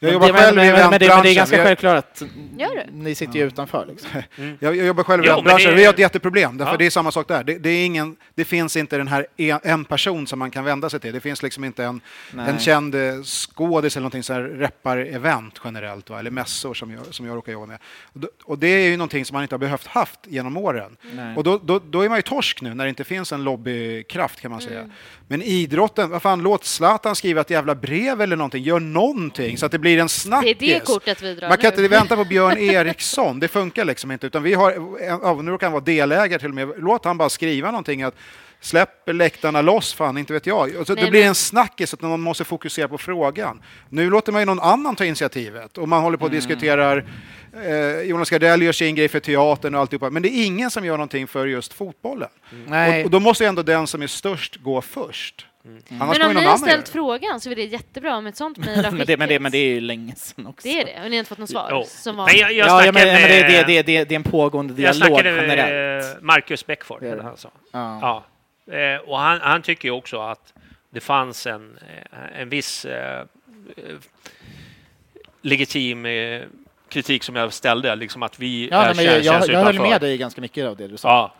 D: Jag
C: men,
D: jobbar
C: det, men, men,
D: själv i
C: men, det- men det är
D: eventbranschen.
C: ganska
D: Vi har-
C: självklart att
B: Gör du?
C: ni sitter ju utanför. Liksom.
D: Mm. Jag, jag jobbar själv i
E: Jo,
D: branschen.
E: men det-
D: Vi har ett jätteproblem, därför
E: Ja.
D: det är samma sak där. Det, det, är ingen, det finns inte den här en, en person som man kan vända sig till. Det finns liksom inte en,
C: Nej.
D: en känd eh, skådis eller någonting som reppar event generellt, va? eller mässor som jag, som jag råkar jobba med. Och, då- och det är ju någonting som man inte har behövt haft genom åren.
C: Nej.
D: Och då, då, då är man ju torsk nu när det inte finns en lobbykraft kan man säga.
E: Mm.
D: Men idrotten, vad fan, låt Zlatan skriva ett jävla brev eller någonting. Gör någonting så att det blir en
B: Det är
D: snackis.
B: det kortet vi drar
D: Man kan
B: nu.
D: inte vänta på Björn Eriksson, det funkar liksom inte. Utan vi har, ja, nu råkar han vara delägare till och med, låt han bara skriva någonting att släpp läktarna loss, fan inte vet jag. Alltså,
B: Nej,
D: det blir
B: men-
D: en snackis att någon måste fokusera på frågan. Nu låter man ju någon annan ta initiativet och man håller på
B: Mm.
D: och diskuterar eh, Jonas Gardell gör sin grej för teatern och alltihopa, men det är ingen som gör någonting för just fotbollen.
C: Nej. Mm.
D: Och, och då måste ju ändå den som är störst gå först. Annars
B: Men
D: kommer
B: om
D: någon
B: ni har
D: annan göra
B: ställt
D: det.
B: frågan så är det jättebra om ett sånt mejl har
C: men, det, men, det, men det
B: skickats.
C: är ju länge sedan också.
B: Det är det. Och ni har inte fått något svar?
E: Jo. Nej,
B: Som vanligt.
E: jag, jag
C: Ja, ja, men,
E: snackade
C: men det, det,
E: med-
C: det, det, det är en pågående
E: jag
C: dialog
E: snackade med
C: generellt.
E: eh, Marcus Beckford.
C: Det är det.
E: eller Han, sa.
C: Ja.
E: Ja. Eh, Och han, han tycker ju också att det fanns en, eh, en viss eh, eh, legitim eh, kritik som jag ställde, liksom att vi
C: Ja,
E: är
C: nej, men jag, jag,
E: känns
C: jag höll
E: utanför.
C: med dig liksom. ganska mycket av det du sa.
E: Ja.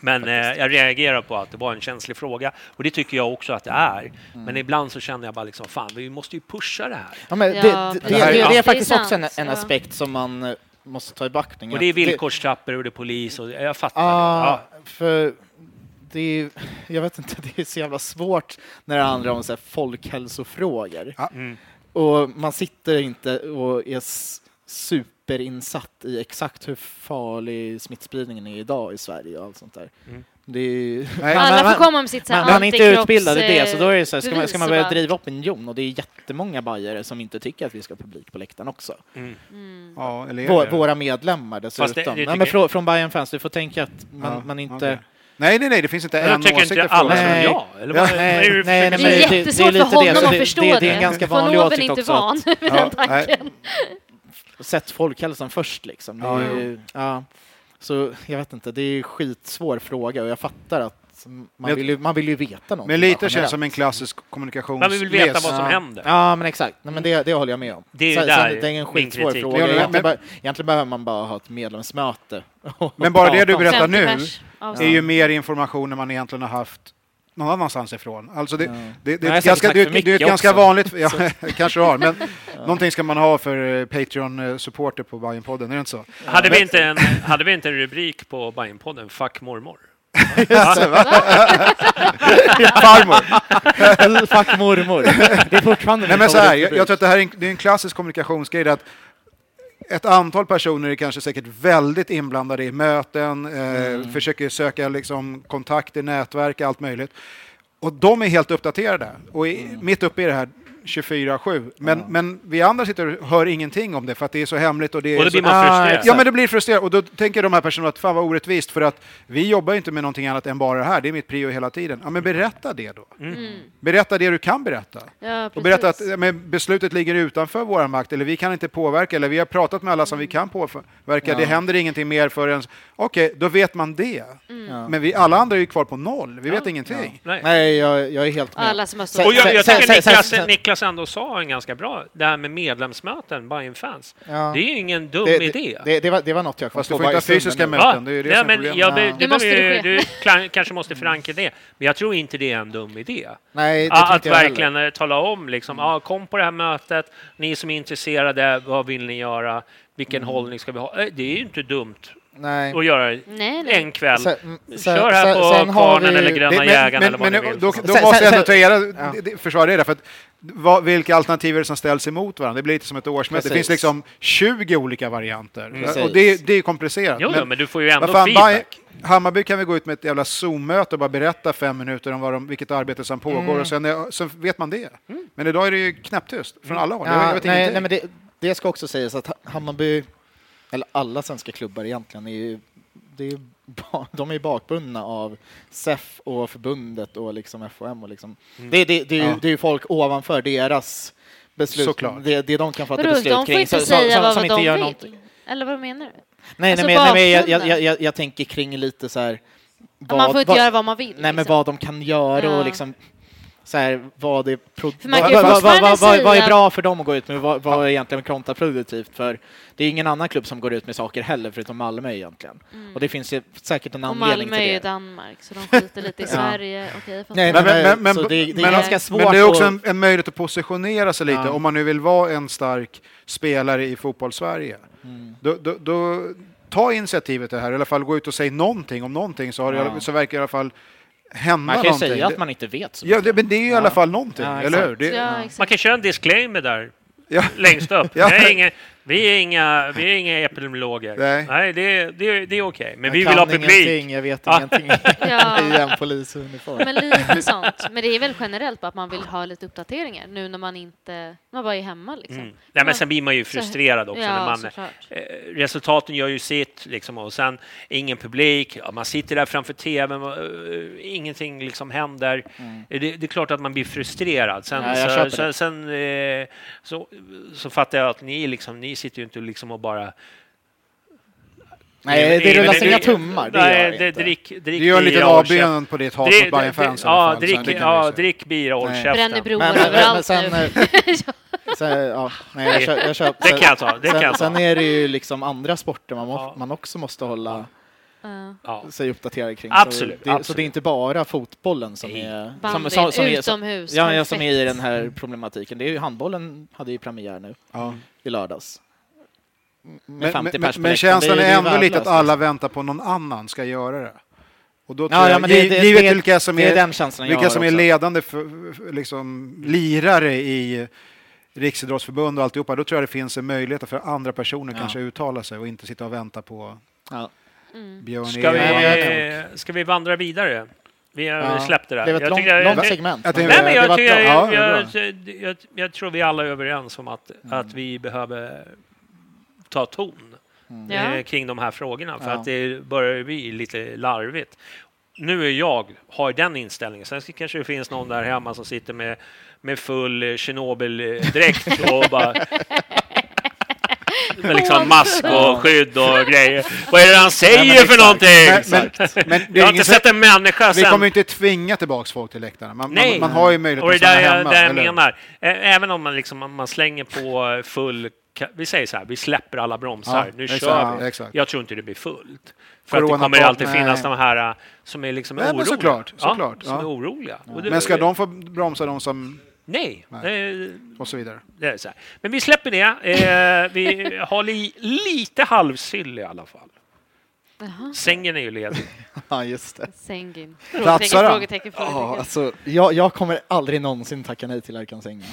E: Men eh, jag reagerar på att det var en känslig fråga och det tycker jag också att det är. Men ibland så känner jag bara liksom, fan, vi måste ju pusha det här.
C: Mm. Ja, men det, det,
B: Ja,
C: det,
B: precis.
C: det,
E: Ja.
C: det
E: Det
C: är
E: är
C: faktiskt också en,
B: sant,
C: en
B: ja.
C: aspekt som man eh, måste ta i beaktning.
E: Och det är
C: Att
E: villkorstrappor och det är polis och jag fattar. det.
C: Ja,
E: Ja.
C: för det är, jag vet inte, det är så jävla svårt när det handlar om så här folkhälsofrågor.
D: Ja.
C: Och man sitter inte och är s- superinsatt i exakt hur farlig smittspridningen är idag i Sverige och allt sånt där. Det är,
D: Nej.
B: Alla får komma om sitt så här
C: Man, man är inte
B: antikropps,
C: utbildad i det, så då är det så här,
B: eh,
C: ska, man, ska man
B: bevis
C: börja
B: och
C: driva opinion och det är jättemånga bajare som inte tycker att vi ska ha publik på läktaren också.
D: Ja, eller är
C: Vår,
D: det?
C: våra medlemmar
E: Fast det-
C: dessutom.
E: det tycker
C: Nej, men
E: jag-
C: frå, från Bayern fans, du får tänka att man,
D: Ja,
C: man inte...
D: okej. Nej, nej, nej, det finns inte
E: Men
D: en
E: då tycker
D: åsikt i
E: inte alla
D: frågan.
E: som
C: Nej.
E: jag? Eller vad, vad är
C: nej,
E: det för-
C: nej, nej,
B: Det
C: men
B: är
C: det-
B: jättesvårt
C: det är
B: för
C: lite det,
B: honom
C: så
B: att
C: det-
B: förstå
C: det-
B: det.
C: det är en ganska
B: För
C: vanlig
B: någon är
C: åsikt
B: väl inte
C: också
B: van
C: att-
B: vid den
D: Ja, nej.
B: tanken.
C: Sätt folkhälsan först liksom. Det är, ju- ja. Så jag vet inte, det är ju skitsvår fråga och jag fattar att Man vill, ju, man vill ju veta någonting.
D: Men lite
C: bara
D: känns
C: generellt.
D: som en klassisk kommunikations...
E: Man vill veta vad som
C: Ja.
E: händer.
C: Ja, men exakt. Nej, men det, det håller jag med om.
E: Det är ju
C: Sen-
E: där
C: sen, det är en
E: min
C: skitsvår
E: kritik.
C: fråga.
E: Ja, men-
C: Egentligen,
E: men-
C: bara, egentligen behöver man bara ha ett medlemsmöte. och
D: Men bara det
C: prata
D: du
C: om
D: berättar
C: saker.
D: nu
C: pers
D: är
C: avsnitt.
D: ju mer information än man egentligen har haft någon annanstans ifrån. Alltså det, det, det,
C: Jag
D: är
C: har
D: ett
C: säkert
D: ganska,
C: sagt
D: det,
C: för
D: är- det är ett
C: mycket
D: ganska
C: också.
D: vanligt, ja, kanske du har, men
C: Ja.
D: någonting ska man ha för eh, Patreon-supporter på Bajenpodden, är det inte så?
E: Hade,
D: Men-
E: vi inte en, hade vi inte en rubrik på Bajenpodden, Fuck mormor?
C: Just det, va? Farmor. Fuck mormor. Det är fortfarande
D: Nej,
C: min
D: men så här, jag,
C: favoritrubrik.
D: jag tror att det här är en, det är en klassisk kommunikationsgrej. det är Att ett antal personer är kanske säkert väldigt inblandade i möten, eh, försöker söka liksom, kontakter, nätverk, allt möjligt. Och de är helt uppdaterade och i, mitt uppe i det här 24-7. Men, men vi andra sitter och hör ingenting om det för att det är så hemligt. Och, det är
E: Och då
D: så,
E: blir man
C: Ah,
E: frustrerad.
D: Ja, men det blir frustrerad. Och då tänker de här personerna att fan vad orättvist för att vi jobbar ju inte med någonting annat än bara det här. Det är mitt prio hela tiden. Ja, men berätta det då.
E: Mm.
D: Berätta det du kan berätta.
B: Ja,
D: och berätta att
B: precis.
D: ja, men beslutet ligger utanför vår makt, eller vi kan inte påverka, eller vi har pratat med alla som
B: Mm.
D: vi kan påverka, det
C: Ja.
D: händer ingenting mer förrän... Okej, då vet man det.
B: Mm.
C: Ja.
D: Men vi, alla andra är ju kvar på noll, vi vet ingenting.
E: Nej.
C: Nej, jag, jag är helt med.
B: Alla som har
E: Och jag,
C: Sen-
E: jag
C: sen-
E: tycker
C: sen- sen-
E: Niklas,
C: sen-
E: Niklas ändå sa en ganska bra, det här med medlemsmöten, Bajenfans.
C: Ja.
E: Det är ju ingen dum
C: det,
E: idé.
C: Det, det, det, var, det var något jag kom
D: Fast du
C: på
D: får inte
C: bara i
D: ha
C: stunden
D: fysiska
C: nu.
D: möten, det är ju det
E: Nej,
D: som är
E: men
D: problemet.
E: jag, be-
B: Det
E: du,
B: måste
E: behöver ju-
B: det
E: du kla- kanske måste förankra det, men jag tror inte det är en dum idé.
C: Nej, det
E: Ja, att
C: tyckte jag heller.
E: verkligen eh, tala om, liksom, ja, kom på det här mötet, ni som är intresserade, vad vill ni göra, vilken
D: Mm.
E: hållning ska vi ha? Eh, Det är ju inte dumt
C: Nej.
E: att göra
B: Nej, nej.
E: en kväll.
C: Sen- sen-
E: Kör här
C: sen-
E: på
C: sen har
E: Kvarnen
C: vi-
E: eller Gröna
D: Men-
E: Jägaren
D: men,
E: eller
D: men,
E: vad ni
D: men,
E: vill.
D: då,
C: liksom.
D: då
C: Sen-
D: måste jag
C: sen-
D: ändå ta era,
C: Ja.
D: d- d- försvara er där, för att vad, vilka alternativ är det som ställs emot varandra? Det blir lite som ett årsmöte. Det
C: Precis. Mm.
D: finns liksom 20 olika varianter.
C: Precis.
D: Och det, är- det är komplicerat.
E: Jo, jo, men du får ju ändå
D: Vad fan,
E: feedback.
D: Bayern- Hammarby kan vi gå ut med ett jävla Zoom-möte och bara berätta fem minuter om vad de, vilket arbete som pågår
C: Mm.
D: och sen, är- sen vet man det.
E: Mm.
D: Men idag är det ju knäpptyst från alla håll. jag
C: Mm. Ja,
D: vet
C: nej,
D: ingenting.
C: nej, men det, det ska också sägas att Ha- Hammarby, eller alla svenska klubbar egentligen, är ju, det är ju, ba- de är ju bakbundna av SEF och förbundet och liksom FOM. Och liksom.
B: Mm.
C: Det, det, det, är ju,
D: Ja.
C: det är ju folk ovanför deras beslut.
D: Såklart.
C: Det, det de kan fatta
B: Vadå,
C: beslut
B: de får
C: kring.
B: inte
C: så-
B: säga
C: som-
B: vad,
C: som
B: vad
C: inte
B: de
C: gör
B: vill?
C: någonting.
B: Eller vad menar du?
C: Nej,
B: Alltså
C: nej, men, nej, men jag, jag,
B: bakgrunden.
C: jag, jag, jag tänker kring lite så här...
B: man får inte göra vad man vill,
C: Nej, men
B: liksom.
C: vad de kan göra
B: Ja.
C: och liksom så här, vad är, pro-
B: För man
C: vad,
B: kan ju
C: vad, vad,
B: fortfarande
C: vad, vad, vad
B: säga-
C: är bra för dem att gå ut med? Vad, vad är egentligen kontraproduktivt? För det är ingen annan klubb som går ut med saker heller, förutom Malmö egentligen. Och det finns ju säkert en
B: Mm. Och
C: anledning
B: Malmö är ju
C: till det.
B: Danmark, så de skiter lite i
C: Ja.
B: Sverige. Okej, jag fattar.
C: Nej,
D: Men-
C: men,
D: men- men-
C: så det, det är
D: men-
C: ganska
D: men
C: svårt
D: Men det är också
C: att-
D: en, en möjlighet att positionera sig lite
C: Ja.
D: om man nu vill vara en stark spelare i fotbollssverige.
C: Mm.
D: Då, då, då, ta initiativet till det här, i alla fall gå ut och säg någonting om någonting så, har det, i alla-
C: Ja.
D: så verkar det i alla fall hända
C: Man kan ju
D: någonting.
C: säga att man inte vet. Så
D: Ja,
C: mycket.
D: det, men det är ju i alla
C: Ja.
D: fall någonting,
C: Ja,
D: eller
C: exakt.
D: hur? Det,
B: Ja, exakt.
E: Man kan köra en disclaimer där,
D: Ja.
E: längst upp.
D: Ja.
E: Vi, är inga, vi, är inga, vi är inga epidemiologer.
D: Nej.
E: det, det, det är okej. Men
C: Jag
E: vi
C: kan
E: vill ha publik.
C: ingenting, Jag vet
E: Ja.
C: ingenting
B: Ja.
C: i en polisuniform.
B: Men lite sånt. Men det är väl generellt bara att man vill ha lite uppdateringar nu när man inte, man bara är hemma liksom.
E: Mm. Nej, men sen blir man ju
B: Så-
E: frustrerad också.
B: Ja,
E: när man,
B: såklart.
E: eh, resultaten gör ju sitt, liksom, och sen ingen publik. Ja, man sitter där framför tvn, och, eh, ingenting liksom händer. Eh, Det, det är klart att man blir frustrerad. Sen,
C: Mm. Ja, jag köper
E: så, sen,
C: det.
E: sen, eh, så, så fattar jag att ni, liksom, ni sitter ju inte liksom och bara...
C: Nej, det
E: Eh,
C: rullas
E: men-
C: inga tummar. Det gör
E: Nej,
C: jag
E: det,
C: inte.
E: drick, drick
D: det gör en liten
E: bira och köp-
D: avbön på ditt hat
E: Dri-
D: mot Bayern
E: dri-
D: fans i alla
E: Ja,
D: fall.
E: drick,
D: Så det kan man ju
E: ja,
D: säga.
E: drick bira och håll
C: Nej.
B: Bränner
E: käften.
B: broar
C: Men, men, men, men
B: överallt
C: sen,
B: nu.
C: eh, sen, eh, ja, nej, jag köp, jag köp,
E: Det kan jag ta, det
C: sen,
E: kan jag ta.
C: sen är det ju liksom andra sporter man, må,
E: Ja.
C: man också måste hålla
B: Ja.
E: Ja.
C: sig uppdaterad kring.
E: Absolut,
C: så, det, så
E: absolut.
C: det är inte bara fotbollen som är...
B: Bandyn,
C: som, som, är, som,
B: utomhus,
C: ja, ja, som är
B: perfekt.
C: i den här problematiken. Det är ju, handbollen hade ju premiär nu i lördags. Med
D: Men,
C: 50
D: men,
C: pers på
D: men
C: läktaren.
D: känslan
C: Det- det
D: är ändå lite att
C: värdelöst. liksom.
D: alla väntar på någon annan ska göra det. Och då tror
C: Ja, ja,
D: jag,
C: men det,
D: gi-
C: det,
D: givet
C: det,
D: vilka som
C: det
D: är,
C: är den känslan jag
D: vilka
C: har
D: som är
C: också.
D: ledande för, för- liksom, lirare i Riksidrottsförbund och alltihopa, då tror jag det finns en möjlighet för andra personer
C: Ja.
D: kanske att uttala sig och inte sitta och vänta på
C: Ja.
D: Björn
E: Ska
D: Eriksson.
E: vi, ska vi vandra vidare? Vi har
C: Ja.
E: släppt det där.
C: Det var ett
E: Jag
C: långt,
E: tycker-
C: långt
E: jag-
C: segment.
D: jag
E: Nej, men
D: Det
E: jag,
D: var
E: tycker,
D: bra. Ja,
E: jag,
D: det var
E: jag, jag, jag, tror vi alla är överens om att,
C: Mm.
E: att vi behöver ta ton eh,
B: Ja.
E: kring de här frågorna, för
C: Ja.
E: att det börjar bli lite larvigt. Nu är jag, har den inställningen. Sen kanske det finns någon där hemma som sitter med, med full eh, Tjernobyl-dräkt och bara med liksom mask och skydd och grejer. Vad är det han säger
D: Nej, men
E: för
D: exakt.
E: någonting?
D: Men- men- men det är
E: jag har
D: ingen
E: inte
D: som-
E: sett en människa
D: Vi
E: sen.
D: kommer ju inte tvinga tillbaka folk till läktarna. Man,
E: Nej.
D: man, man har ju möjlighet
E: och det
D: att stanna
E: där jag,
D: hemma.
E: där jag
D: eller?
E: menar. Ä- Även om man, liksom, man slänger på full... ka- Vi säger så här, vi släpper alla bromsar.
D: Ja,
E: nu
D: exakt,
E: kör vi.
D: ja, exakt.
E: Jag tror inte det blir fullt. För att det
D: Corona
E: kommer
D: på-
E: alltid finnas
D: nej.
E: de här äh, som är liksom
D: Nej, men
E: oroliga.
D: såklart, såklart,
E: Ja, som
D: ja.
E: är oroliga. Och det-
D: Men ska de få bromsa de som...
E: Nej. det-
D: Och så vidare.
E: det är så här. Men vi släpper det. Eh, vi har li, lite halvsyll i alla fall.
B: Jaha.
E: Sängen är ju ledig.
C: Ja, just det.
B: Sängin.
C: Platsar han?
B: Frågetecken, frågetecken,
C: Ja,
B: frågetecken.
C: alltså, jag, jag kommer aldrig någonsin tacka nej till Erkan Sängen.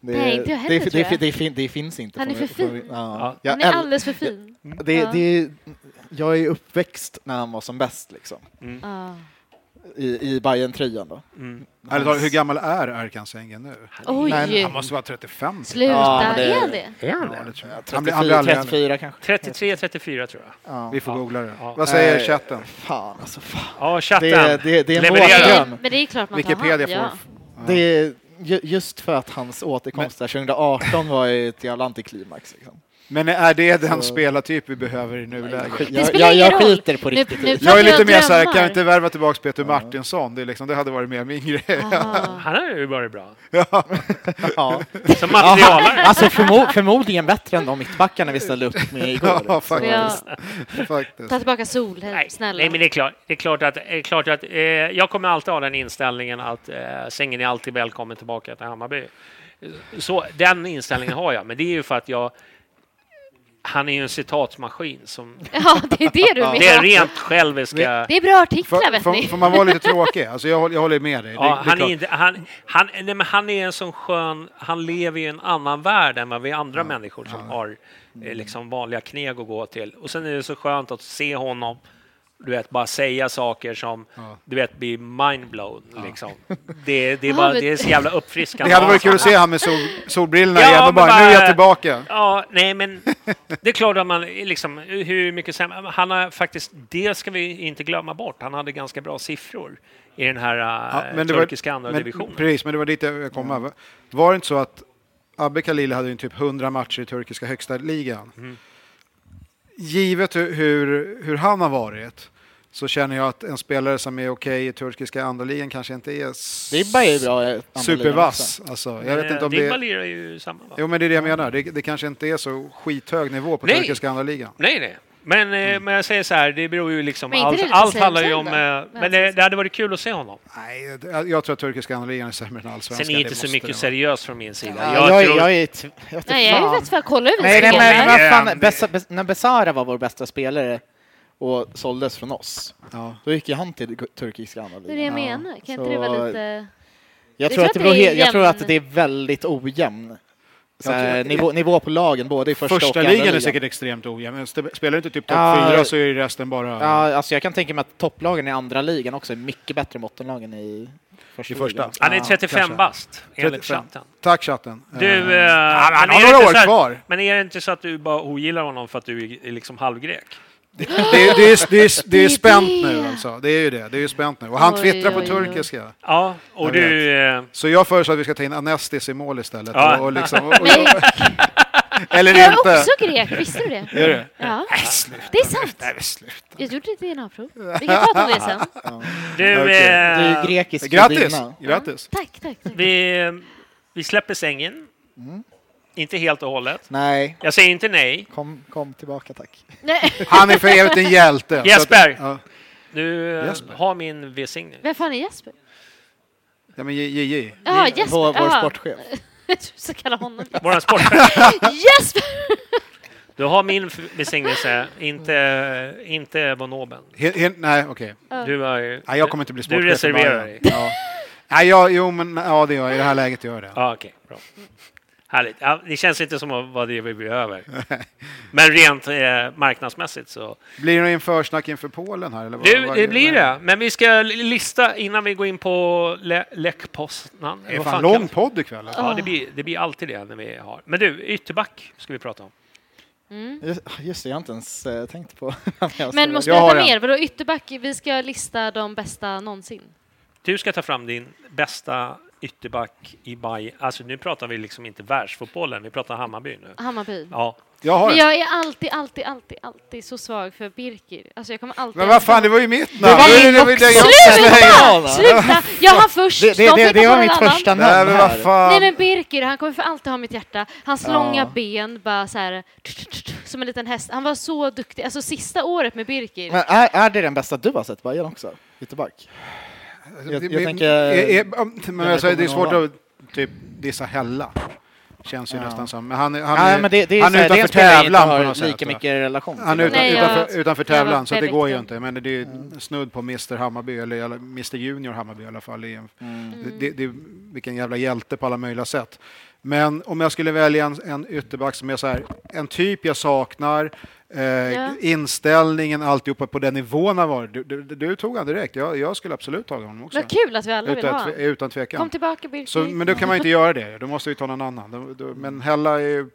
C: Det,
B: Nej, inte jag heller,
C: det, det,
B: tror
C: det,
B: jag.
C: det, fin- det finns inte.
B: Han är
C: på-
B: för
C: på-
B: fin.
C: Ja. Jag
B: Han är
C: äl- Mm.
B: alldeles för fin.
C: Det,
B: Ja.
C: det, jag är uppväxt när han var som bäst, liksom.
B: Ja.
E: Mm.
C: I, i bayern tröjan då.
D: Ärligt talat, hur gammal är Erkan Sängen nu?
B: Oj.
D: Nej, han måste vara typ. 35.
B: Sluta,
C: Ja, men det-
B: är han det?
E: Är han
D: Ja,
E: det?
D: det tror jag. Han blir- han blir
C: 34,
D: aldrig äldre.
C: 34 kanske.
E: 33, 34 tror jag.
D: Vi får googla det.
E: Ja.
D: Vad säger
C: Nej.
D: chatten?
C: Fan, alltså fan.
E: Ja, chatten.
C: Det- det- det är en
E: Leverera.
C: våt dröm.
B: Men det är klart man
D: Wikipedia
B: tar hand,
D: får...
C: Det är, ju- just för att hans återkomst där 2018 var ju ett jävla antiklimax. Liksom.
D: Men är det den spelartyp vi behöver i nuläget?
B: Det
C: Jag,
B: spelar
C: jag, jag
B: ingen roll.
C: skiter på
B: Nu-
C: riktigt.
B: nu-
C: i-
D: Jag är
B: Jag
D: lite mer så här,
B: drömmar.
D: kan vi inte värva tillbaka Peter Martinsson? Det, är liksom, det hade varit mer min grej.
B: ja. Aha.
E: Han har ju varit bra.
C: Ja.
E: Som materialare.
C: Alltså förmo- förmodligen bättre än de mittbackarna vi ställde upp med igår.
D: Ja,
C: Så-
B: Ja.
D: faktiskt. faktiskt.
B: Ta tillbaka Solheim,
E: Nej,
B: snälla.
E: nej, men det är klart, det är klart att, det är klart att eh, jag kommer alltid ha den inställningen att eh, sängen är alltid välkommen tillbaka till Hammarby. Så den inställningen har jag, men det är ju för att jag han är ju en citatmaskin som...
B: Ja, det är det du menar.
E: Det är rent själviska...
B: Det är bra artiklar,
D: Får,
B: vet
D: får,
B: ni.
D: får man vara lite tråkig? Alltså jag, håller- jag håller med dig. Det- det
E: Ja,
D: är
E: han, är
D: klart.
E: inte, han, han, nej, men han är en sån skön... Han lever i en annan värld än vad vi andra människor som har eh, liksom vanliga kneg att gå till. Och sen är det så skönt att se honom du vet, bara säga saker som du vet, blir mindblown. Liksom. Det, det, är
B: Ja,
E: bara,
B: men-
E: det är så jävla uppfriskande.
D: Det hade varit
E: Alltså.
D: kul att se han med sol, solbrillorna
E: Ja,
D: igen
E: men
D: och bara, nu är
E: bara-
D: jag tillbaka.
E: Ja, nej men det är klart att man liksom, hur mycket sämre, han har faktiskt, det ska vi inte glömma bort, han hade ganska bra siffror i den här
D: Ja,
E: ja,
D: men det var-
E: turkiska andra
D: men-
E: divisionen.
D: Precis, men det var dit jag kom. Mm. Var det inte så att Abbe Khalili hade ju typ 100 matcher i turkiska högsta ligan?
E: Mm.
D: Givet hur, hur, hur han har varit så känner jag att en spelare som är okej i turkiska andra ligan kanske inte är s-
C: Det är bara ju bra. eh, andra ligan också.
D: supervass. Alltså, jag vet inte om det
E: Digba
D: är...
E: lirar Eh, ju samma va?
D: Jo, men det är det jag menar. Det, det kanske inte är så skithög nivå på
E: Nej.
D: turkiska andra ligan.
E: Nej, nej. Men, eh,
D: Mm.
E: men jag säger så här, det beror ju liksom,
B: Men inte det
E: allt,
B: lite
E: allt
B: sämre
E: handlar ju om,
B: då?
E: eh,
B: Men
E: men det, det hade varit kul att se honom.
D: Nej, det- jag tror att turkiska andra ligan är sämre än allsvenskan.
E: Sen är det inte
D: Det
E: så
D: måste
E: mycket
D: det vara.
E: seriöst från min sida.
C: Ja, jag,
E: tror-
C: jag är... t- Jag vet
B: Nej, jag är
C: fan.
B: rätt för att kolla hur
C: Nej, nej, men
B: men,
C: vad fan,
E: men-
C: Bessa, Bes- när Besara var vår bästa spelare och såldes från oss,
D: Ja.
C: då gick ju han till gu- turkiska andra
B: Det är det jag
C: ligan.
B: menar. Kan inte
C: Så-
B: det vara lite...
C: Jag
B: Jag
C: tror att det beror
B: är
C: he- jag tror att
B: jämn-
C: det är väldigt ojämn så
D: Jag tror-
C: här, nivå, nivå på lagen, både i första, och
D: Första
C: andra
D: ligan är säkert extremt ojämn. men spe- Spelar du inte typ topp
C: Ja.
D: fyra så är ju resten bara...
C: Ja, alltså jag kan tänka mig att topplagen i andra ligan också är mycket bättre än bottenlagen i första.
D: I första.
C: ligan.
E: han är
C: Ja.
E: 35
D: kanske.
E: bast, enligt
D: 35.
E: chatten.
D: Tack chatten. Eh,
E: Du, eh,
D: han
E: men
D: har
E: är det
D: några
E: inte
D: år
E: så att-
D: kvar.
E: Men är det inte så att du bara ogillar honom för att du är är liksom halvgrek?
D: det, är- det, är, det, är, det
B: Det är
D: är spänt
B: det.
D: nu alltså. Det är ju det. Det är ju spänt nu. Och han
B: Oj,
D: twittrar på
B: oj, oj.
D: turkiska.
E: Ja, och
D: Jag
E: du... eh,
D: Så jag föreslår att vi ska ta in Anestis i mål istället.
E: Ja.
D: Och, och liksom, och, och,
B: Nej,
D: eller
B: jag är
D: inte.
B: också grek, visste du det?
D: Är det?
B: Ja, det är sant.
D: Nej, men sluta.
B: Jag gjorde ett DNA-prov. Vi kan prata om det sen.
E: Du,
D: Okej.
C: Du
E: eh,
C: är ju grekisk
D: Grattis!
C: gudinna.
D: Grattis!
B: Tack, tack. tack.
E: vi, vi släpper sängen.
D: Mm.
E: Inte helt och hållet.
C: Nej,
E: Jag säger inte nej.
C: kom, kom tillbaka tack.
B: Nej.
D: Han är för evigt en hjälte. Så att-
E: Jesper!
D: Ja.
E: Du eh,
D: Jesper.
E: har min välsignelse.
B: Vem fan är Jesper?
D: Ja, men JJ.
B: Ja,
C: Vi-
B: Jesper.
C: Vår, vår
B: ja.
C: sportchef.
B: Jag tror du ska kalla honom
E: Våran sportchef.
B: Jesper!
E: Du har min f- välsignelse, inte, inte Bonoben.
D: He- he- Nej, okej.
E: Du har ju...
D: Nej, jag kommer inte bli
E: Du
D: sportchef. i
E: reserverar
D: Bayern.
E: dig.
D: Ja. Nej, jag, jo, men ja, det gör jag. I det här läget gör jag det.
E: Ja, okej. bra. Härligt. Ja, det känns inte som vad det är vi behöver. Men rent eh, marknadsmässigt så...
D: Blir det någon införsnack inför Polen här? Eller vad,
E: Du,
D: vad-
E: det blir det. Men vi ska lista innan vi går in på Le- Lech Poznan.
D: Det är
E: Vad
D: fan
E: kallas
D: lång podd ikväll. alltså.
E: Ja, det blir, det blir alltid det när vi har. Men du, ytterback ska vi prata om.
C: Just- ah, Just det, jag har inte ens eh, tänkt på. vem jag
B: Men
C: ska-
B: måste
D: Jag
B: vi
D: har
B: veta
D: en.
B: mer? Vadå ytterback? Vi ska lista de bästa någonsin.
E: Du ska ta fram din bästa ytterback i Bayern. Alltså nu pratar vi liksom inte världsfotbollen, vi pratar Hammarby nu.
B: Hammarby.
E: Ja,
D: Jag har
B: Men
D: det.
B: jag är alltid, alltid, alltid, alltid så svag för Birkir. Alltså jag kommer alltid...
D: Men vad fan, det var ju mitt namn!
B: Det var
D: Nu är
B: min
D: det
B: också!
D: väl jag som ska hänga.
B: Sluta! Sluta! Jag hann först.
D: Det- det-
B: De
D: det-
B: fick
D: det
B: ha
D: var
B: någon
D: mitt
B: annan.
D: första namn Nej, men vad här. fan.
B: Nej men Birkir, han kommer för alltid ha mitt hjärta. Hans
D: Ja.
B: långa ben, bara så här, som en liten häst. Han var så duktig. Alltså sista året med Birkir.
C: Men är, är det den bästa du har sett Bajen också? Ytterback?
D: Alltså,
C: Jag,
D: det-
C: jag
D: det-
C: tänker...
D: är- är- om-
C: jag
D: men
C: vet
D: jag säger,
C: om
D: det är
C: någon
D: svårt
C: annan.
D: att typ dissa Hella. Känns ju
C: Ja.
D: nästan som. Men han, är-
C: Nej,
D: han, är-
C: men det- det är
D: han
C: så här, det är en
D: utanför
C: spelare jag inte
D: tävlan
C: har
D: på något sätt.
C: lika
D: va?
C: mycket relation
D: Han är
C: till.
D: utan,
C: Nej, jag-
D: utanför, utanför
C: jag var
D: tävlan, så att det
C: väldigt
D: går ju
C: dum.
D: inte. Men det är ju snudd på Mr Hammarby, eller i alla- Mr Junior Hammarby i alla fall. i en-
C: Mm.
D: Det, det, vilken jävla hjälte på alla möjliga sätt. Men om jag skulle välja en, en ytterback som är så här, en typ jag saknar, eh,
B: Ja.
D: inställningen, alltihopa på den nivån han var. Du, du, du tog han direkt, jag, jag skulle absolut ta honom också.
B: Vad kul att vi alla vill
D: utan,
B: ha
D: tve-
B: honom.
D: utan tvekan.
B: Kom tillbaka, Birkir.
D: Så, men då kan man ju inte göra det, då måste vi ta någon annan. Då, då, men Hella är ju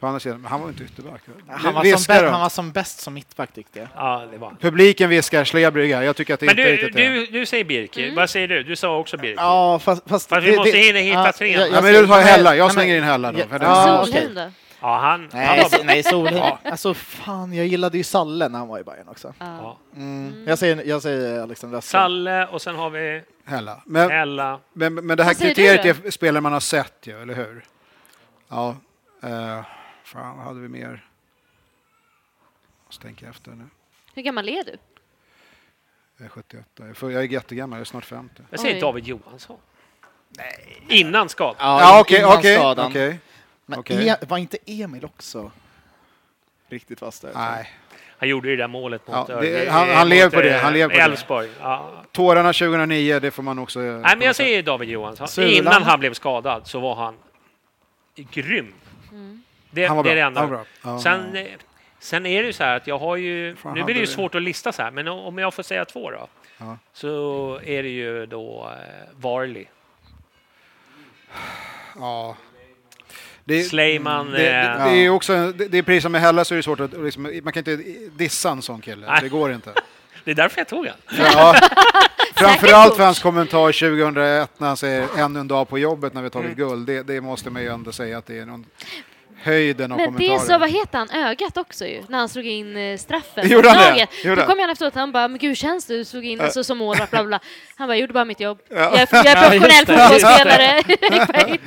D: på andra sidan, men han var ju inte ytterback.
C: Han var, som
D: Viskar
C: bäst,
D: de?
C: han var som bäst som mittback tyckte jag.
E: Ja, det var
D: Publiken viskar Schlebrygga, jag tycker att det
E: Men
D: inte är
E: du,
D: riktigt det.
E: du, du säger Birkir. Vad säger du? Du sa också Birkir.
C: Ja, fast... Fast,
E: vi måste hinna hitta tre.
C: jag- jag
E: Ja, men
C: ser-
E: du tar Hella.
C: Nej,
E: Jag
C: men-
E: slänger in Hella då,
C: Ja,
E: för den-
C: ja,
E: Solheim
C: okej.
B: då?
E: Ja, han-
C: Nej,
E: han var-
C: nej Solheim.
E: Ja.
C: Alltså fan, jag gillade ju Salle när han var i Bayern också. Mm. Jag, säger, jag säger Alexander Westberg.
E: Salle och sen har vi
D: Hella. Men,
E: Hella.
D: Men, men det här
E: Vad säger
D: kriteriet
E: du då?
D: är spelare man har sett ju, eller hur? Ja. Uh, fan, vad hade vi mer? Måste tänka efter nu.
B: Hur gammal är du?
D: Jag är 78. Jag får- Jag är jättegammal, jag är snart 50.
E: Jag säger David Johansson. Nej. Innan skadan.
D: Ja, okej,
C: innan
D: okej,
C: skadan.
D: okej.
C: Men
D: Okej.
C: E- var inte Emil också riktigt fast där?
D: Nej.
E: Han gjorde ju det där målet mot
D: Ja,
E: Örby-
D: det, han,
E: eh,
D: han lever
E: mot,
D: på det.
E: eh,
D: Han lever på
E: Elfsborg.
D: det.
E: Ja.
D: Tårarna 2009, det får man också...
E: Nej, men jag säger David Johansson.
D: Sulan.
E: Innan han blev skadad så var han grym. Det,
D: Han var
E: det är
D: bra.
E: det enda.
D: Han var bra. Ja.
E: Sen, eh, sen är det ju så här att jag har ju... nu
D: hade
E: blir det ju
D: vi-
E: svårt att lista så här, men o- om jag får säga två då.
D: Ja.
E: Så är det ju då eh, Varley.
D: Ja. Det,
E: Slayman,
D: Det, det,
E: eh,
D: det är också, det, det är precis som med Hella så är det svårt att och liksom, man kan inte dissa en sån kille.
E: Nej.
D: Det går inte.
E: Det är därför jag tog han.
D: Ja. Framförallt för hans kommentar 2001 när han säger ännu en dag på jobbet när vi tagit
B: Mm.
D: guld. Det, det måste man ju ändå säga att det är någon höjden av
B: Men
D: kommentarer.
B: det så, vad heter han, ögat också ju, när han slog in eh, straffen.
D: Gjorde han det?
B: Laget.
D: Gjorde
B: Då
D: han?
B: kom han efteråt och han bara, men gud hur känns det? Du slog in
D: Äh.
B: alltså, som målvakt, bla, bla bla. Han bara, jag gjorde bara mitt jobb.
D: Ja.
B: Jag, är,
D: Ja,
B: jag är professionell
D: just det, just det.
B: fotbollsspelare. det är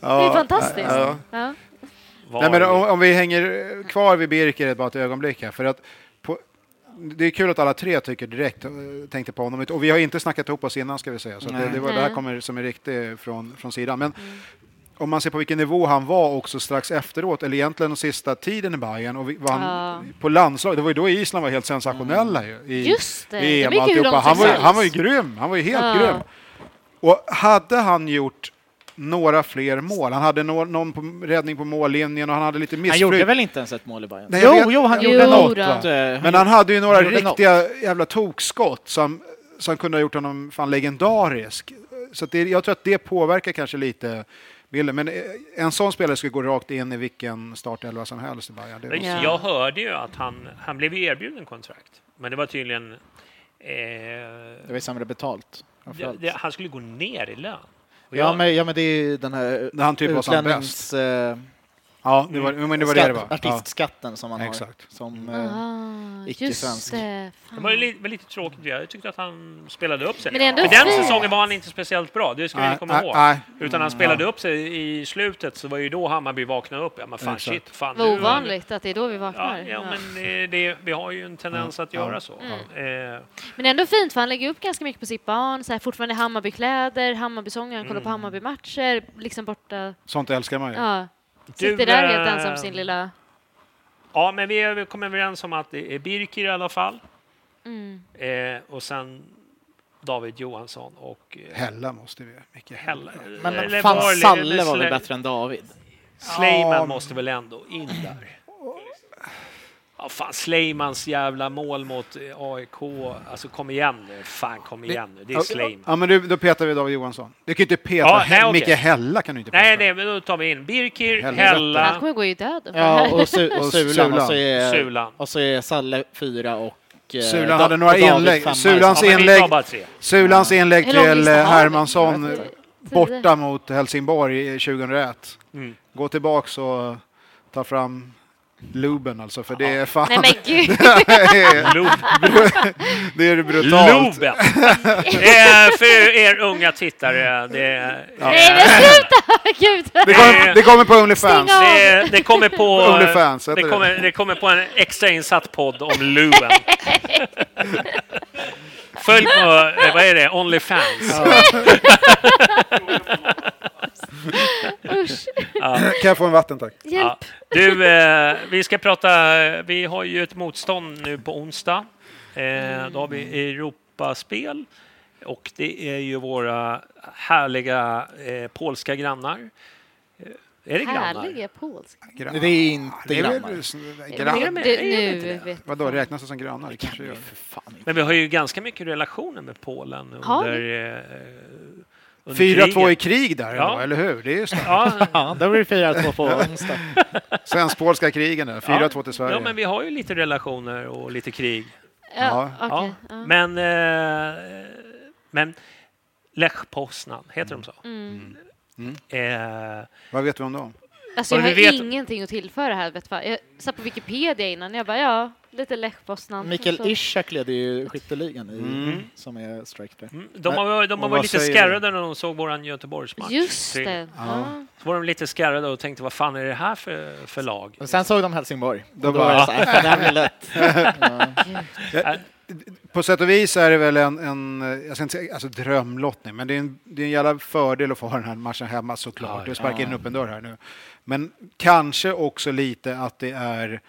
D: Ja,
B: fantastiskt.
D: ja.
B: Ja. Ja.
D: Nej, men om, om vi hänger kvar vid Birker ett, bara ett ögonblick här. För att på, det är kul att alla tre tycker direkt, eh, tänkte på honom. Och vi har inte snackat ihop oss innan ska vi säga. Så att det,
C: Nej.
D: det, var, det här
C: Nej.
D: kommer som en riktig från, från sidan. Men
B: Mm.
D: om man ser på vilken nivå han var också strax efteråt, eller egentligen den sista tiden i Bayern och vi- vad han,
B: Ja. Mm.
D: på landslag, det var ju då Island var helt sensationella ju, i
B: Just det, de
D: i
B: gick
D: EM
B: ju
D: och
B: hur
D: alltihopa.
B: långt
D: Han
B: som
D: var, ju-
B: helst.
D: han var ju grym, han var ju helt
B: Ja.
D: grym. Och hade han gjort några fler mål, han hade nå- någon på, räddning på mållinjen och han hade lite missflyt.
C: Han gjorde väl inte ens ett mål i Bayern?
D: Nej, jag
C: jo,
D: vet-
C: jo, han
D: jag
C: gjorde
D: vet
C: något.
D: inte.
C: va?
D: Men han hade ju några
C: gjorde
D: riktiga jävla tokskott som, som kunde ha gjort honom fan legendarisk. Så att det, jag tror att det påverkar kanske lite bilden. Men eh, en sån spelare skulle gå rakt in i vilken startelva som helst i Bayern. Det-
E: Jag hörde ju att han, han blev ju erbjuden kontrakt, men det var tydligen... Eh,
C: Det var ju sämre betalt.
E: det,
C: framförallt.
E: det, han skulle gå ner i lön. Och
C: Ja
E: jag-
C: men, ja, men det är ju den här
D: När han typ var som
C: utlännings... eh,
D: Ja, det var- men det var det det var. Ja.
C: Artistskatten som man har
D: Exakt.
C: som
B: Ah,
C: eh, icke-svensk.
B: Just det.
E: Det var lite, var lite tråkigt. Jag tyckte att han spelade upp sig.
B: Men det är ändå
E: För den
B: fint.
E: säsongen var han inte speciellt bra, det ska vi
D: Nej,
E: komma
D: nej,
E: ihåg.
D: nej.
E: Utan han
D: Mm,
E: spelade
D: ja.
E: upp sig i slutet, så var ju då Hammarby vaknade upp. Ja, men fan,
D: Exakt.
E: shit, fan,
B: Vad
E: nu-
B: ovanligt att det är då vi
E: Ja,
B: vaknar.
E: ja, men det, det, vi har ju en tendens att
B: Ja.
E: göra så.
B: Mm.
E: Eh,
B: Men ändå fint, för han lägger upp ganska mycket på sitt barn. Så här, fortfarande Hammarbykläder, Hammarbysånger, han kollar på
E: Mm.
B: Hammarbymatcher, liksom borta.
D: Sånt älskar man ju.
B: Ja.
E: Du,
B: Sitter där
E: eh,
B: helt ensam sin lilla...
E: ja, men vi är- vi kom överens om att det är Birkir i alla fall.
B: Mm.
E: Eh, och sen David Johansson och... Eh,
D: Hella måste vi Micke
E: Hella.
C: Men
E: Eller
C: fan,
E: Varley,
C: Salle
E: eller
C: var väl
E: Sle-
C: bättre än David?
E: Sleiman
C: Ja.
E: måste väl ändå in där? Ja, fan, Sleimans jävla mål mot eh, AIK. Alltså, kom igen nu. Fan, kom igen nu. Det är Sleiman.
D: Ja, men du, då petar vi David Johansson. Du kan ju inte peta
E: Ja,
D: He-
E: nej, okej.
D: Micke Hella. Kan du inte peta.
E: Nej, nej, men då tar vi in Birkir,
D: Helvete.
E: Hella...
B: Han kommer gå i döden.
C: Ja, och, su
D: Och
C: och Sulan. Och så,
D: Sulan.
C: är,
E: Sulan.
C: och så är Salle fyra och... eh,
D: Sulan
C: Da-
D: hade några
C: och David femma.
D: inlägg. Sulans
C: Ja, men vi tar
D: inlägg,
C: bara tre.
D: Sulans inlägg
C: Hur lång
D: till
C: lista har
D: eh,
C: vi? Jag
D: Hermansson
C: vet inte.
D: borta mot Helsingborg i 2001.
E: Mm.
D: Gå eh, tillbaks och ta fram luben alltså, för det är fan...
B: Nej, men gud.
D: det, är,
E: Lub.
D: det är brutalt.
E: Loben! eh, för er unga tittare, det,
D: Ja.
B: Nej, men sluta! Gud.
D: Det kommer, det kommer på Onlyfans.
B: Stäng av.
E: det, det kommer på...
D: Onlyfans, heter
E: det,
D: det.
E: kommer, det kommer på en extra insatt podd om Luben. Följ på, eh, vad är det, Onlyfans?
B: Usch.
D: Kan jag få en vatten tack?
E: Ja.
B: Hjälp.
E: Du, eh, vi ska prata, vi har ju ett motstånd nu på onsdag. Eh, då har vi Europaspel och det är ju våra härliga eh, polska grannar. Eh, är det grannar?
B: Härliga polska.
D: Grannar.
G: Det är inte
D: Det är väl-
G: grannar.
D: Grannar.
B: Du, nu vet
D: Vadå, räknas det som grannar? Det kanske gör.
G: För fan inte.
E: Men vi har ju ganska mycket relationer med Polen
B: Har vi?
E: under, eh, under
D: 4-2 i
E: kriget.
D: krig där,
E: Ja.
D: ändå, eller hur? Det är ju snabbt.
E: Ja,
G: Ja, då blir det 4-2 på onsdag.
D: Svensk-polska krigen där, 4-2 till Sverige.
E: ja, men vi har ju lite relationer och lite krig.
B: Ja, okej.
E: Ja,
B: ja.
E: Men, eh, men Lech Poznan, heter
G: Mm.
E: de så?
B: Mm.
E: Eh,
D: Vad vet vi om dem?
B: Alltså, jag
E: Och vi
B: har
E: vet-
B: ingenting att tillföra här. Vet du vad. Jag satt på Wikipedia innan. Jag bara, ja, lite Lech Poznan.
G: Mikael
B: Så-
G: Ishak leder ju skytteligan i,
D: Mm.
G: som är strike play.
E: mm, de har, de har
D: och
E: varit
D: vad
E: lite
D: säger
E: skärrade när de såg våran Göteborgsmatch.
B: Just
E: Till-
B: det. Ja.
E: Så var de lite skärrade och tänkte, vad fan är det här för, för lag?
G: Och sen såg de Helsingborg. Och
D: De
G: då var
D: bara-
G: det så här, "Fan, det här blir lätt.
D: På sätt och vis är det väl en, en eh, jag ska inte säga alltså drömlottning, men det är, en, det är en jävla fördel att få ha den här matchen hemma såklart. Jag sparkar in upp en dörr här nu. Men kanske också lite att det är,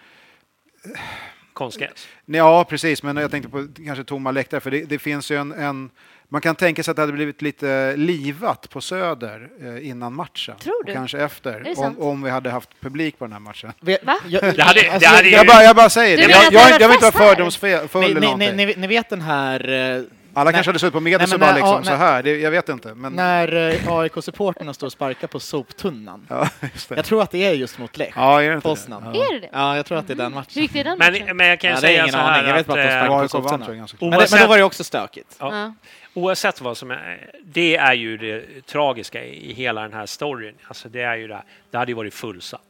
E: Konstgräs.
D: nej, ja precis, men jag tänkte på kanske tomma läktare, för det, det finns ju en, en, man kan tänka sig att det hade blivit lite livat på Söder eh, innan matchen.
B: Tror du?
D: Och kanske efter,
B: det sant?
D: om, om vi hade haft publik på den här matchen.
G: Vet-
B: Va?
G: jag-
E: Det hade- det
G: alltså,
E: hade ju-
D: Jag bara, jag bara säger
B: Du
D: det.
B: menar
D: Jag,
B: att
D: jag,
B: det
D: jag vill inte
B: varit
D: vara
B: fast här?
D: fördomsfull
G: Ni,
D: eller
G: ni, ni,
D: någonting.
G: ni, ni vet den här... eh,
D: Alla
G: Nej.
D: kanske hade suttit på medis
G: Nej,
D: och
G: men
D: bara
G: nej,
D: liksom
G: ja,
D: så
G: nej.
D: här. Det, jag vet inte. Men,
G: När eh, AIK-supporterna står och sparkar på soptunnan.
D: Ja, just det.
G: Jag tror att det är just mot Lech.
D: Ja, är det inte
G: Poznan.
D: det?
B: Är det det?
G: Ja, jag tror att det är den matchen.
B: Hur gick det i den matchen?
E: Men, men jag kan
G: Ja,
E: ju
G: det är
E: säga
G: ingen
E: så
G: aning. Jag
E: här
G: vet bara att de
E: att...
G: sparkar
E: eh,
G: på
D: Ja, AIK vann
G: soptunnan.
D: tror jag ganska
E: Oh.
D: klart.
G: Men, det, men då var det också stökigt.
E: Ja.
B: Ja.
E: Oavsett vad som är, det är ju det tragiska i i hela den här storyn. Alltså det är ju det, här. det hade ju varit fullsatt.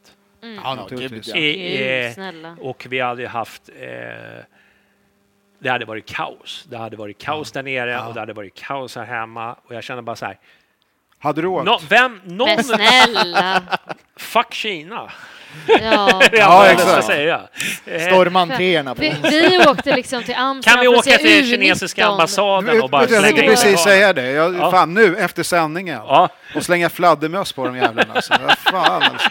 D: Ja, naturligtvis.
G: gud,
E: I,
B: Gud,
E: eh,
B: Mm. snälla.
E: och vi hade ju haft... Eh, det hade varit kaos. Det hade varit kaos där nere och det hade varit kaos här hemma. Och jag känner bara så här,
D: Hade du åkt?
E: nå, vem, någon,
B: Men snälla.
E: fuck Kina!
B: Ja.
E: Det är vad jag måste
D: exakt.
E: säga. Eh,
G: Storma entréerna på
B: Vi,
G: onsdag.
B: vi åkte liksom till Amsterdam
E: Kan vi
B: för att
E: åka
B: se
E: till
B: U19.
E: kinesiska ambassaden och bara
D: Vet du, Jag
E: slänga
D: tänkte
E: in
D: precis
E: barn?
D: säga det. Jag,
E: Ja.
D: Fan nu, efter sändningen.
E: Ja.
D: Och slänga fladdermöss på de jävlarna. Alltså. Ja, Fan alltså.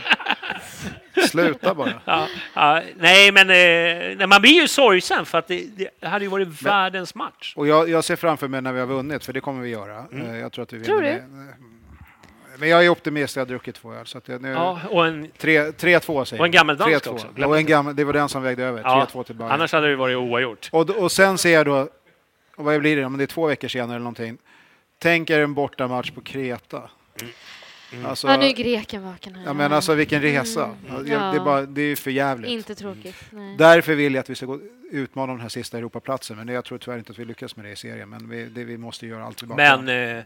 D: Sluta bara.
E: Ja, ja, nej, men eh, nej, man blir ju sorgsen för att det, det hade ju varit världens match.
D: Och jag, jag ser framför mig när vi har vunnit, för det kommer vi göra.
G: Mm.
D: Eh, Jag tror att vi vinner.
B: Tror du?
D: med- Men jag är optimist, jag har druckit två öl. Så att jag, nu,
E: Ja, och en,
D: 3-2 säger
E: Och en gammal dansk
D: jag. 3-2.
E: också, glöm
D: Och en
E: inte.
D: gammal, det var den som vägde över. 3-2
E: ja,
D: till Bayern.
E: annars hade det varit oavgjort.
D: Och, och sen ser jag då, och vad blir det, om det är två veckor senare eller någonting. Tänk er en bortamatch på Kreta.
E: Mm.
D: Alltså,
B: Ja, nu är greken vaken här. Mm.
D: ja, men alltså vilken resa. Jag- Det,
B: Ja.
D: är bara, det är ju för jävligt.
B: Inte tråkigt. Nej.
D: Därför vill jag att vi ska gå, utmana den här sista Europaplatsen. Men det, jag tror tyvärr inte att vi lyckas med det i serien. Men vi, det, vi måste göra allt vi bara
E: Men
D: kan.
E: eh,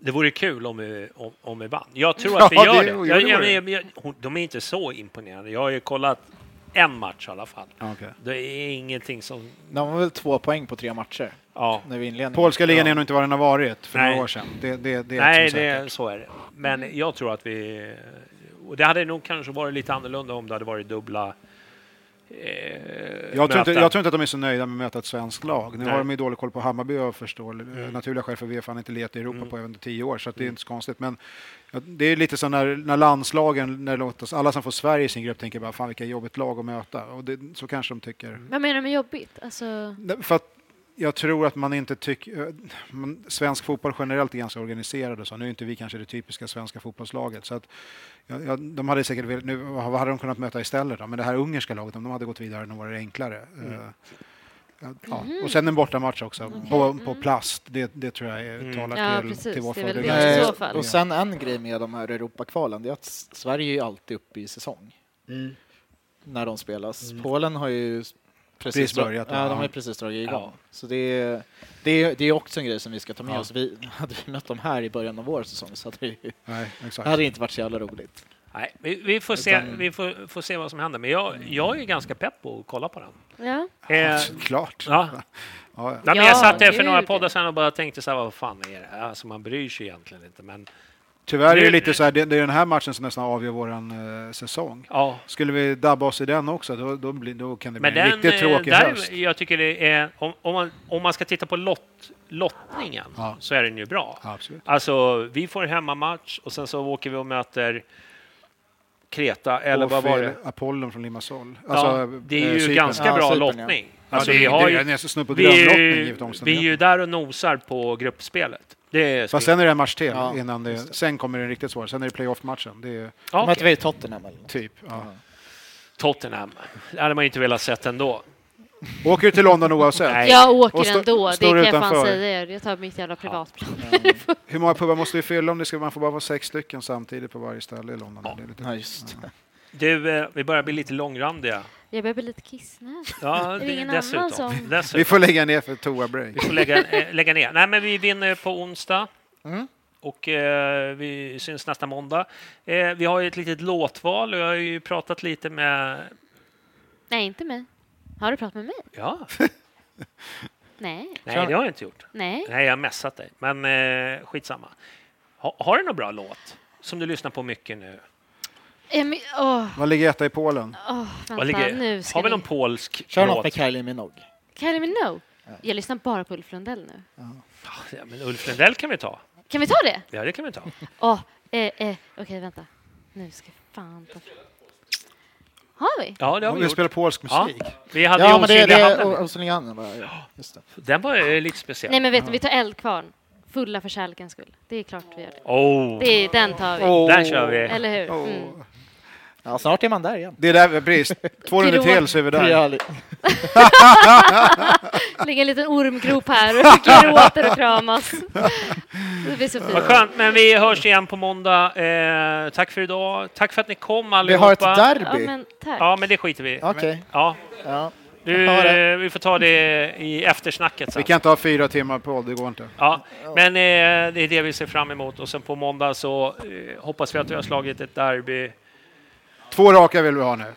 E: det vore kul om vi, om, om vi vann. Jag tror
D: Ja,
E: att vi gör
D: det-
E: det.
D: jo,
E: Jag,
D: det
E: jag,
D: vore
E: jag, jag, hon- de är inte så imponerande. Jag har ju kollat en match i alla fall.
D: Ja, okej.
E: Det är ingenting som...
G: De har väl två poäng på tre matcher
E: Ja.
G: nu i inledningen.
D: Polska ligan
G: Ja.
D: är nog inte vad den har varit för
E: Nej.
D: några år sedan. Det, det, det är
E: Nej,
D: som säkert.
E: det, så är det. Men jag tror att vi... Och det hade nog kanske varit lite annorlunda om det hade varit dubbla eh,
D: Jag tror, inte,
E: möten.
D: jag tror inte att de är så nöjda med att möta ett svenskt lag. Nu
E: Nej.
D: har de ju dålig koll på Hammarby av förstår, Eh, naturliga skäl för vi har fan inte letat i Europa på även tio år så att det är inte så konstigt. Men ja, det är lite så när, när landslagen, när det låter, så- alla som får Sverige i sin grupp tänker bara fan vilka jobbigt lag att möta och det, så kanske de tycker.
B: Vad menar du med jobbigt? Alltså,
D: Nej, För att jag tror att man inte tycker... man- Svensk fotboll generellt är ganska organiserad och så. Nu är inte vi kanske det typiska svenska fotbollslaget. Så att, ja, ja, de hade säkert velat, nu, vad hade de kunnat möta istället då? Men det här ungerska laget, om de hade gått vidare, hade det varit enklare.
G: Mm.
D: Eh, ja, ja.
B: Mhm.
D: Och sen en bortamatch också, på, på plast. Det, det tror jag
G: Mm.
D: är, talar
B: Mm. Ja,
D: till,
B: precis.
D: till vår
B: Det är väl
D: fördel.
B: det i
G: Eh,
B: så fall.
G: Och sen en grej med de här Europakvalen, det är att S- Sverige är ju alltid uppe i säsong
D: Mm.
G: när de spelas. Polen har ju s- precis,
D: Precis börjat,
G: Ja, de
D: ja.
G: har ju precis dragit igång.
E: Ja.
G: Så det är, det, är, det är också en grej som vi ska ta med
D: Ja.
G: oss. Vi, hade vi mött dem här i början av vår säsong så hade det, ju-
D: Nej,
G: det
D: exakt.
G: hade inte varit så jävla roligt.
E: Nej, vi, vi, får se, vi får, får se vad som händer, men jag, jag är ganska pepp på att kolla på den.
B: Ja.
E: Eh,
D: Såklart.
E: Ja.
D: Ja, ja.
E: Nej, men jag
B: Ja,
E: satt där för några
B: gud.
E: poddar sedan och bara tänkte så här, vad fan är det här? Alltså man bryr sig egentligen inte, men
D: Tyvärr är
E: Nu-
D: det lite så här, det, det är den här matchen som nästan avgör våran eh, säsong.
E: ja.
D: Skulle vi dabba oss i den också, då, då, blir, då kan det bli
E: Men
D: en
E: den,
D: riktigt
E: eh,
D: tråkig
E: där,
D: höst.
E: Jag tycker det är, om, om, man, om man ska titta på lott, lottningen
D: Ja.
E: så är den ju bra.
D: Ja, absolut.
E: Alltså, vi får hemmamatch och sen så åker vi och möter Kreta, eller
D: Och
E: vad var
D: fel-
E: det?
D: Apollon från Limassol.
E: ja, det är
D: eh,
E: ju
D: Cypern.
E: ganska bra
G: Cypern, ja.
E: lottning. Alltså,
D: Ja, Alltså, det är-
E: vi
D: det
E: har ju-
D: är nästan snudd på
E: vi är ju-
D: drömlottning, givet
E: Vi är
D: omständigheterna.
E: ju där och nosar på gruppspelet. Det är
D: Fast sen är det en match till
G: Ja,
D: innan det, sen kommer det riktigt svårt. Sen är det playoff-matchen. Det är
E: Ja,
G: Möter
E: okej.
G: vi Tottenham eller? något?
D: typ, ja.
E: Tottenham. Det hade man ju inte velat sett ändå.
D: Åker du till London oavsett?
E: Nej.
B: Jag åker
D: Och stå-
B: ändå, det
D: står
B: kan jag fan
D: utanför.
B: säga er. Jag tar mitt jävla privatplan.
D: Hur många pubar måste vi fylla om det ska, man får bara vara sex stycken samtidigt på varje ställe i London? Det är lite-
G: Ja, just.
E: Du, eh, vi börjar bli lite långrandiga.
B: Jag börjar bli lite kissnödig.
E: Ja,
B: Är det
E: det-
B: ingen
E: dessutom.
B: annan som-
E: dessutom.
D: Vi får lägga ner för toa-break.
E: Vi får lägga, eh, lägga ner. Nej, men vi vinner på onsdag.
G: Mm.
E: Och eh, vi syns nästa måndag. Eh, vi har ju ett litet låtval och jag har ju pratat lite med...
B: Nej, inte mig. Har du pratat med mig?
E: Ja,
B: Nej.
E: nej det har jag inte gjort.
B: Nej.
E: Nej, jag har messat dig. Men eh, skitsamma. Ha, har du någon bra låt som du lyssnar på mycket nu?
B: Eh, men- Åh,
D: Vad ligger etta i Polen?
B: åh, vänta
E: Vad ligger-
B: nu ska
E: har vi
B: ni...
E: någon polsk
G: Kör något
E: låt?
G: med Kylie Minogue.
B: Kylie Minogue? Jag lyssnar bara på Ulf Lundell nu.
E: Ja, men Ulf Lundell kan vi ta.
B: Kan vi ta det?
E: Ja, det kan vi ta.
B: Åh, eh, eh, okej vänta. Nu ska jag fan ta fram. Har vi?
E: Ja, det har
D: Om
E: vi
D: vi
E: gjort.
D: spelar polsk musik.
E: Ja, vi hade
G: Ja,
E: ju
G: men det, det
E: Osynliga
G: är
E: handen.
G: O- Osynliga handen. bara, Ja, just det.
E: Den var ju lite speciell.
B: Nej men vet ni, vi tar Eldkvarn. Fulla för kärlekens skull. Det är klart vi gör det.
E: Oh,
B: det är, den tar vi.
E: där kör vi.
B: Eller hur? Mm.
G: Ja, snart är man där igen.
D: Det är där vi precis. Två runder till så är vi där.
G: Där.
B: Lägger en liten ormgrop här och gråter och kramas. Det blir så
E: Vad
B: fint.
E: skönt, men vi hörs igen på måndag. Eh, tack för idag. Tack för att ni kom
G: Vi
E: allihopa.
G: har ett
B: Ja
G: derby.
B: men tack.
E: Ja, men det skiter vi i.
G: Okej.
E: Ja,
G: Ja.
E: du,
G: Jag hör det.
E: eh, vi får ta det i eftersnacket sen.
D: Vi kan inte ha fyra timmar på, det går inte.
E: Ja, men eh, det är det vi ser fram emot och sen på måndag så eh, hoppas vi att vi har slagit ett derby.
D: Två raka vill vi ha nu.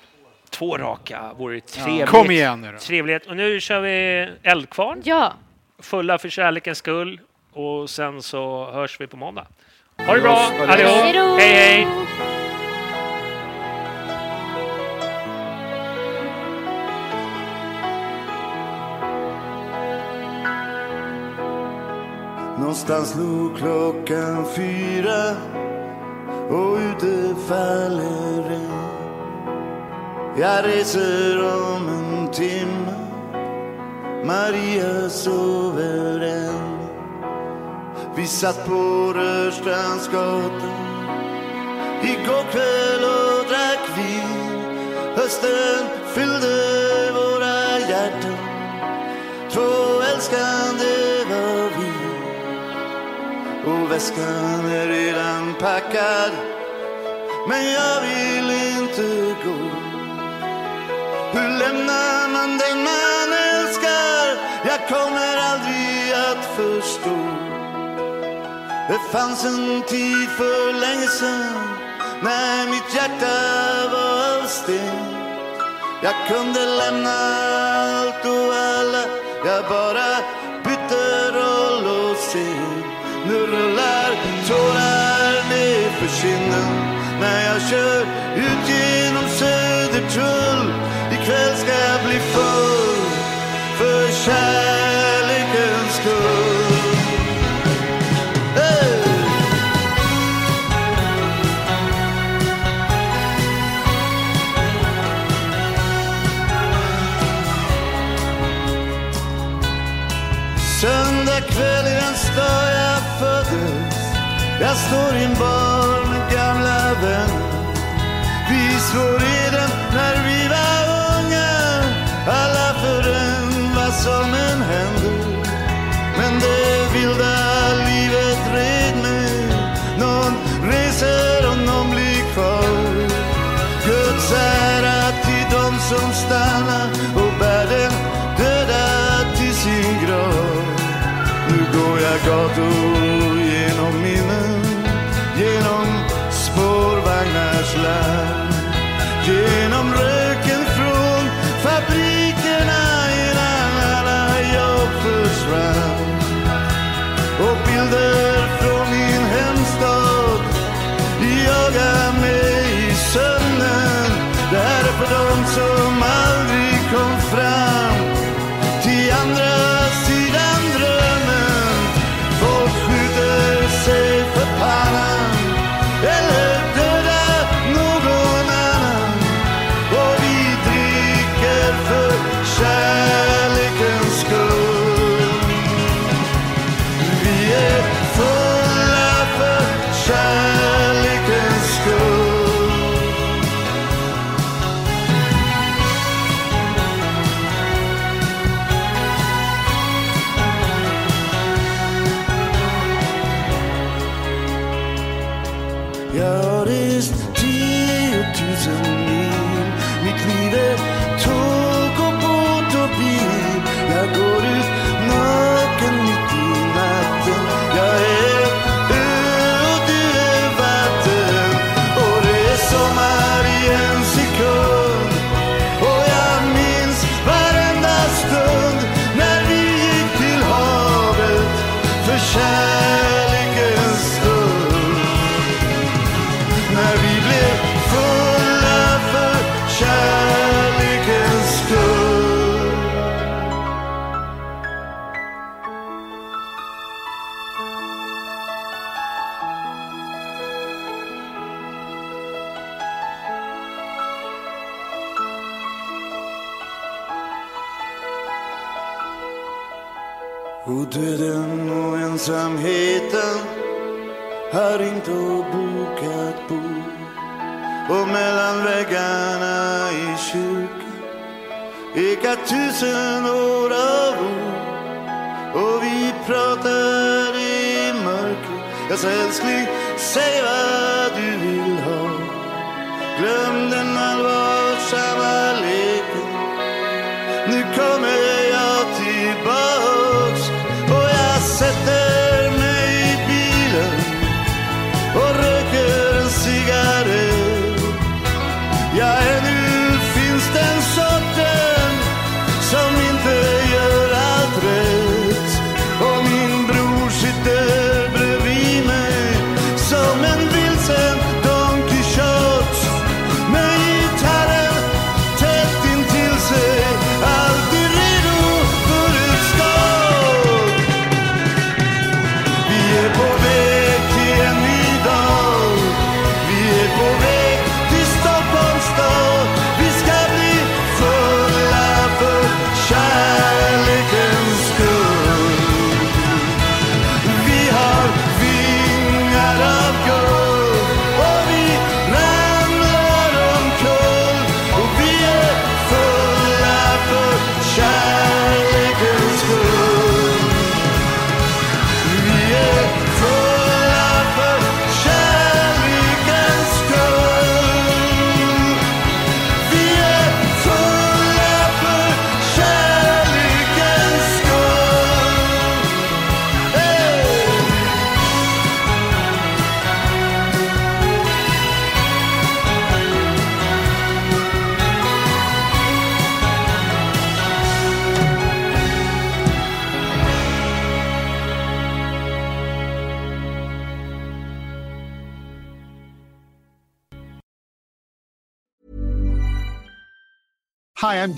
E: Två raka vore ju trevligt.
D: Kom igen nu då.
E: Trevligt. Och nu kör vi Eldkvarn,
B: Ja.
E: fulla för kärlekens skull. Och sen så hörs vi på måndag. Ha det bra
D: Puss,
E: allihop.
B: Hej då.
E: Hej, hej.
H: Någonstans slog klockan fyra och ute faller regn. Jag reser om en timme, Maria sover än. Vi satt på Rörstrandsgatan igår kväll och drack vin. Hösten fyllde våra hjärtan, två älskande var vi. Och väskan är redan packad Men jag vill inte gå Hur lämnar man den man älskar? Jag kommer aldrig att förstå Det fanns en tid för länge sedan När mitt hjärta var av sten jag kunde lämna allt och alla Jag bara bytte roll och scen Nu rullar tårar ner för kinden När jag kör ut genom Södertull Ikväll ska jag bli full För kärlekens skull hey! Söndag kväll i den stad jag föddes Jag står i en bar med gamla vänner Vi slår i den när vi var unga Alla för en vad som än händer Men det vilda livet red mig Någon reser och någon blir kvar Guds ära till dem som stannar och bär den döda till sin grav. Nu går jag gator genom minnen, genom spårvagnars larm. Och döden och ensamheten har ringt och bokat bord. Och mellan väggarna i kyrkan ekar tusen år av ord. Och vi pratar i mörker. Jag sa älskling, säg vad du vill ha. Glöm den allvarsamma leken. Nu kommer jag tillbaks och jag sätter mig i bilen och röker en cigarett. Ja, ännu finns den sorten som inte gör allt rätt. Och min bror sitter bredvid mig som en vilsen Don Quijote med gitarren tätt intill sig. Alltid redo för ett skott. Vi är på väg till en ny dag. Vi är på väg till Stockholms stad. Vi ska bli fulla för kärlekens skull. Vi har vingar av guld och vi ramlar omkull. Och vi är fulla för kärlekens skull. Vi är fulla för kärlekens skull. Vi är fulla för kärlekens skull. Hey!
I: Hi, I'm